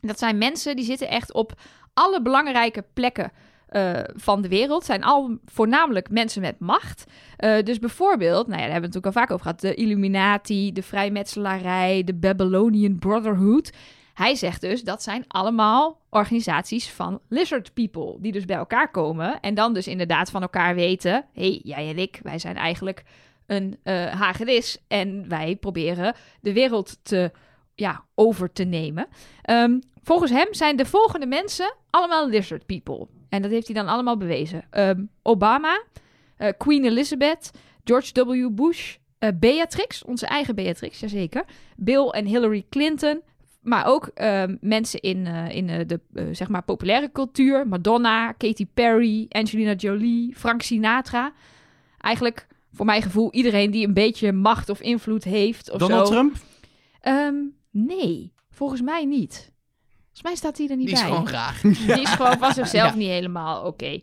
Speaker 3: Dat zijn mensen die zitten echt op alle belangrijke plekken eh, van de wereld. Zijn al voornamelijk mensen met macht. Eh, dus bijvoorbeeld, nou ja, daar hebben we het natuurlijk al vaak over gehad. De Illuminati, de vrijmetselarij, de Babylonian Brotherhood. Hij zegt dus dat zijn allemaal organisaties van lizard people. Die dus bij elkaar komen. En dan dus inderdaad van elkaar weten. hey, jij en ik, wij zijn eigenlijk een eh hagedis. En wij proberen de wereld te, ja, over te nemen. Ehm, volgens hem zijn de volgende mensen allemaal lizard people. En dat heeft hij dan allemaal bewezen. Ehm, Obama, eh, Queen Elizabeth, George W. Bush, eh, Beatrix, onze eigen Beatrix, jazeker. Bill en Hillary Clinton. Maar ook ehm, mensen in, eh, in eh, de eh, zeg maar populaire cultuur. Madonna, Katy Perry, Angelina Jolie, Frank Sinatra. Eigenlijk, voor mijn gevoel, iedereen die een beetje macht of invloed heeft. Of
Speaker 1: Donald
Speaker 3: zo.
Speaker 1: Trump?
Speaker 3: Ehm, nee, volgens mij niet. Volgens mij staat hij er niet
Speaker 2: Die is
Speaker 3: bij.
Speaker 2: gewoon raar.
Speaker 3: Die is gewoon van zichzelf
Speaker 2: Ja.
Speaker 3: niet helemaal oké.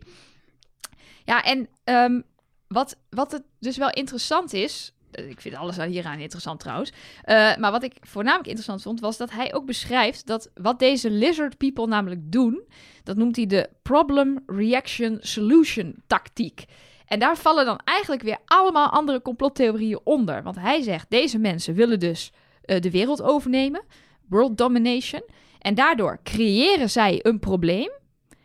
Speaker 3: Ja, en ehm, wat, wat het dus wel interessant is... eh, Ik vind alles aan- hieraan interessant trouwens. eh, maar wat ik voornamelijk interessant vond, was dat hij ook beschrijft dat wat deze lizard people namelijk doen, dat noemt hij de problem reaction solution tactiek. En daar vallen dan eigenlijk weer allemaal andere complottheorieën onder. Want hij zegt, deze mensen willen dus eh, de wereld overnemen, world domination. En daardoor creëren zij een probleem.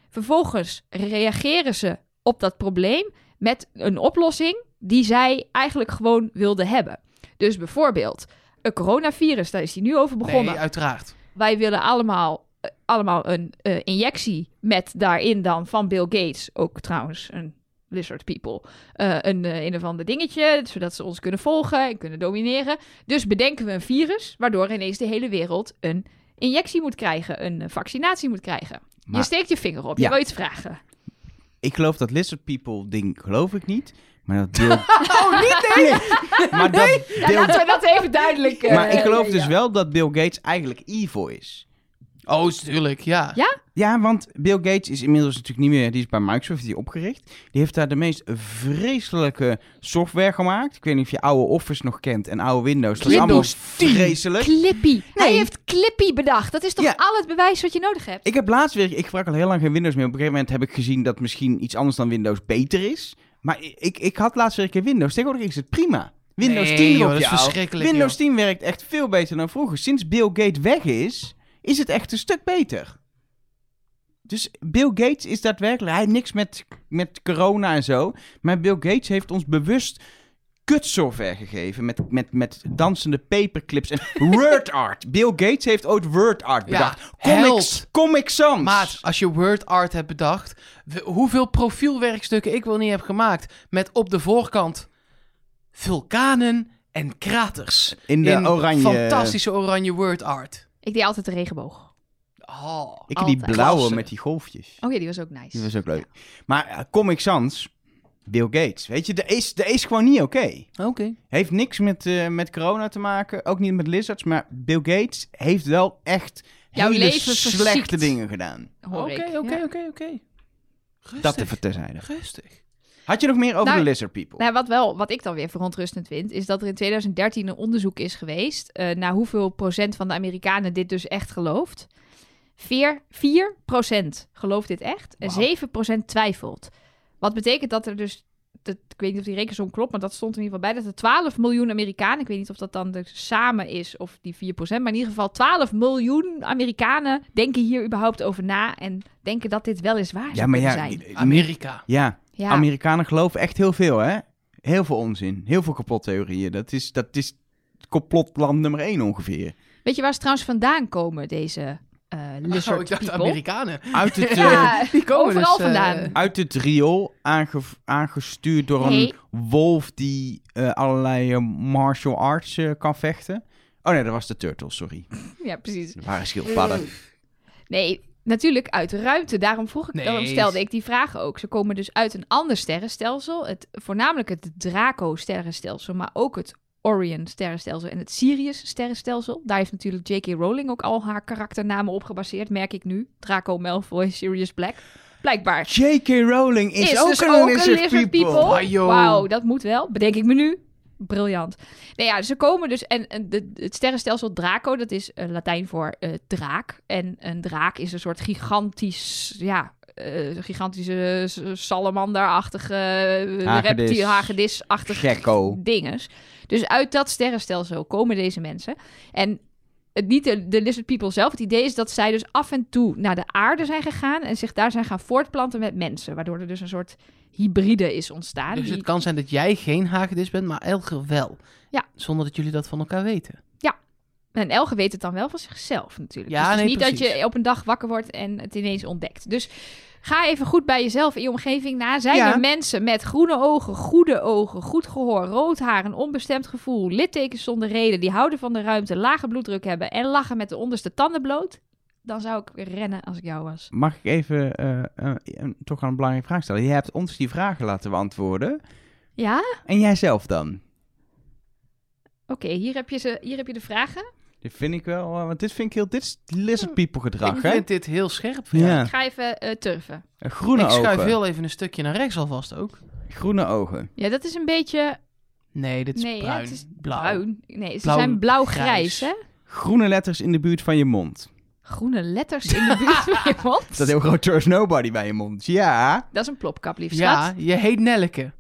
Speaker 3: Vervolgens reageren ze op dat probleem met een oplossing die zij eigenlijk gewoon wilden hebben. Dus bijvoorbeeld, een coronavirus, daar is hij nu over begonnen
Speaker 2: Nee, uiteraard.
Speaker 3: wij willen allemaal, eh, allemaal een eh, injectie met daarin dan van Bill Gates, ook trouwens een lizard people, eh, een eh, een of ander dingetje, zodat ze ons kunnen volgen en kunnen domineren. Dus bedenken we een virus, waardoor ineens de hele wereld een injectie moet krijgen, een eh, vaccinatie moet krijgen.
Speaker 1: Maar-
Speaker 3: je steekt je vinger op,
Speaker 1: Ja.
Speaker 3: je wil iets vragen.
Speaker 1: Ik geloof dat Lizard People ding geloof ik niet. Maar dat deel... oh, niet Maar dat
Speaker 3: Ja,
Speaker 1: deel...
Speaker 3: laten we dat even duidelijk... eh,
Speaker 1: Maar ik geloof dus wel dat Bill Gates eigenlijk evil is.
Speaker 2: Oh, tuurlijk, ja.
Speaker 3: Ja?
Speaker 1: Ja, want Bill Gates is inmiddels natuurlijk niet meer. Die is bij Microsoft die opgericht. Die heeft daar de meest vreselijke software gemaakt. Ik weet niet of je oude Office nog kent en oude Windows. Dat is allemaal
Speaker 2: Windows 10.
Speaker 1: vreselijk.
Speaker 3: Clippy. Hij
Speaker 1: Nee.
Speaker 3: heeft Clippy bedacht. Dat is toch
Speaker 1: Ja.
Speaker 3: al het bewijs wat je nodig hebt?
Speaker 1: Ik heb laatst weer. Ik gebruik al heel lang geen Windows meer. Op een gegeven moment heb ik gezien dat misschien iets anders dan Windows beter is. Maar ik, ik had laatst weer een keer Windows. Tegenwoordig is het prima. Windows
Speaker 2: Nee,
Speaker 1: 10
Speaker 2: joh,
Speaker 1: op
Speaker 2: dat
Speaker 1: je
Speaker 2: is
Speaker 1: oude.
Speaker 2: verschrikkelijk,
Speaker 1: Windows
Speaker 2: joh.
Speaker 1: 10 werkt echt veel beter dan vroeger. Sinds Bill Gates weg is, is het echt een stuk beter. Dus Bill Gates is daadwerkelijk... Hij heeft niks met, met corona en zo. Maar Bill Gates heeft ons bewust kutsoftware gegeven. Met, met, met dansende paperclips en word art. Bill Gates heeft ooit word art
Speaker 2: Ja,
Speaker 1: bedacht. comics,
Speaker 2: held.
Speaker 1: comic Sans.
Speaker 2: Maat, als je word art hebt bedacht, w- hoeveel profielwerkstukken ik wel niet heb gemaakt met op de voorkant vulkanen en kraters.
Speaker 1: in de oranje...
Speaker 2: Fantastische oranje word art.
Speaker 3: Ik deed altijd de regenboog.
Speaker 2: Oh.
Speaker 1: Ik die
Speaker 3: Altijd.
Speaker 1: blauwe
Speaker 2: Klasse.
Speaker 1: met die golfjes.
Speaker 3: Oh ja, die was ook nice.
Speaker 1: Die was ook leuk. Maar eh, Comic Sans, Bill Gates, weet je, de is, de is gewoon niet oké.
Speaker 2: Oké.
Speaker 1: Heeft niks met, eh, met corona te maken, ook niet met lizards, maar Bill Gates heeft wel echt
Speaker 3: Jouw
Speaker 1: hele
Speaker 3: leven
Speaker 1: slechte
Speaker 3: verziekt.
Speaker 1: dingen gedaan.
Speaker 3: Hoor ik.
Speaker 2: Oké,
Speaker 3: Ja.
Speaker 2: oké, oké, oké.
Speaker 1: Dat
Speaker 2: Rustig.
Speaker 1: even terzijde.
Speaker 2: Rustig.
Speaker 1: Had je nog meer over
Speaker 3: Nou,
Speaker 1: de lizard people?
Speaker 3: Nou, wat, wel, wat ik dan weer verontrustend vind, is dat er in 2013 een onderzoek is geweest eh, naar hoeveel procent van de Amerikanen dit dus echt gelooft. 4, 4 procent gelooft dit echt en
Speaker 2: Wauw.
Speaker 3: 7 procent twijfelt. Wat betekent dat er dus, dat, ik weet niet of die rekensom klopt, maar dat stond er in ieder geval bij, dat er 12 miljoen Amerikanen, ik weet niet of dat dan dus samen is of die 4 procent, maar in ieder geval 12 miljoen Amerikanen denken hier überhaupt over na en denken dat dit wel eens waar zou kunnen zijn.
Speaker 1: eh,
Speaker 2: Amerika.
Speaker 1: ja,
Speaker 3: Ja.
Speaker 1: Amerikanen geloven echt heel veel, hè? Heel veel onzin, heel veel complottheorieën. Dat is, dat is complotland nummer één ongeveer.
Speaker 3: Weet je waar ze trouwens vandaan komen, deze eh lizard
Speaker 2: Oh, ik dacht
Speaker 3: people?
Speaker 2: Amerikanen.
Speaker 1: Uit het, eh,
Speaker 3: Ja,
Speaker 2: Die komen
Speaker 3: overal
Speaker 2: dus, eh,
Speaker 3: vandaan.
Speaker 1: uit het riool aange- aangestuurd door
Speaker 3: Nee.
Speaker 1: een wolf die eh, allerlei eh, martial arts eh, kan vechten. Oh nee, dat was de turtle, sorry.
Speaker 3: Ja, precies.
Speaker 1: Dat waren schildpadden.
Speaker 3: Nee, natuurlijk uit de ruimte. Daarom vroeg ik,
Speaker 2: Nee.
Speaker 3: daarom stelde ik die vraag ook. Ze komen dus uit een ander sterrenstelsel. Het, voornamelijk het Draco-sterrenstelsel, maar ook het Orion-sterrenstelsel en het Sirius-sterrenstelsel. Daar heeft natuurlijk J.K. Rowling ook al haar karakternamen op gebaseerd, merk ik nu. Draco Malfoy, Sirius Black. Blijkbaar.
Speaker 1: J.K. Rowling is,
Speaker 3: Is
Speaker 1: ook
Speaker 3: dus
Speaker 1: een
Speaker 3: ook
Speaker 1: lizard, people.
Speaker 2: Ah, joh.
Speaker 3: Wauw, dat moet wel. Bedenk ik me nu. Briljant. Nou ja, ze komen dus... En, en de, het sterrenstelsel Draco, dat is eh, Latijn voor eh, draak. En een draak is een soort gigantisch... Ja, eh, gigantische s- salamanderachtige... eh,
Speaker 1: Hagedis.
Speaker 3: reptiel, hagedisachtige
Speaker 1: Gekko.
Speaker 3: dinges. Dus uit dat sterrenstelsel komen deze mensen. En het, niet de, de lizard people zelf. Het idee is dat zij dus af en toe naar de aarde zijn gegaan... en zich daar zijn gaan voortplanten met mensen. Waardoor er dus een soort hybride is ontstaan.
Speaker 2: Dus
Speaker 3: die-
Speaker 2: het kan zijn dat jij geen hagedis bent, maar Elger wel.
Speaker 3: Ja.
Speaker 2: Zonder dat jullie dat van elkaar weten.
Speaker 3: En Elge weet het dan wel van zichzelf natuurlijk.
Speaker 2: Ja,
Speaker 3: dus het is
Speaker 2: nee,
Speaker 3: niet dat
Speaker 2: precies.
Speaker 3: je op een dag wakker wordt en het ineens ontdekt. Dus ga even goed bij jezelf in je omgeving na. Zijn
Speaker 2: Ja.
Speaker 3: er mensen met groene ogen, goede ogen, goed gehoor, rood haar, een onbestemd gevoel, littekens zonder reden, die houden van de ruimte, lage bloeddruk hebben en lachen met de onderste tanden bloot? Dan zou ik rennen als ik jou was.
Speaker 1: Mag ik even eh, eh, een- toch wel een belangrijke vraag stellen? Je hebt ons die vragen laten beantwoorden.
Speaker 3: Ja?
Speaker 1: En jij zelf dan?
Speaker 3: Oké, hier, heb je ze- hier heb je de vragen.
Speaker 1: Dit vind ik wel, eh, want dit vind ik heel, dit is lizard people gedrag,
Speaker 2: ik
Speaker 1: hè?
Speaker 2: vind dit heel scherp van jou.
Speaker 1: Ja,
Speaker 3: Ik ga even eh, turven.
Speaker 1: groene
Speaker 2: ik schuif
Speaker 1: ogen.
Speaker 2: heel even een stukje naar rechts alvast ook.
Speaker 1: Groene ogen.
Speaker 3: Ja, dat is een beetje
Speaker 2: Nee, dit is
Speaker 3: Nee, hè,
Speaker 2: bruin.
Speaker 3: het is
Speaker 2: blauw.
Speaker 3: bruin. Nee, ze
Speaker 2: Blauw-
Speaker 3: zijn blauw-grijs,
Speaker 2: grijs.
Speaker 3: hè?
Speaker 1: Groene letters in de buurt van je mond.
Speaker 3: Groene letters in de buurt van je mond.
Speaker 1: Dat heel groot There's Nobody bij je mond. Ja.
Speaker 3: Dat is een plopkap, lief
Speaker 2: Ja,
Speaker 3: schat.
Speaker 2: je heet Nelke.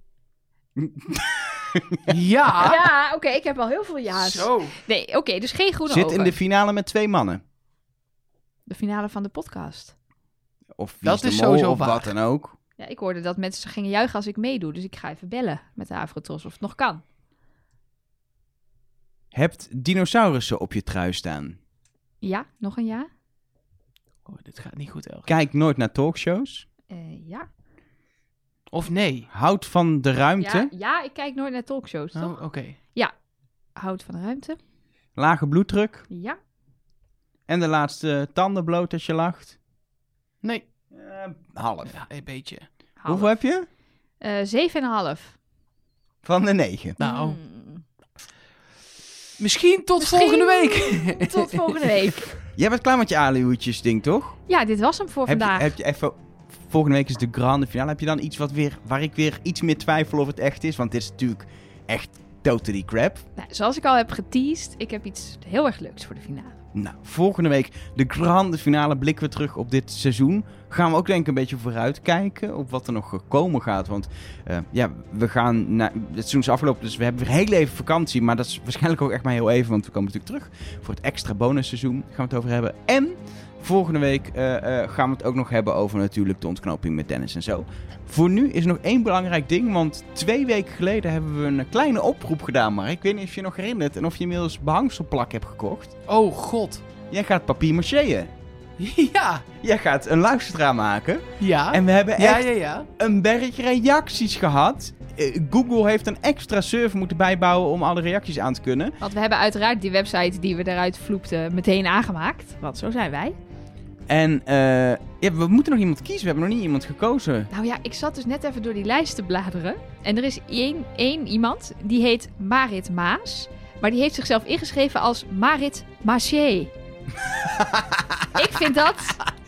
Speaker 1: Ah.
Speaker 2: ja.
Speaker 3: Ja, oké, ik heb al heel veel ja's.
Speaker 2: Zo.
Speaker 3: Nee, oké, dus geen groene
Speaker 1: Zit
Speaker 3: ogen.
Speaker 1: in de finale met twee mannen.
Speaker 3: De finale van de podcast.
Speaker 1: Of wie
Speaker 2: Dat
Speaker 1: is, de
Speaker 2: is
Speaker 1: mol,
Speaker 2: sowieso
Speaker 1: of
Speaker 2: waar.
Speaker 1: wat dan ook.
Speaker 3: Ja, ik hoorde dat mensen gingen juichen als ik meedoe, dus ik ga even bellen met de Avrotros of het nog kan.
Speaker 1: Hebt dinosaurussen op je trui staan.
Speaker 3: Ja, nog een ja?
Speaker 2: Oh, dit gaat niet goed, Elger.
Speaker 1: Kijk nooit naar talkshows.
Speaker 3: Eh, ja.
Speaker 2: Of nee.
Speaker 1: Houdt van de ruimte.
Speaker 3: ja. Ja, ik kijk nooit naar talkshows,
Speaker 2: Oh,
Speaker 3: toch?
Speaker 2: Oké.
Speaker 3: Houd van de ruimte.
Speaker 1: Lage bloeddruk.
Speaker 3: Ja.
Speaker 1: En de laatste tanden bloot als je lacht.
Speaker 2: Nee.
Speaker 1: Eh, half.
Speaker 2: Ja, een beetje.
Speaker 3: Half.
Speaker 1: Hoeveel heb je?
Speaker 3: Eh, Zeven en een half.
Speaker 1: Van de negen.
Speaker 2: Nou,
Speaker 3: Mm.
Speaker 2: misschien tot
Speaker 3: Misschien
Speaker 2: volgende week.
Speaker 3: Tot volgende week.
Speaker 1: Jij bent klaar met je alihoedjes ding, toch?
Speaker 3: Ja, dit was hem voor
Speaker 1: Heb je,
Speaker 3: vandaag.
Speaker 1: heb je even... Volgende week is de grande finale. Heb je dan iets wat weer, waar ik weer iets meer twijfel of het echt is? Want dit is natuurlijk echt totally crap.
Speaker 3: Nou, zoals ik al heb geteased, ik heb iets heel erg leuks voor de finale.
Speaker 1: Nou, volgende week de grande finale blikken we terug op dit seizoen. Gaan we ook denk ik een beetje vooruitkijken op wat er nog komen gaat. Want eh, ja, we gaan na, het seizoen is afgelopen, dus we hebben weer heel even vakantie. Maar dat is waarschijnlijk ook echt maar heel even, want we komen natuurlijk terug voor het extra bonusseizoen. Daar gaan we het over hebben. En volgende week eh, eh, gaan we het ook nog hebben over natuurlijk de ontknoping met Dennis en zo. Voor nu is er nog één belangrijk ding, want twee weken geleden hebben we een kleine oproep gedaan. Maar ik weet niet of je je nog herinnert en of je inmiddels behangselplak hebt gekocht.
Speaker 2: Oh, god.
Speaker 1: Jij gaat papier macheën.
Speaker 2: Ja.
Speaker 1: Jij gaat een luisteraar maken.
Speaker 3: Ah.
Speaker 2: Ja.
Speaker 1: En we hebben echt
Speaker 2: ja, ja, ja.
Speaker 1: een berg reacties gehad. Eh, Google heeft een extra server moeten bijbouwen om alle reacties aan te kunnen.
Speaker 3: Want we hebben uiteraard die website die we daaruit vloepten meteen aangemaakt. Want zo zijn wij.
Speaker 1: En eh, ja, we moeten nog iemand kiezen. We hebben nog niet iemand gekozen.
Speaker 3: Nou ja, ik zat dus net even door die lijst te bladeren. En er is één, één iemand, die heet Marit Maas. Maar die heeft zichzelf ingeschreven als Marit Maché. ik vind dat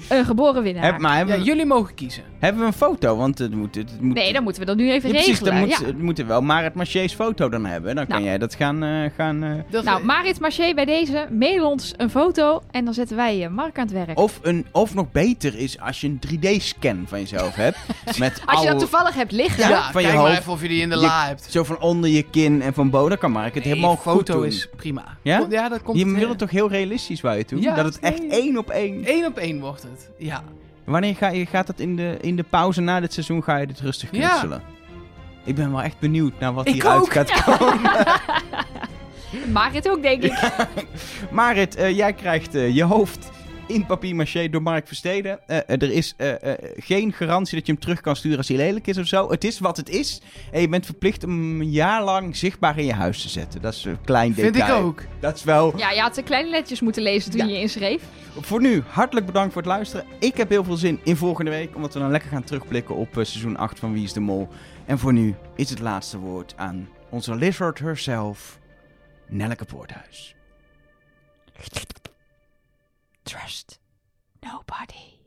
Speaker 3: een geboren winnaar.
Speaker 1: Heb- maar
Speaker 2: Ja,
Speaker 1: hebben, we,
Speaker 2: jullie mogen kiezen.
Speaker 1: hebben we een foto? Want het moet... Het moet
Speaker 3: Nee, dan moeten we dat nu even
Speaker 1: Ja, precies,
Speaker 3: regelen.
Speaker 1: dan moet,
Speaker 3: ja.
Speaker 1: het moet wel maar het Maché's foto dan hebben. Dan kan
Speaker 3: Nou.
Speaker 1: jij dat gaan... eh, gaan eh,
Speaker 2: Dat
Speaker 3: Nou, Marit Maché bij deze. Mail ons een foto en dan zetten wij eh, Mark aan het werk.
Speaker 1: of, een, of nog beter is als je een 3D-scan van jezelf hebt. met
Speaker 3: Als je dat
Speaker 1: alle-
Speaker 3: toevallig hebt liggen.
Speaker 1: Ja,
Speaker 2: ja,
Speaker 1: van je
Speaker 2: kijk maar
Speaker 1: hoofd.
Speaker 2: even of je die in de
Speaker 1: Je-
Speaker 2: la hebt.
Speaker 1: Zo van onder je kin en van boven. Dan kan Mark het helemaal
Speaker 2: Nee, foto
Speaker 1: goed doen.
Speaker 2: is prima.
Speaker 1: Ja?
Speaker 2: Kom- ja dat komt
Speaker 1: Je
Speaker 2: het
Speaker 1: wil
Speaker 2: weer.
Speaker 1: het toch heel realistisch waar je toe?
Speaker 2: Ja,
Speaker 1: dat het echt
Speaker 2: nee.
Speaker 1: één op één.
Speaker 2: Eén op één wordt het. Ja.
Speaker 1: Wanneer ga je, gaat dat in de, in de pauze na dit seizoen? Ga je dit rustig
Speaker 2: Ja.
Speaker 1: knutselen? Ik ben wel echt benieuwd naar wat
Speaker 2: Ik
Speaker 1: hieruit
Speaker 2: ook.
Speaker 1: gaat komen.
Speaker 3: Marit ook, denk ik.
Speaker 1: Marit, eh, jij krijgt eh, je hoofd in papier maché door Mark Versteden. Eh, eh, er is eh, eh, geen garantie dat je hem terug kan sturen als hij lelijk is of zo. Het is wat het is. En je bent verplicht om hem een jaar lang zichtbaar in je huis te zetten. Dat is een klein detail.
Speaker 2: Vind ik ook.
Speaker 1: Dat is wel...
Speaker 3: Ja, je had de kleine letjes moeten lezen toen
Speaker 1: Ja.
Speaker 3: je je inschreef.
Speaker 1: Voor nu, hartelijk bedankt voor het luisteren. Ik heb heel veel zin in volgende week, omdat we dan lekker gaan terugblikken op eh, seizoen 8 van Wie is de Mol. En voor nu is het laatste woord aan onze lizard herself, Nelleke Poorthuis.
Speaker 3: Trust nobody.